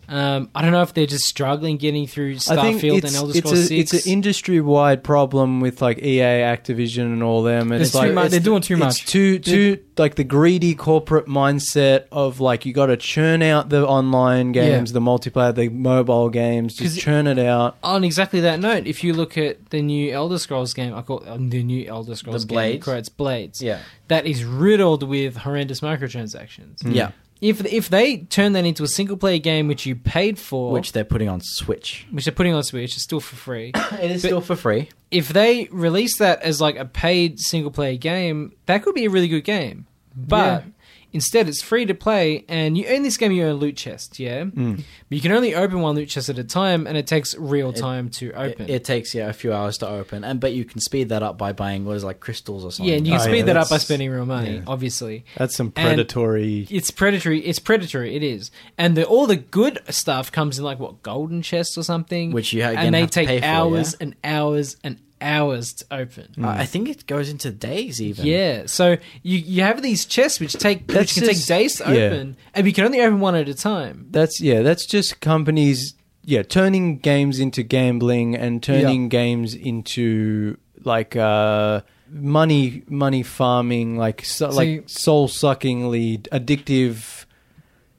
Um, I don't know if they're just struggling getting through Starfield and Elder it's Scrolls a, Six. it's an industry wide problem with like EA, Activision, and all them. And It's it's, too like much- it's they're doing the- too much. It's too too like the greedy corporate mindset of like you got to churn out the online games, the multiplayer, the mobile games, 'Cause just it- churn it out. On exactly that note, if you look at the new Elder Scrolls game, I call um, the new Elder Scrolls game, Blades? correct, Blades. Yeah, that is riddled with horrendous microtransactions. Mm. yeah, If if they turn that into a single player game which you paid for, which they're putting on Switch. which they're putting on Switch, it's still for free. It is But- still for free. if they release that as like a paid single player game, that could be a really good game. But Yeah. instead, it's free to play, and you in this game you earn loot chests, yeah. But you can only open one loot chest at a time, and it takes real Mm. It- time to open. It, it takes yeah a few hours to open, and but you can speed that up by buying what is it, like crystals or something. yeah, and you can Oh, yeah, speed that up by that's- spending real money, yeah. obviously. That's some And- predatory. It's predatory. It's predatory. It is, and the, all the good stuff comes in like what golden chests or something, Which you ha- again and they have to take pay for, hours yeah? and hours and hours to open. Uh, I think it goes into days even. Mm. Yeah, so you you have these chests which take That's which can just- take days to yeah. open, and you can only open one at a time. that's yeah. That's just companies. Yeah, turning games into gambling and turning games into like uh, money money farming, like so, See- like soul suckingly addictive.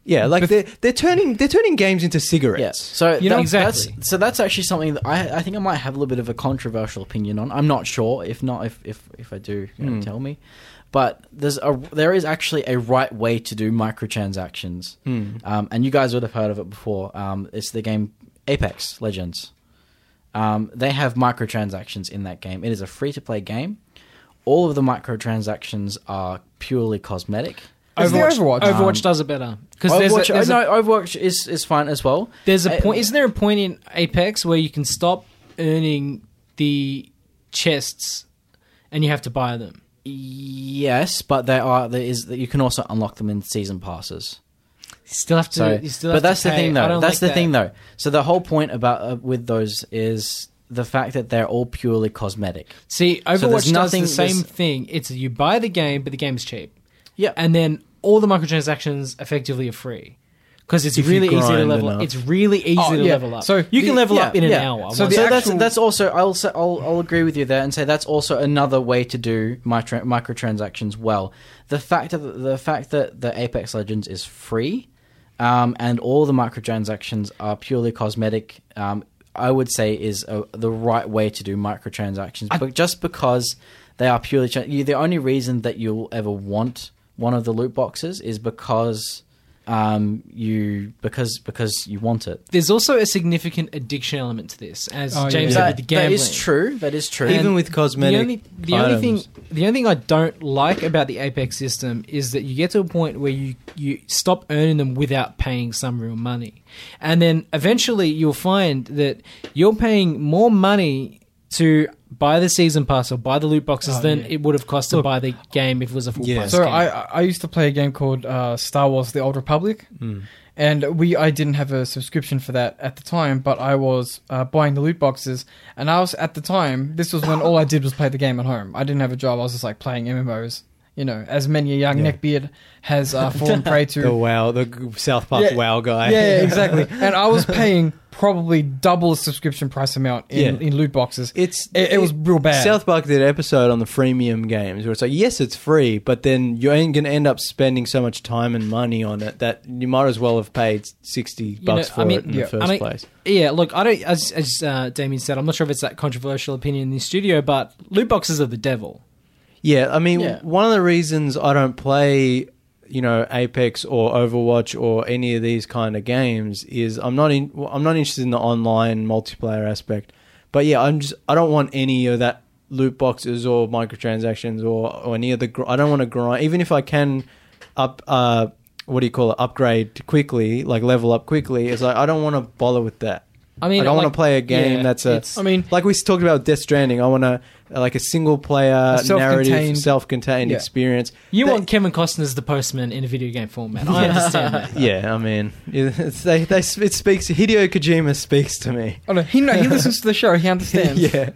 Yeah, like But- they're they're turning they're turning games into cigarettes. So You know, that- exactly. That's, so that's actually something that I, I think I might have a little bit of a controversial opinion on. I'm not sure. If not, if if, if I do, you know, Hmm. tell me. But there's a there is actually a right way to do microtransactions, Hmm. um, and you guys would have heard of it before. Um, it's the game Apex Legends. Um, they have microtransactions in that game. It is a free to play game. All of the microtransactions are purely cosmetic. Is there Overwatch? Overwatch Um, does it better because there's Overwatch, a, there's, oh, a, no, Overwatch is, is fine as well. there's a Uh, point. Isn't there a point in Apex where you can stop earning the chests, and you have to buy them? Yes, but there are there is you can also unlock them in season passes. You still have to. So, you still have but that's to the pay. thing I though. don't That's like the that. thing though. So the whole point about uh, with those is the fact that they're all purely cosmetic. See, there's Overwatch does nothing- the same there's- thing. It's you buy the game, but the game's cheap. Yeah, and and then all the microtransactions effectively are free because it's If you really easy to grind level up. enough. It's really easy Oh, to yeah. level up. So you can the- level yeah, up in an yeah. hour. So once so the you- that's actual- that's also I'll, say, I'll I'll agree with you there and say that's also another way to do micro, microtransactions well. The fact that the fact that the Apex Legends is free, um, and all the microtransactions are purely cosmetic. Um, I would say is uh the right way to do microtransactions, but just because they are purely tra- you, the only reason that you'll ever want one of the loot boxes is because um, you because because you want it. there's also a significant addiction element to this, as Oh, yeah. James That- said with the gambling. that is true. That is true. Even with cosmetic The only, the only thing, items. the only thing I don't like about the Apex system is that you get to a point where you you stop earning them without paying some real money, and then eventually you'll find that you're paying more money to buy the season pass or buy the loot boxes Oh, than yeah. it would have cost to buy the game if it was a full Yeah. price So game. I I used to play a game called uh, Star Wars: The Old Republic, and we I didn't have a subscription for that at the time, but I was uh, buying the loot boxes, and I was at the time this was when all I did was play the game at home. I didn't have a job. I was just like playing MMOs. You know, as many a young Yeah. neckbeard has uh, fallen prey to. The wow, the g- South Park Yeah. wow guy. Yeah, yeah, exactly. and I was paying probably double the subscription price amount in, Yeah. in loot boxes. It's It- it was real bad. South Park did an episode on the freemium games where it's like, yes, it's free, but then you ain't gonna end up spending so much time and money on it that you might as well have paid sixty know, bucks I for mean- it in yeah, the I first I mean, place. Yeah, look, I don't. As, as uh, Damien said, I'm not sure if it's that controversial opinion in the studio, but loot boxes are the devil. Yeah, I mean, Yeah. one of the reasons I don't play, you know, Apex or Overwatch or any of these kind of games is I'm not in. well, I'm not interested in the online multiplayer aspect. But yeah, I'm just I don't want any of that loot boxes or microtransactions or, or any of the. gr- I don't want to grind. Even if I can up, uh, what do you call it? Upgrade quickly, like level up quickly. It's like I don't want to bother with that. I mean, Like, I like- want to play a game yeah, that's a. it's- I mean, Like we talked about Death Stranding, I want to like a single player A self-contained- narrative, self-contained Yeah. experience. You They- want Kevin Costner as the postman in a video game format. I understand that. yeah, I mean, it's, they, they, it speaks. Hideo Kojima speaks to me. oh no, he no, he listens to the show. He understands. yeah.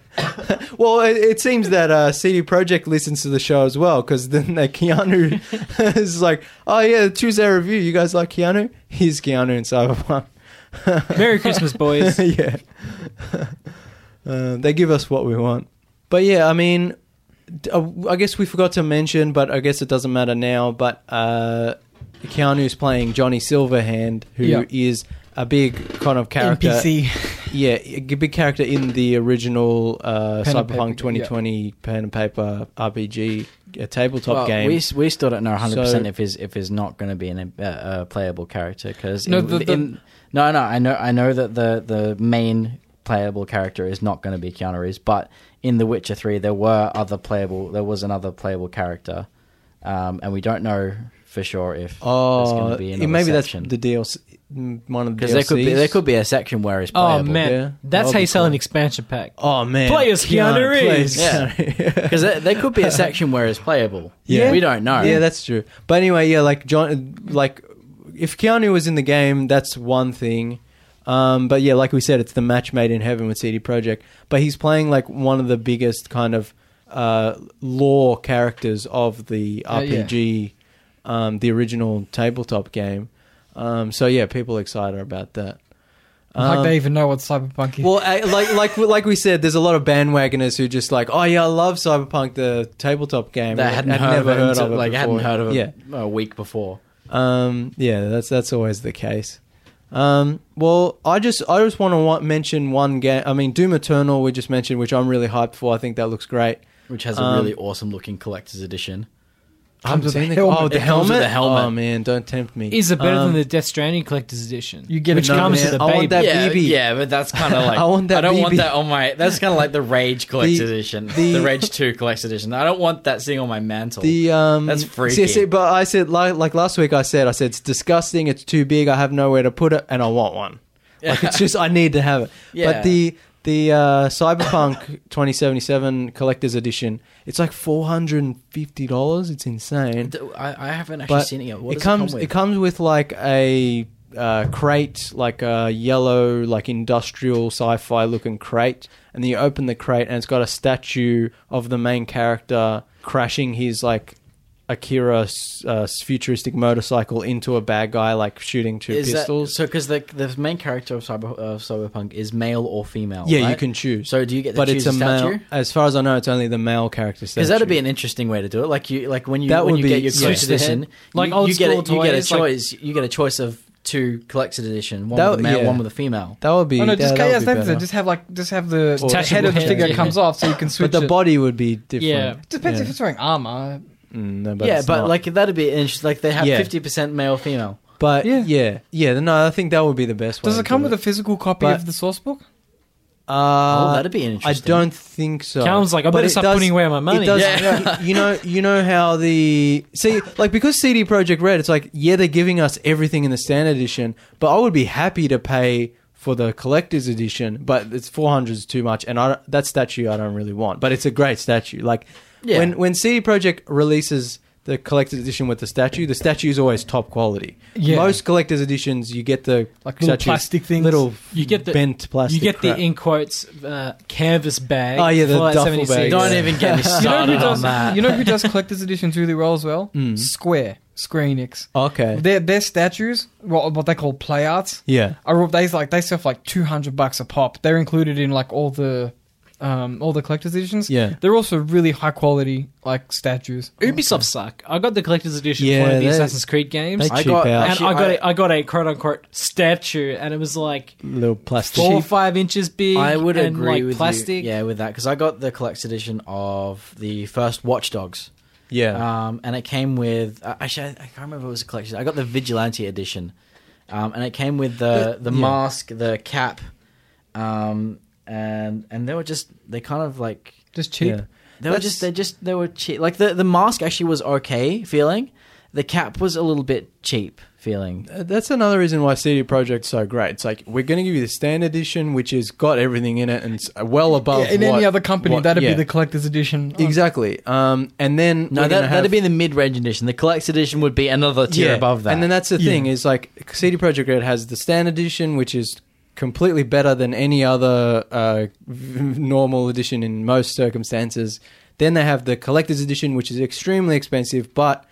well, it, it seems that uh, CD Projekt listens to the show as well because then the Keanu is like, oh yeah, Tuesday review. You guys like Keanu? Here's Keanu in Cyberpunk. Merry Christmas, boys. yeah. uh, they give us what we want. But yeah, I mean, d- uh, I guess we forgot to mention, but I guess it doesn't matter now. But uh, Keanu's playing Johnny Silverhand, who is Yeah. a big kind of character. NPC. Yeah, a g- big character in the original uh, Pen and Cyberpunk paper, yeah. 2020 pen and paper RPG uh, tabletop Well, game. We, s- we still don't know 100 percent So- if he's if he's not going to be an, a, a playable character because No, in, the- the- in- no no I know I know that the the main playable character is not going to be Keanu Reeves, but in The Witcher Three there were other playable there was another playable character, um, and we don't know for sure if there's going oh, to be another maybe section. that's the DLC. mm, One of the because there could be DLCs. there could be a section where he's Oh playable. man, yeah. that's That'll how be you sell an cool. expansion pack. Oh man, Play as Keanu Reeves. Yeah. because there, there could be a section where he's playable. Yeah. we don't know. yeah, that's true. But anyway, yeah, like John, like if Keanu was in the game, that's one thing. Um, but yeah, like we said, it's the match made in heaven with CD Projekt. But he's playing like one of the biggest kind of uh, lore characters of the Uh, yeah. RPG, um, the original tabletop game. Um, so yeah, people are excited about that. like Um, they even know what cyberpunk is. Well, I, like like like we said, there's a lot of bandwagoners who just like, oh yeah, I love Cyberpunk, the tabletop game. They I'd hadn't heard, never of, heard it, of it. like hadn't before. heard of it Yeah, a week before. um, yeah, that's that's always the case. Um, well, I just I just want to wa- mention one game. I mean, Doom Eternal we just mentioned, which I'm really hyped for. I think that looks great. Which has a Um, really awesome looking collector's edition. I haven't with a seen the, helmet. oh, the It comes helmet. with a helmet. Oh man, don't tempt me. Is it better Um, than the Death Stranding Collector's Edition? You get which it, no, comes man. with a I baby. want that yeah, BB. yeah, but that's kind of like I want that I don't want BB. that on my. That's kind of like the Rage Collector's The- Edition, the- the, Rage Two Collector's Edition. I don't want that sitting on my mantle. The um, That's freaky. See, see, but I said like like last week, I said I said it's disgusting. It's too big. I have nowhere to put it, and I want one. Like it's just I need to have it. Yeah. But the the uh, Cyberpunk 2077 Collector's Edition, it's like four hundred and fifty dollars. It's insane. D- I, I haven't actually But seen it yet. What it does comes it come with? it comes with like a uh, crate, like a yellow, like industrial sci-fi looking crate, and then you open the crate and it's got a statue of the main character crashing his like Akira uh, futuristic motorcycle into a bad guy, like shooting two Is that- pistols. so because the the main character of Cyber of Cyberpunk is male or female? yeah, you right? can choose. So do you get to but choose it's a, statue? male. As far as I know, it's only the male character statue. Because that'd be an interesting way to do it. Like you, like when you That when would you be- get your yeah. collector's Switch the edition, head. Like you, old you get school a, you get a toys, like- choice. you get a choice of two collector's edition, one That with a would- male, yeah. one with a female. that would be. oh no, yeah, just that would yeah, be that's it. better. Just have like just have the, Or- the head of Detachable the figure head, comes yeah. off, so you can but switch. the it. body would be different. depends Yeah. if it's wearing armor. Mm, no, but yeah, it's but not. like that'd be interesting. Like they have Yeah. fifty percent male, female. But yeah. Yeah. yeah, no, I think that would be the best. Does way it come with a? a physical copy But- of the source book? oh, Uh, that'd be I interesting. don't think so. Calum's like, I But better it stop does- putting away my money. It does, Yeah. you know, you know how the see, like because CD Project Red, it's like yeah, they're giving us everything in the standard edition, but I would be happy to pay for the collector's edition, but it's four hundred is too much, and I don't- that statue I don't really want, but it's a great statue. Like Yeah. when when CD Project releases the collector's edition with the statue, the statue is always top quality. Yeah. Most collector's editions, you get the Like little statues, plastic things. little You get the- bent you plastic. get crap. the in quotes uh, canvas bag. Oh, yeah, the for like duffel 76. bag. Don't Yeah. even get me You know who started on does? that. Hmm. You know who does collector's editions really well as well? Square. Square Enix. Okay. Their their statues, what what they call play arts, Yeah. are all- they like they sell for like two hundred bucks a pop. They're included in like all the um all the collector's editions. Yeah. They're also really high quality like statues. Ubisoft suck. I got the collector's edition Yeah, for one of the they- Assassin's Creed games, They I cheap got- out. and actually, I got I- a, I got a quote unquote statue, and it was like Little plastic. four or five inches big. I would and agree like with plastic. you. Yeah, with that because I got the collector's edition of the first Watch uh, Dogs, Yeah. um, and it came with uh, actually I, I can't remember if it was a collection. I got the Vigilante edition, um, and it came with the the yeah. mask, the cap, um, and and they were just they kind of like Just cheap. Yeah. they were That's- just they just they were cheap. Like the the mask actually was okay feeling, the cap was a little bit cheap feeling. Uh, That's another reason why CD Projekt's so great. It's like we're going to give you the standard edition, which has got everything in it and it's well above. Yeah, in what- any other company, what- that'd yeah. be the collector's edition. exactly. Um, and then No, we're that, gonna that'd have- be the mid-range edition. The collector's edition would be another tier above that. And then that's the Yeah. thing is like CD Projekt Red has the standard edition, which is completely better than any other uh, normal edition in most circumstances. Then they have the collector's edition, which is extremely expensive, but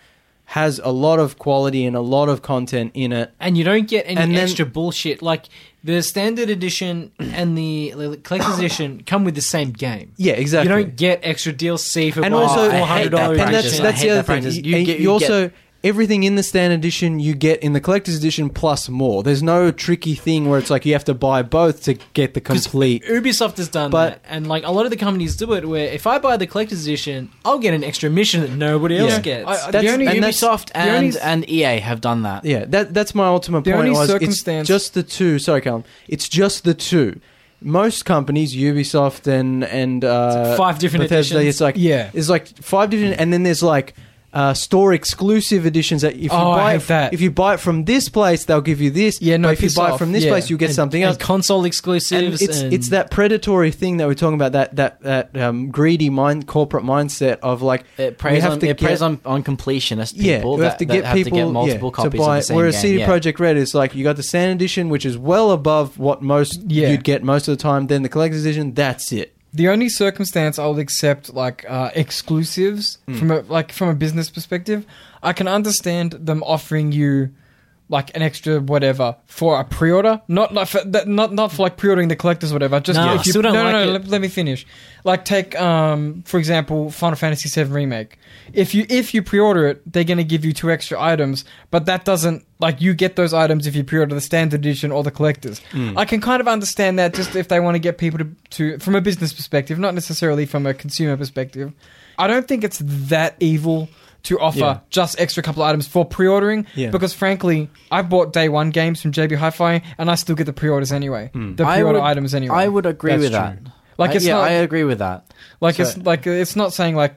has a lot of quality and a lot of content in it. and you don't get any And then- extra bullshit. Like the standard edition and the collector's edition come with the same game. Yeah, exactly. You don't get extra DLC for and buying also, a I four hate hundred that dollars. and that's practice. that's the I hate other that thing. practice. You, You and get- you you also everything in the standard edition you get in the collector's edition plus more. There's no tricky thing where it's like you have to buy both to get the 'Cause complete. Ubisoft has done But- that, and like a lot of the companies do it. Where if I buy the collector's edition, I'll get an extra mission that nobody else Yeah. gets. I- I- That's- the only and Ubi- that's- Ubisoft the only and, s- and EA have done that. Yeah, that that's my ultimate The point. only was circumstance- it's just the two. Sorry, Callum. It's just the two. Most companies, Ubisoft and and uh, Five different Bethesda, editions. it's like Yeah. it's like five different, and then there's like uh, store exclusive editions that if you Oh, I buy hate it, that. if you buy it from this place, they'll give you this. Yeah, no, but if you piss buy it off. from this Yeah. place, you get And- something and else. console And exclusives. it's it's that predatory thing that we're talking about that that that um, greedy mind corporate mindset of like It preys, we have on, to it get preys on, on completionist people yeah, you that, have to get that have people to get multiple yeah, copies to buy. of the same whereas game. CD yeah. Project Red is like you got the standard edition, which is well above what most Yeah. you'd get most of the time. Then the collector's edition, that's it. The only circumstance I'll accept like uh, exclusives from a like from a business perspective, I can understand them offering you like an extra whatever for a pre-order, not like for, that, not not for like pre-ordering the collectors whatever. Just Nah, if you still don't no no like no, it. let, let me finish. Like take um for example Final Fantasy VII remake. If you if you pre-order it, they're gonna give you two extra items, but that doesn't like you get those items if you pre-order the standard edition or the collectors. Mm. I can kind of understand that just if they want to get people to to from a business perspective, not necessarily from a consumer perspective. I don't think it's that evil to offer Yeah. just extra couple items for pre-ordering Yeah. because frankly i bought day one games from JB Hi-Fi and I still get the pre-orders anyway Mm. the I pre-order would- items anyway I would agree That's with true. that. Like, it's I, yeah, not- I agree with that. like So- it's like it's not saying like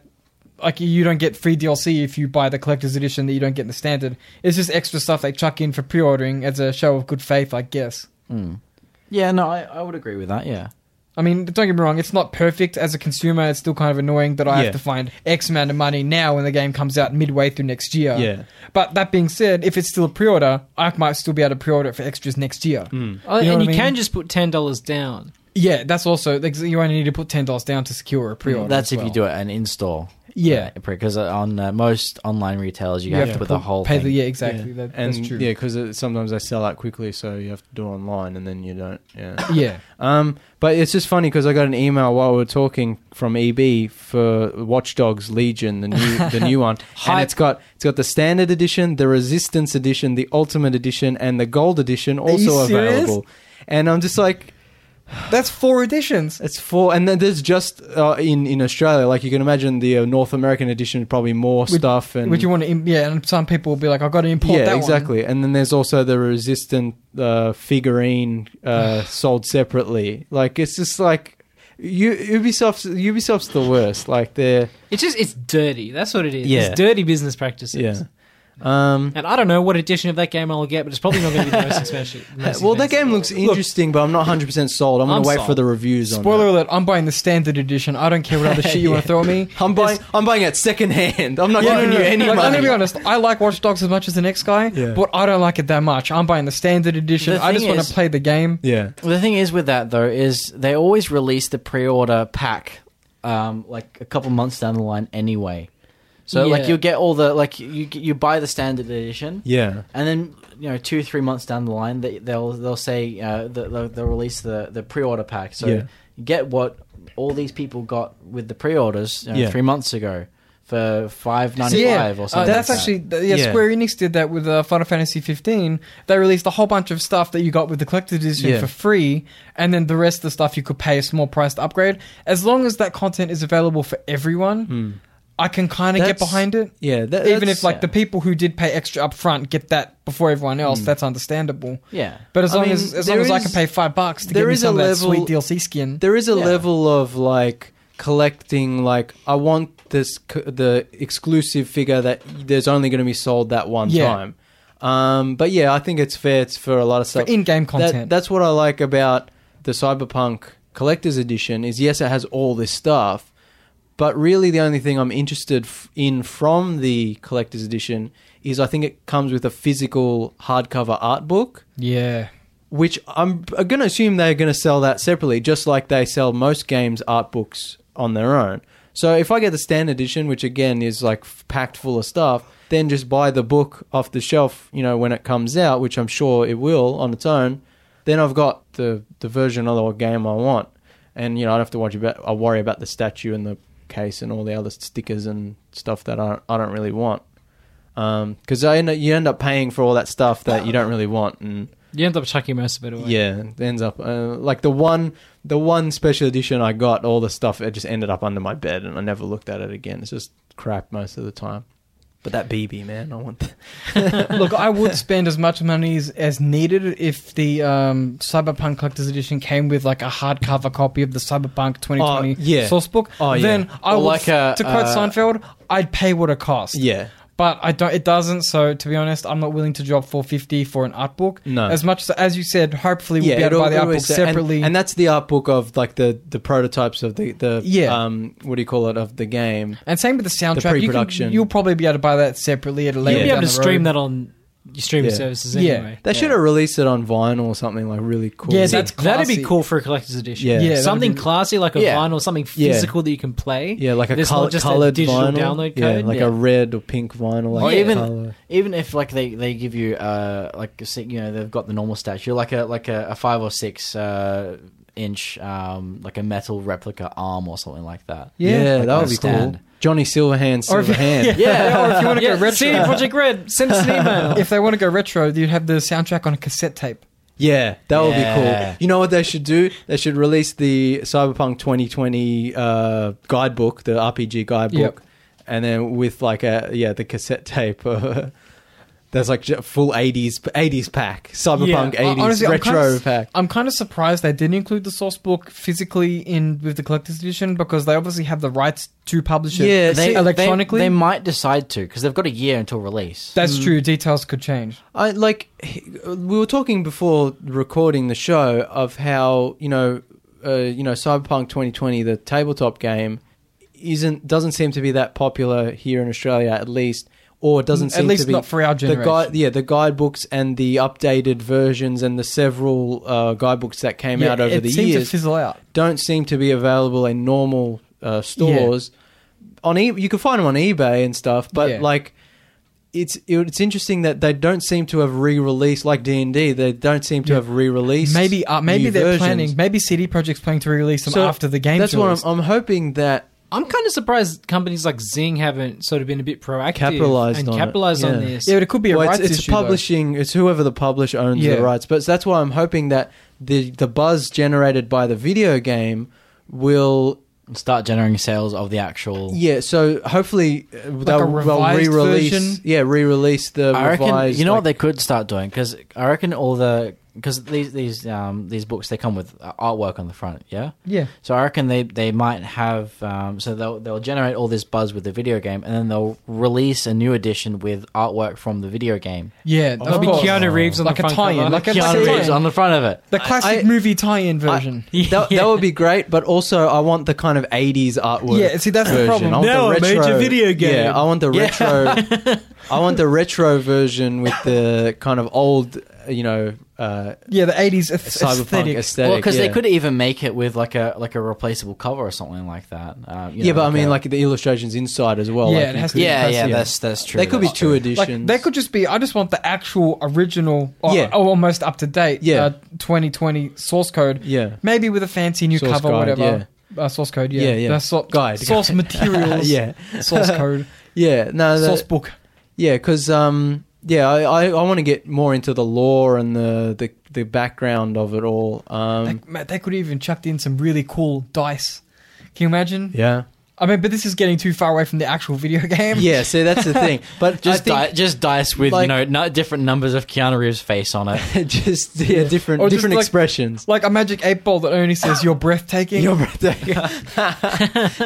like you don't get free DLC if you buy the collector's edition that you don't get in the standard. It's just extra stuff they chuck in for pre-ordering as a show of good faith, I guess. Mm. Yeah, no, I, I would agree with that. Yeah, I mean, don't get me wrong, it's not perfect as a consumer. It's still kind of annoying that I Yeah. have to find X amount of money now when the game comes out midway through next year. Yeah. But that being said, if it's still a pre-order, I might still be able to pre-order it for extras next year. Mm. Oh, and know you what I mean? can just put ten dollars down. Yeah, that's also like, you only need to put ten dollars down to secure a pre-order. Mm, that's if you do it and in store. Yeah. because on uh, most online retailers you, have, to put the put- whole pay thing. The, yeah, exactly. That, and that's true. yeah, because sometimes they sell out quickly, so you have to do online, and then you don't. Yeah. yeah. Um, but it's just funny because I got an email while we were talking from EB for Watch Dogs Legion, the new the new one, and Hype. it's got it's got the standard edition, the Resistance edition, the Ultimate edition, and the Gold edition you also serious? available. And I'm just like, That's four editions. it's four, and then there's just uh, in in Australia, like you can imagine, the uh, North American edition probably more Would- stuff and Would you want to? im- Yeah, and some people will be like, "I've got to import yeah, that one." exactly. And then there's also the resistant uh, figurine uh, sold separately. Like it's just like U- Ubisoft's Ubisoft's the worst. Like they're It's just it's dirty. That's what it is. Yeah. It's dirty business practices. yeah. Um, And I don't know what edition of that game I'll get, but it's probably not going to be the most expensive. most well, that expensive. game looks interesting, but I'm not 100 percent sold. I'm gonna I'm wait for sold. the reviews. Spoiler on alert: I'm buying the standard edition. I don't care what other shit you want to throw at me. that. I'm buying. I'm buying it secondhand. I'm not Yeah, giving no, no, you any like, I'm gonna money. be honest. I like Watch Dogs as much as the next guy, Yeah. but I don't like it that much. I'm buying the standard edition. The I just thing want is- to play the game. yeah. Well, the thing is with that though is they always release the pre-order pack um, like a couple months down the line anyway. So Yeah. like you'll get all the like you you buy the standard edition, Yeah. and then you know two three months down the line they, they'll they'll say uh, that they'll, they'll release the the pre-order pack so Yeah. you get what all these people got with the pre-orders you know, Yeah. three months ago for five So, ninety yeah, five or uh, something that's like that. actually th- yeah, Yeah. Square Enix did that with uh, Final Fantasy 15. They released a whole bunch of stuff that you got with the collector's edition Yeah. for free, and then the rest of the stuff you could pay a small price to upgrade. As long as that content is available for everyone, I can kind of get That's- behind it. Yeah. That, Even that's- if like yeah. the people who did pay extra upfront get that before everyone else, that's understandable. yeah But as I long mean, as as long there as I is- can pay five bucks to there get me is some a of that level- sweet DLC skin, there is a Yeah. level of like collecting like I want this c- the exclusive figure that there's only going to be sold that one Yeah. time. Um, but yeah, I think it's fair. It's for a lot of for stuff. in-game That- content. that's what I like about the Cyberpunk Collector's Edition. Is yes, it has all this stuff, but really the only thing I'm interested f- in from the Collector's Edition is I think it comes with a physical hardcover art book, yeah. which I'm going to assume they're going to sell that separately, just like they sell most games' art books on their own. So if I get the standard edition, which again is like f- packed full of stuff, then just buy the book off the shelf, you know, when it comes out, which I'm sure it will on its own. Then I've got the the version of the game I want, and you know I don't have to watch about. I worry about the statue and the case and all the other stickers and stuff that I I don't really want. Because I end up, you end up paying for all that stuff that you don't really want, and You end up chucking most of it away. yeah, it ends up uh, like the one the one special edition I got. All the stuff it just ended up under my bed, and I never looked at it again. It's just crap most of the time. But that BB man, I want. That. Look, I would spend as much money as, as needed if the um, Cyberpunk Collector's Edition came with like a hardcover copy of the Cyberpunk 2020 Oh, yeah. source book. Oh, yeah. Then I Or would, like a, to quote uh, Seinfeld, I'd pay what it costs. Yeah, But I don't. It doesn't. So to be honest, I'm not willing to drop 450 for an art book. No. As much as, as you said, hopefully we'll yeah. be able to it buy the art book always sa- and- separately. and, that's the art book of like the the prototypes of the the Yeah. um what do you call it of the game. And same with the soundtrack. You pre-production. can, you'll probably be able to buy that separately at a You'll later. Yeah. be down able to the road. stream that on your streaming Yeah. services Yeah. anyway. They should have released it on vinyl or something like really cool. Yeah, See, that's that'd classy. be cool for a collector's edition. Yeah. Yeah, that'd something be- classy like a Yeah. vinyl, something Yeah. physical that you can play. yeah, like a There's col- not just a colored digital vinyl, download yeah, code. like Yeah. a red or pink vinyl, like Or even- color. even if like they, they give you uh like a si- you know they've got the normal statue like a like a, a five or six uh inch um like a metal replica arm or something like that Yeah, Yeah. that Like would a be stand. cool. Johnny Silverhand, Or if- Silverhand. yeah or if you want to yeah, go retro, CD Project Red, send us an email. if they want to go retro, you'd have the soundtrack on a cassette tape. Yeah, that would be Yeah. cool. You know what they should do? They should release the Cyberpunk 2020 uh, guidebook, the RPG guidebook, Yep. and then with like a yeah, the cassette tape. Uh, there's like j- full 80s 80s pack, Cyberpunk Yeah. 80s Honestly, I'm retro kinda s- pack. I'm kind of surprised they didn't include the source book physically in with the collector's edition because they obviously have the rights to publish it. Yeah, they, electronically. they, they might decide to because they've got a year until release that's mm. true. Details could change. I like we were talking before recording the show of how you know uh, you know Cyberpunk 2020 the tabletop game isn't doesn't seem to be that popular here in Australia at least or doesn't At seem least to be not for our The generation. guide, yeah, the guidebooks and the updated versions and the several uh, guidebooks that came out over it the seems years to fizzle out. don't seem to be available in normal uh, stores. On e- you can find them on eBay and stuff, but Yeah. like it's it's interesting that they don't seem to have re-released like D and D. They don't seem to Yeah. have re-released. Maybe uh, maybe new they're versions. planning. Maybe CD Projekt's planning to release them So after the game. That's what I'm, I'm hoping that. I'm kind of surprised companies like Zing haven't sort of been a bit proactive Capitalized and on it, capitalized on yeah. this. yeah, but it could be a Well, rights it's, it's issue. though. publishing. It's whoever the publisher owns Yeah. the rights. But that's why I'm hoping that the the buzz generated by the video game will and start generating sales of the actual Yeah, so hopefully uh, a they'll, they'll revised re-release. version? Yeah, re-release the I reckon revised. you know what like- they could start doing because I reckon all the because these these um, these books they come with uh, artwork on the front, yeah. Yeah. So I reckon they they might have um, so they'll they'll generate all this buzz with the video game and then they'll release a new edition with artwork from the video game. Yeah, It'll of be course. Keanu Reeves on Like the a front tie-in, cover. like a- Yeah. Keanu it. Reeves on the front of it. the classic I- movie tie-in version. I- that, that would be great, but also I want the kind of '80s artwork. Yeah, see, that's the version. problem. I want Now the a major retro, video game. Yeah, I want the retro. I want the retro version with the kind of old uh, you know, uh, Yeah, the eighties cyberpunk aesthetic. aesthetic. Well, because yeah. they could even make it with like a like a replaceable cover or something like that. Um, you yeah, know, but I mean, a- like the illustrations inside as well. Yeah, like, it you has to could- be yeah, yeah, impressive. that's that's true. They could be that's two true. editions. Like they could just be. I just want the actual original, or, Yeah. or almost up to date, Yeah. uh, 2020 source code. Yeah. maybe with a fancy new Source cover, or guide, whatever. Uh, source code, yeah, Yeah, yeah. That's sor- Guide. source materials, yeah, Uh, source code, yeah. No, that- source book. Yeah, because um, yeah, I, I, I want to get more into the lore and the the, the background of it all. They, Um, man, they could even chucked in some really cool dice. Can you imagine? yeah, I mean, but this is getting too far away from the actual video game. yeah. See, that's the thing. But Just just I di- just dice with like- you know no, different numbers of Keanu Reeves' face on it. think, just yeah, different Or just different like- expressions. Like a magic eight ball that only says "You're breathtaking." Your breathtaking.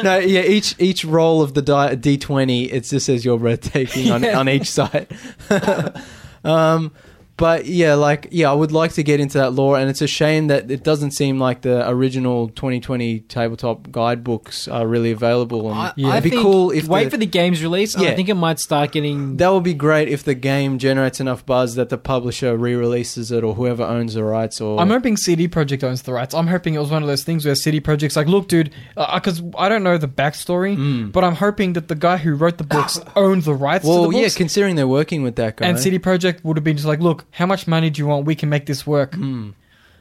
no, yeah. Each each roll of the di- d twenty, it just says your breathtaking on on each side. um, but yeah, like yeah, I would like to get into that lore, and it's a shame that it doesn't seem like the original twenty twenty tabletop guidebooks are really available. And I, yeah. I it'd be think cool if wait the- for the game's release. and I Yeah. think it might start getting. That would be great if the game generates enough buzz that the publisher re-releases it or whoever owns the rights or I'm hoping CD Projekt owns the rights. I'm hoping it was one of those things where CD Projekt's like, look, dude, because I don't know the backstory, but I'm hoping that the guy who wrote the books owned the rights to Hmm. well, the yeah, books. considering they're working with that guy. and CD Projekt would have been just like, look, how much money do you want? We can make this work. Hmm.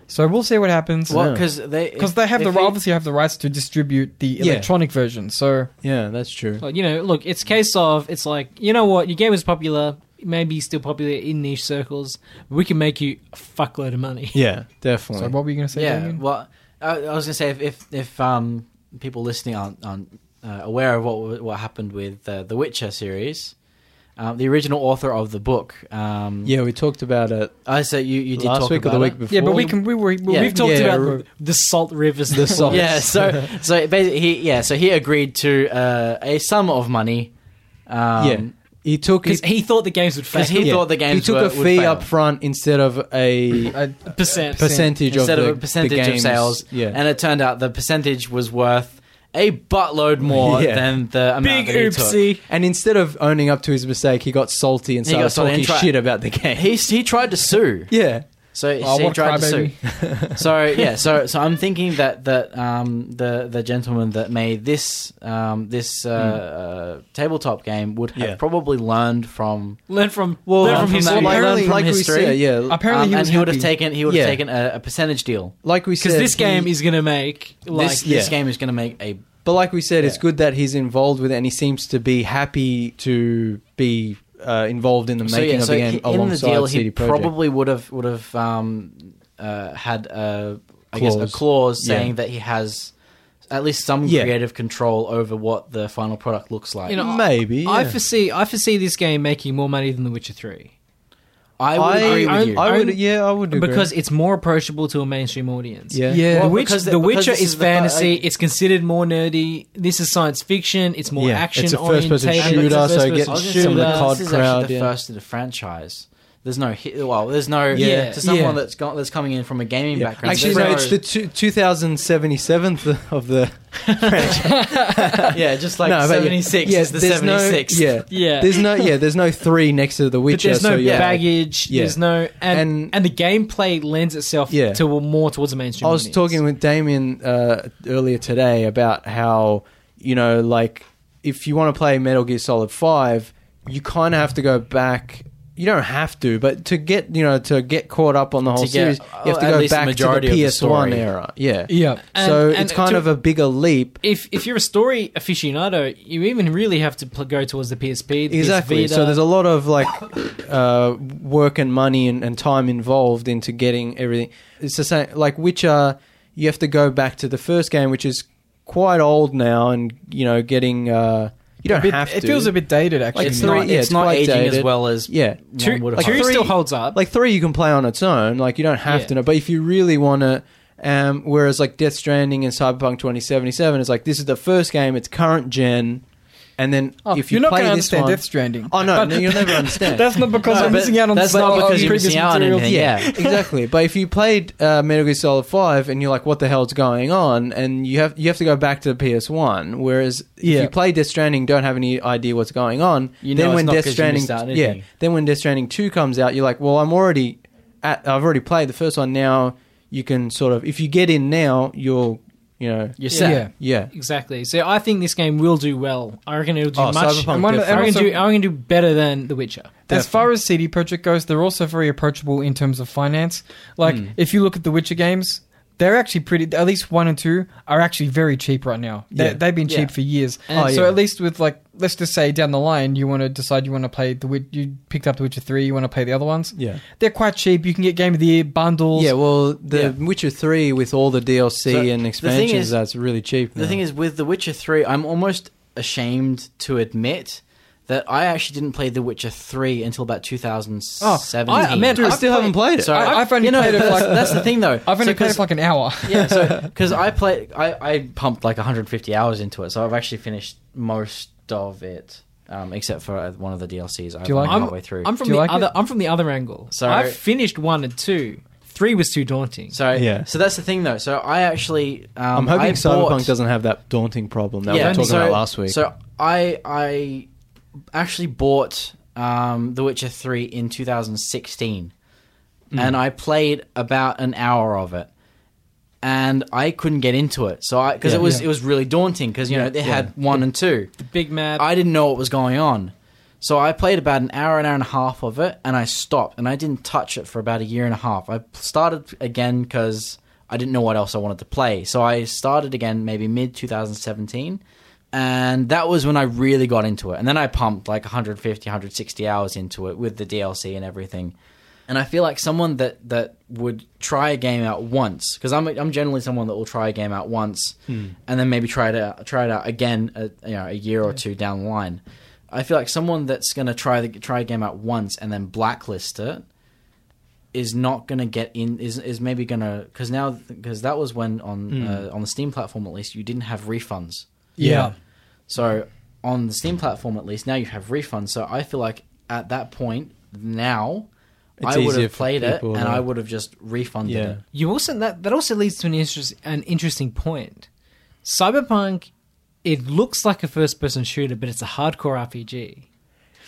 So we'll see what happens. Well, Yeah. because they Because they have the if you- obviously have the rights to distribute the Yeah. electronic version. So yeah, that's true. Like, you know, look, it's a case of it's like you know what your game is popular, maybe still popular in niche circles. We can make you a fuckload of money. Yeah, so definitely. what were you going to say? yeah. Damien? Well, I, I was gonna say if if, if um, people listening aren't, aren't uh, aware of what what happened with uh, the Witcher series, um, the original author of the book. Um, yeah, we talked about it I so you you did last talk week or about the week it. before. yeah, but we can we were, Yeah. we've talked Yeah, about r- the salt rivers, The salt. yeah, so so basically, he, yeah, so he agreed to uh, a sum of money. Um, yeah, he took because he thought the games would fail. Because he yeah, thought the games he took were- a would fee fail. up front instead of a I- percent. percentage instead of, of, the, a percentage the of game's- sales, Yeah, and it turned out the percentage was worth a buttload more Yeah. than the Big amount that he took. oopsie. and instead of owning up to his mistake, he got salty and He started got salty talking and tried- shit about the game. He he tried to sue. yeah, So Oh, he what tried to crybaby. sue. So yeah, so so I'm thinking that that um, the the gentleman that made this um, this uh, uh, tabletop game would have Hmm. Yeah. probably learned from Learn from well, learn learn from from his that. like, Learn like, from we history. said, yeah, Apparently, um, he and was he would have happy. taken he would have Yeah. taken a, a percentage deal. like we said, because this he- game is gonna make like This yeah. this game is going to make a But like we said, it's Yeah. good that he's involved with it, and he seems to be happy to be uh, involved in the making of the game he- alongside CD he Projekt. probably would have would have um, uh, had a I guess a Clause. clause Yeah. saying that he has at least some Yeah. creative control over what the final product looks like. you know Maybe, I yeah. foresee I foresee this game making more money than The Witcher Three. I would agree with you. I would, Own- yeah, I would agree. because it's more approachable to a mainstream audience. yeah, Yeah. The, Well, Witch, because the, the- because Witcher this is is uh, the fir- fantasy. I- it's considered more nerdy. This is science fiction. It's more Yeah, action it's a oriented. first-person shooter, so it gets I was gonna shoot say, on the this COD is crowd, actually the yeah. first in the franchise. There's no hi- well, there's no Yeah. to someone Yeah. that's got that's coming in from a gaming Yeah. background. Actually, no, there's it's the two, 2077th of the yeah, just like no, but yeah. 76 Yeah, is the there's no- 76th. yeah, Yeah. there's no, yeah, there's no three next to the But Witcher. there's no so you're like- baggage. Yeah. There's no and, and And- the gameplay lends itself Yeah. to a- more towards a mainstream. I was audience. talking with Damien uh, earlier today about how you know, like, if you want to play Metal Gear Solid Five, you kind of have to go back. You don't have to, but to get you know to get caught up on the whole get- series, you have oh, to at go least the back to majority the of PS1 the story. era. Yeah, Yeah. And- so and it's kind to- of a bigger leap. if if you're a story aficionado, you even really have to pl- go towards the PSP. The Exactly. PS Vita. So there's a lot of like uh, work and money and, and time involved into getting everything. It's the same. Like Witcher, you have to go back to the first game, which is quite old now, and you know, getting uh, you don't A bit- have to. It feels a bit dated, actually. it's three- not, yeah, it's it's not quite aging as dated. well as yeah. two, one would like, have two hoped. still holds up. Like three, you can play on its own. Like you don't have Yeah. to know. But if you really want to, um, whereas like Death Stranding and Cyberpunk 2077 is like this is the first game. It's current gen, and then Oh, if you you're not play going to this understand one, Death Stranding. oh no, no, you'll never understand. That's not because No, I'm but missing out on that's the- not on because you're previous missing out on material. anything. Yeah. exactly. But if you played uh, Metal Gear Solid Five and you're like, "What the hell's going on?" and you have you have to go back to the PS One, whereas Yeah. if you play Death Stranding, don't have any idea what's going on. You know then it's when not Death 'cause you Stranding, missed out on yeah, anything. then when Death Stranding Two comes out, you're like, "Well, I'm already at, I've already played the first one. Now you can sort of, if you get in now, you're, you know, You're Yeah. set. Yeah. yeah. Exactly. So I think this game will do well. I reckon it'll do Oh, much. Cyberpunk, I reckon definitely. I reckon And also- do. I reckon do better than The Witcher. As far as CD Projekt goes, they're also very approachable in terms of finance. Like, if you look at the Witcher games, they're actually pretty. At least one and two are actually very cheap right now. They, Yeah. They've been cheap Yeah. for years. And- Oh, so yeah. at least with like, let's just say down the line, you want to decide you want to play the Wit- you picked up the Witcher three, you want to play the other ones. Yeah. They're quite cheap. You can get Game of the Year bundles. Yeah, well, The Yeah. Witcher 3 with all the DLC So, and the expansions, thing is- that's really cheap. The thing is, with The Witcher 3, I'm almost ashamed to admit that I actually didn't play The Witcher 3 until Oh, about 2017. I- I meant- I still haven't played it. So I- I've only you know, played it for that's, like- that's the thing, though. I've only played it for like an hour. because I played, I, I pumped like 150 hours into it, so I've actually finished most of it, um, except for uh, one of the DLCs. I'm you like it? halfway through. I'm from Do you the like other. it? I'm from the other angle. So Sorry. I finished one and two. Three was too daunting. so Yeah. so that's the thing, though. So I actually, I'm um, hoping I Cyberpunk bought- doesn't have that daunting problem that we were talking so, about last week. So I I actually bought um, The Witcher three in 2016, Hmm. and I played about an hour of it, and I couldn't get into it. So I because Yeah. it was Yeah. it was really daunting because you know they had one and two. the big map. I didn't know what was going on. So I played about an hour, an hour and a half of it, and I stopped, and I didn't touch it for about a year and a half. I started again because I didn't know what else I wanted to play. So I started again maybe mid 2017, and that was when I really got into it. And then I pumped like 150, 160 hours into it with the DLC and everything. And I feel like someone that that would try a game out once, because I'm I'm generally someone that will try a game out once, and then maybe try it out, try it out again, a, you know, a year or two down the line. I feel like someone that's gonna try the try a game out once and then blacklist it is not gonna get in. Is is maybe gonna because now because that was when on uh, on the Steam platform at least you didn't have refunds. Yeah. So on the Steam platform, at least now you have refunds. So I feel like at that point now, It's I would easier have for played it people, and yeah. I would have just refunded Yeah. it. you also that that also leads to an interest, an interesting point. Cyberpunk, it looks like a first person shooter, but it's a hardcore RPG.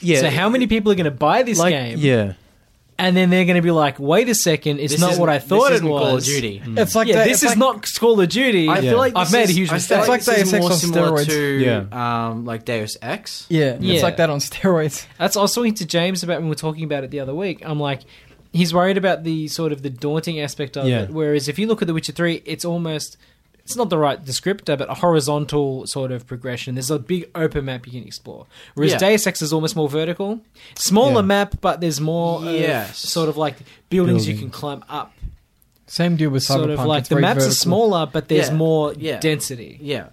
yeah, so how many people are going to buy this game? Yeah, And then they're going to be like, "Wait a second, it's This not isn't- what I thought this it isn't was." Call of Duty. It's like yeah, that- this it's is like- not Call of Duty. I Mm. Yeah. feel like I've this made a is- huge I feel mistake. It's like like this is Deus Ex more on similar steroids. to um, like Deus Ex. Yeah, Yeah. it's like that on steroids. That's I was talking to James about when we were talking about it the other week. I'm like, he's worried about the sort of the daunting aspect of Yeah. it. Whereas if you look at The Witcher Three, it's almost it's not the right descriptor, but a horizontal sort of progression. There's a big open map you can explore. Whereas Yeah. Deus Ex is almost more vertical, smaller Yeah. map, but there's more of Yes. sort of like buildings you Building. can climb up. Same deal with Cyberpunk. Sort of like it's the very maps are vertical. smaller, but there's Yeah. more Yeah. density. Yeah,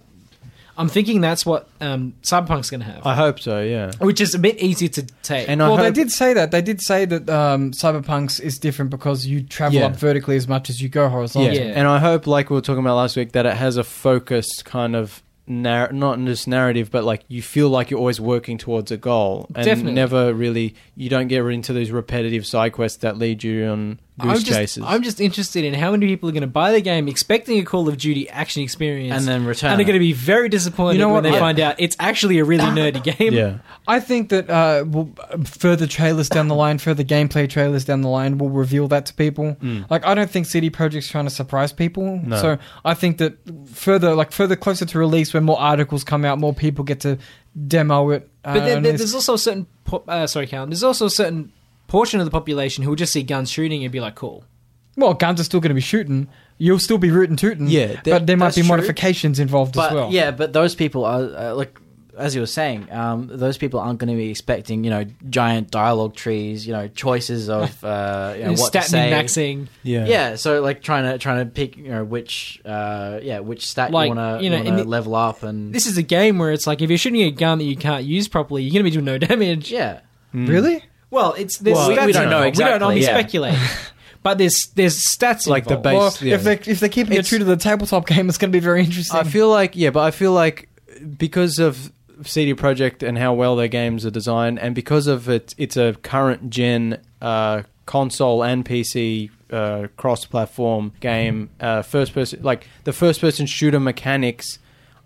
I'm thinking that's what um, Cyberpunk's going to have, I hope so. Yeah, which is a bit easier to take. and I Well, they hope- did say that. They did say that um, Cyberpunk's is different because you travel Yeah. up vertically as much as you go Yeah. horizontal. Yeah. and I hope, like we were talking about last week, that it has a focused kind of narr- not just narrative, but like you feel like you're always working towards a goal, and Definitely. never really you don't get into these repetitive side quests that lead you on goose I'm just, chases. I'm just interested in how many people are going to buy the game expecting a Call of Duty action experience and then return. and are it. going to be very disappointed You know when what? they Yeah. find out it's actually a really nerdy game. yeah, I think that uh, will further trailers down the line, further gameplay trailers down the line will reveal that to people. Like, I don't think CD Projekt's trying to surprise people. No. So I think that further, like further closer to release, when more articles come out, more people get to demo it. But uh, there, and there- it's- there's also a certain po- uh, sorry, Callum. There's also a certain portion of the population who will just see guns shooting and be like, "Cool." well, guns are still going to be shooting. You'll still be rooting tooting. Yeah, that- but there might that's be true. modifications involved but as well. yeah, but those people are uh, like as you were saying, um, those people aren't going to be expecting you know giant dialogue trees, you know choices of uh, you know, And what to statin say. and maxing, yeah, Yeah, so like trying to trying to pick you know which uh yeah which stat Like, you want you to you know, want in to the- level up and This is a game where it's like if you're shooting a gun that you can't use properly, you're going to be doing no damage. yeah Really? Well, it's there's Well, we- stats we don't know involved. We don't know. exactly, I'm yeah. speculating, but there's there's stats Like the involved. base- Well, yeah. if they if they're keeping it It's- true to the tabletop game, it's going to be very interesting. I feel like yeah, but I feel like because of CD Projekt and how well their games are designed, and because of it, it's a current gen uh, console and PC uh, cross-platform game. Mm-hmm. Uh, first person, like the first-person shooter mechanics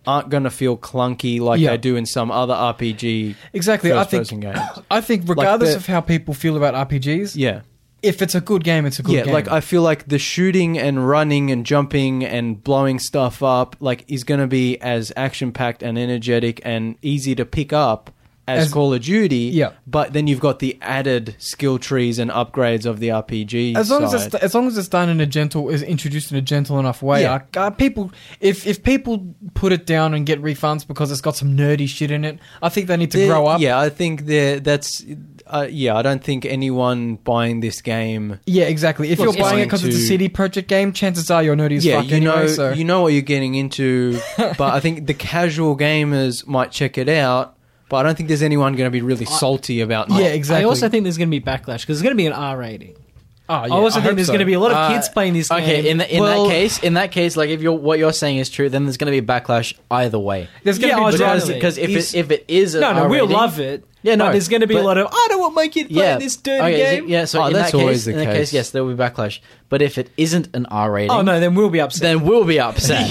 aren't going to feel clunky like Yeah. they do in some other RPG exactly. I think first-person games. I think regardless the- of how people feel about RPGs, Yeah, if it's a good game, it's a good yeah, game. like I feel like the shooting and running and jumping and blowing stuff up like is going to be as action packed and energetic and easy to pick up as, As- Call of Duty. Yeah. but then you've got the added skill trees and upgrades of the RPG. as long as side. it's, as long as it's done in a gentle is introduced in a gentle enough way Yeah. like, uh, people if if people put it down and get refunds because it's got some nerdy shit in it i think they need to They're- grow up Yeah, I think they're- that's. Uh, yeah, I don't think anyone buying this game. Yeah, exactly if Well, you're buying it it's because it's a going to- cd project game chances are you're nerdy as yeah, fuck you anyway know, so you know what you're getting into, but I think the casual gamers might check it out. But I don't think there's anyone going to be really salty about. not- yeah exactly I also think there's going to be backlash because it's going to be an R rating. oh, I also think hope there's so. going to be a lot of Uh, kids playing this game. Okay, in, the, in Well- that case, in that case, like if you're what you're saying is true, then there's going to be backlash either way. there's going Yeah, to I'll be drive drama. Because Totally. because Is- if it, if it is an no, no, R we'll rating- love it. uh, Yeah, but no, there's going to be a but- lot of I don't want my kid playing yeah, this dirty okay, is it- game. Yeah, so Oh, in that's that case, always the in that case. case, yes, there will be backlash. But if it isn't an R rating, Oh no, then we'll be upset. then we'll be upset.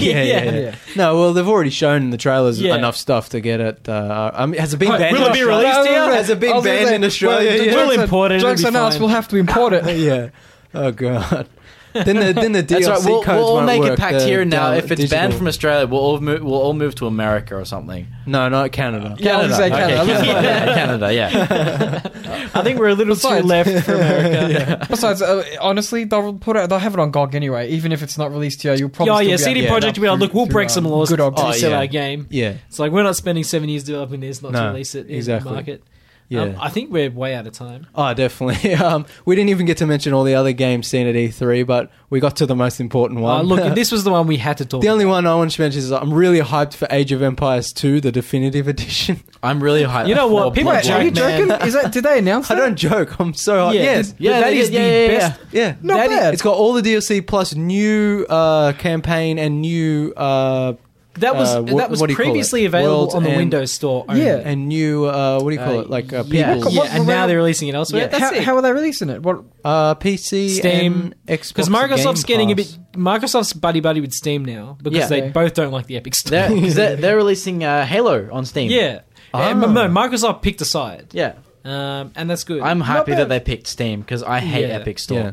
Yeah, yeah, yeah. No, well, they've already shown in the trailers Yeah. enough stuff to get it. Uh, I mean, has it been Right, banned? will in it be Australia? released here? Has it I been was gonna banned say, in Australia? well, yet? We'll jokes- import it, it'll jokes be on us fine. we'll have to import it yeah. Oh god. Then the then the DLC That's right. We'll, codes we'll all won't make a work, pact the here now. down- If it's banned digital- from Australia, we'll all move, we'll all move to America or something. no, not Canada. Yeah, I was gonna say Canada. Okay, Canada, Canada, yeah. I think we're a little too Besides- left for America. besides uh, honestly they'll put it they'll have it on gog anyway even if it's not released here you'll probably oh still yeah, be CD able to Projekt get will be it like, look, we'll through, break um, some laws good to old Oh, sell yeah. our game. Yeah, It's like we're not spending seven years developing this not to No, release it in exactly. the market. yeah. Um, I think we're way out of time. Oh, definitely. Um, we didn't even get to mention all the other games seen at E3, but we got to the most important one. Uh, look, this was the one we had to talk. the only one I want to mention is I'm really hyped for Age of Empires 2, the definitive edition. I'm really hyped. You know for what? People Bloodborne. Wait, are you Jack, man. joking? Is that did they announce I that? don't joke. I'm so about. hyped. Yeah, yes. yeah, Yeah, that they- is yeah, the yeah, yeah. best. Yeah. Not That bad. it's got all the DLC plus new uh, campaign and new uh, That was Uh, wha- that was what do you call it? previously available World on the and- Windows Store. Only. Yeah. and new uh, what do you call Uh, it? Like yeah. uh, yeah, people, What- and what- now they're releasing it elsewhere. Yeah. That's how, it. how are they releasing it? What? uh, PC, Steam, and Xbox. Because Microsoft's Game getting a Pass. bit Microsoft's buddy buddy with Steam now because Yeah. they both don't like the Epic Store. They're, 'cause they're, they're releasing uh, Halo on Steam. yeah. Ah. And, no, Microsoft picked a side, yeah. um, and that's good. I'm happy bad. that they picked Steam because I hate Yeah. Epic Store. Yeah.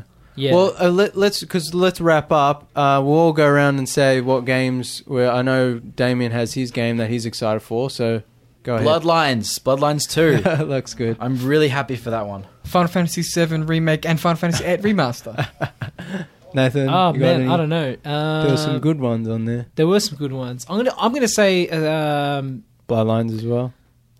yeah. Well, uh, let, let's because let's wrap up. Uh, we'll all go around and say what games. Where I know Damien has his game that he's excited for. So go Bloodlines, Bloodlines Two. ahead. Looks good. I'm really happy for that one. Final Fantasy VII remake and Final Fantasy VIII remaster. Nathan, oh you got man, any? I don't know. There were some Um, good ones on there. There were some good ones. I'm gonna I'm gonna say um, Bloodlines as well.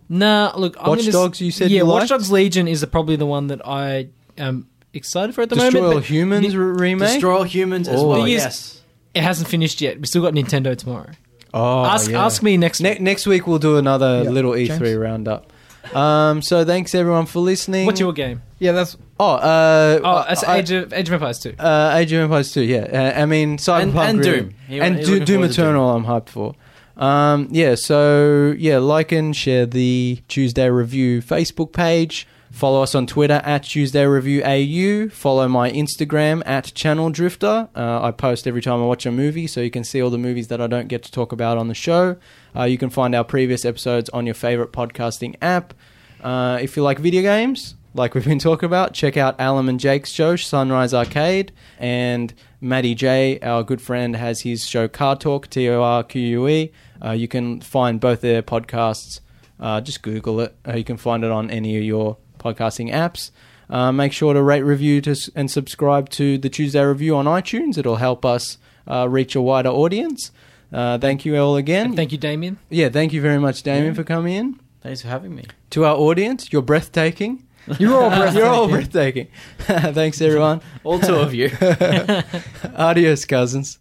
nah. Look, I'm Watch gonna s- Dogs, you said yeah. you Watch liked? Dogs Legion is the, probably the one that I am excited for at the Destroy All moment. but Humans the- re- remake. Destroy All Humans as Oh. well. Thing is- Yes. It hasn't finished yet. We still got Nintendo tomorrow. oh, ask yeah. ask me next. Ne- next week we'll do another Yeah. little E3 James? roundup. Um, so thanks everyone for listening. What's your game? yeah, that's oh uh, Oh, it's I- Age of Age of Empires two. Uh, Age of Empires 2, yeah. Uh, I mean, Cyberpunk. And- and really. Doom. He- and he's Do- looking Doom forward to Doom. Eternal, I'm hyped for. Um, yeah, so, yeah, like and share the Tuesday Review Facebook page. Follow us on Twitter at Tuesday Review AU. Follow my Instagram at Channel Drifter. Uh, I post every time I watch a movie, so you can see all the movies that I don't get to talk about on the show. Uh, you can find our previous episodes on your favorite podcasting app. Uh, if you like video games, like we've been talking about, check out Alan and Jake's show, Sunrise Arcade. And Matty J, our good friend, has his show Car Talk, T O R Q U E. Uh, you can find both their podcasts. Uh, just Google it. Uh, you can find it on any of your podcasting apps. Uh, make sure to rate, review, to, s- and subscribe to the Tuesday Review on iTunes. It'll help us uh, reach a wider audience. Uh, thank you all again. And thank you, Damien. yeah, thank you very much, Damien, for coming in Thanks for having me. to our audience, you're breathtaking. you're all You're all breathtaking. breathtaking. Thanks, everyone. All two of you. Adios, cousins.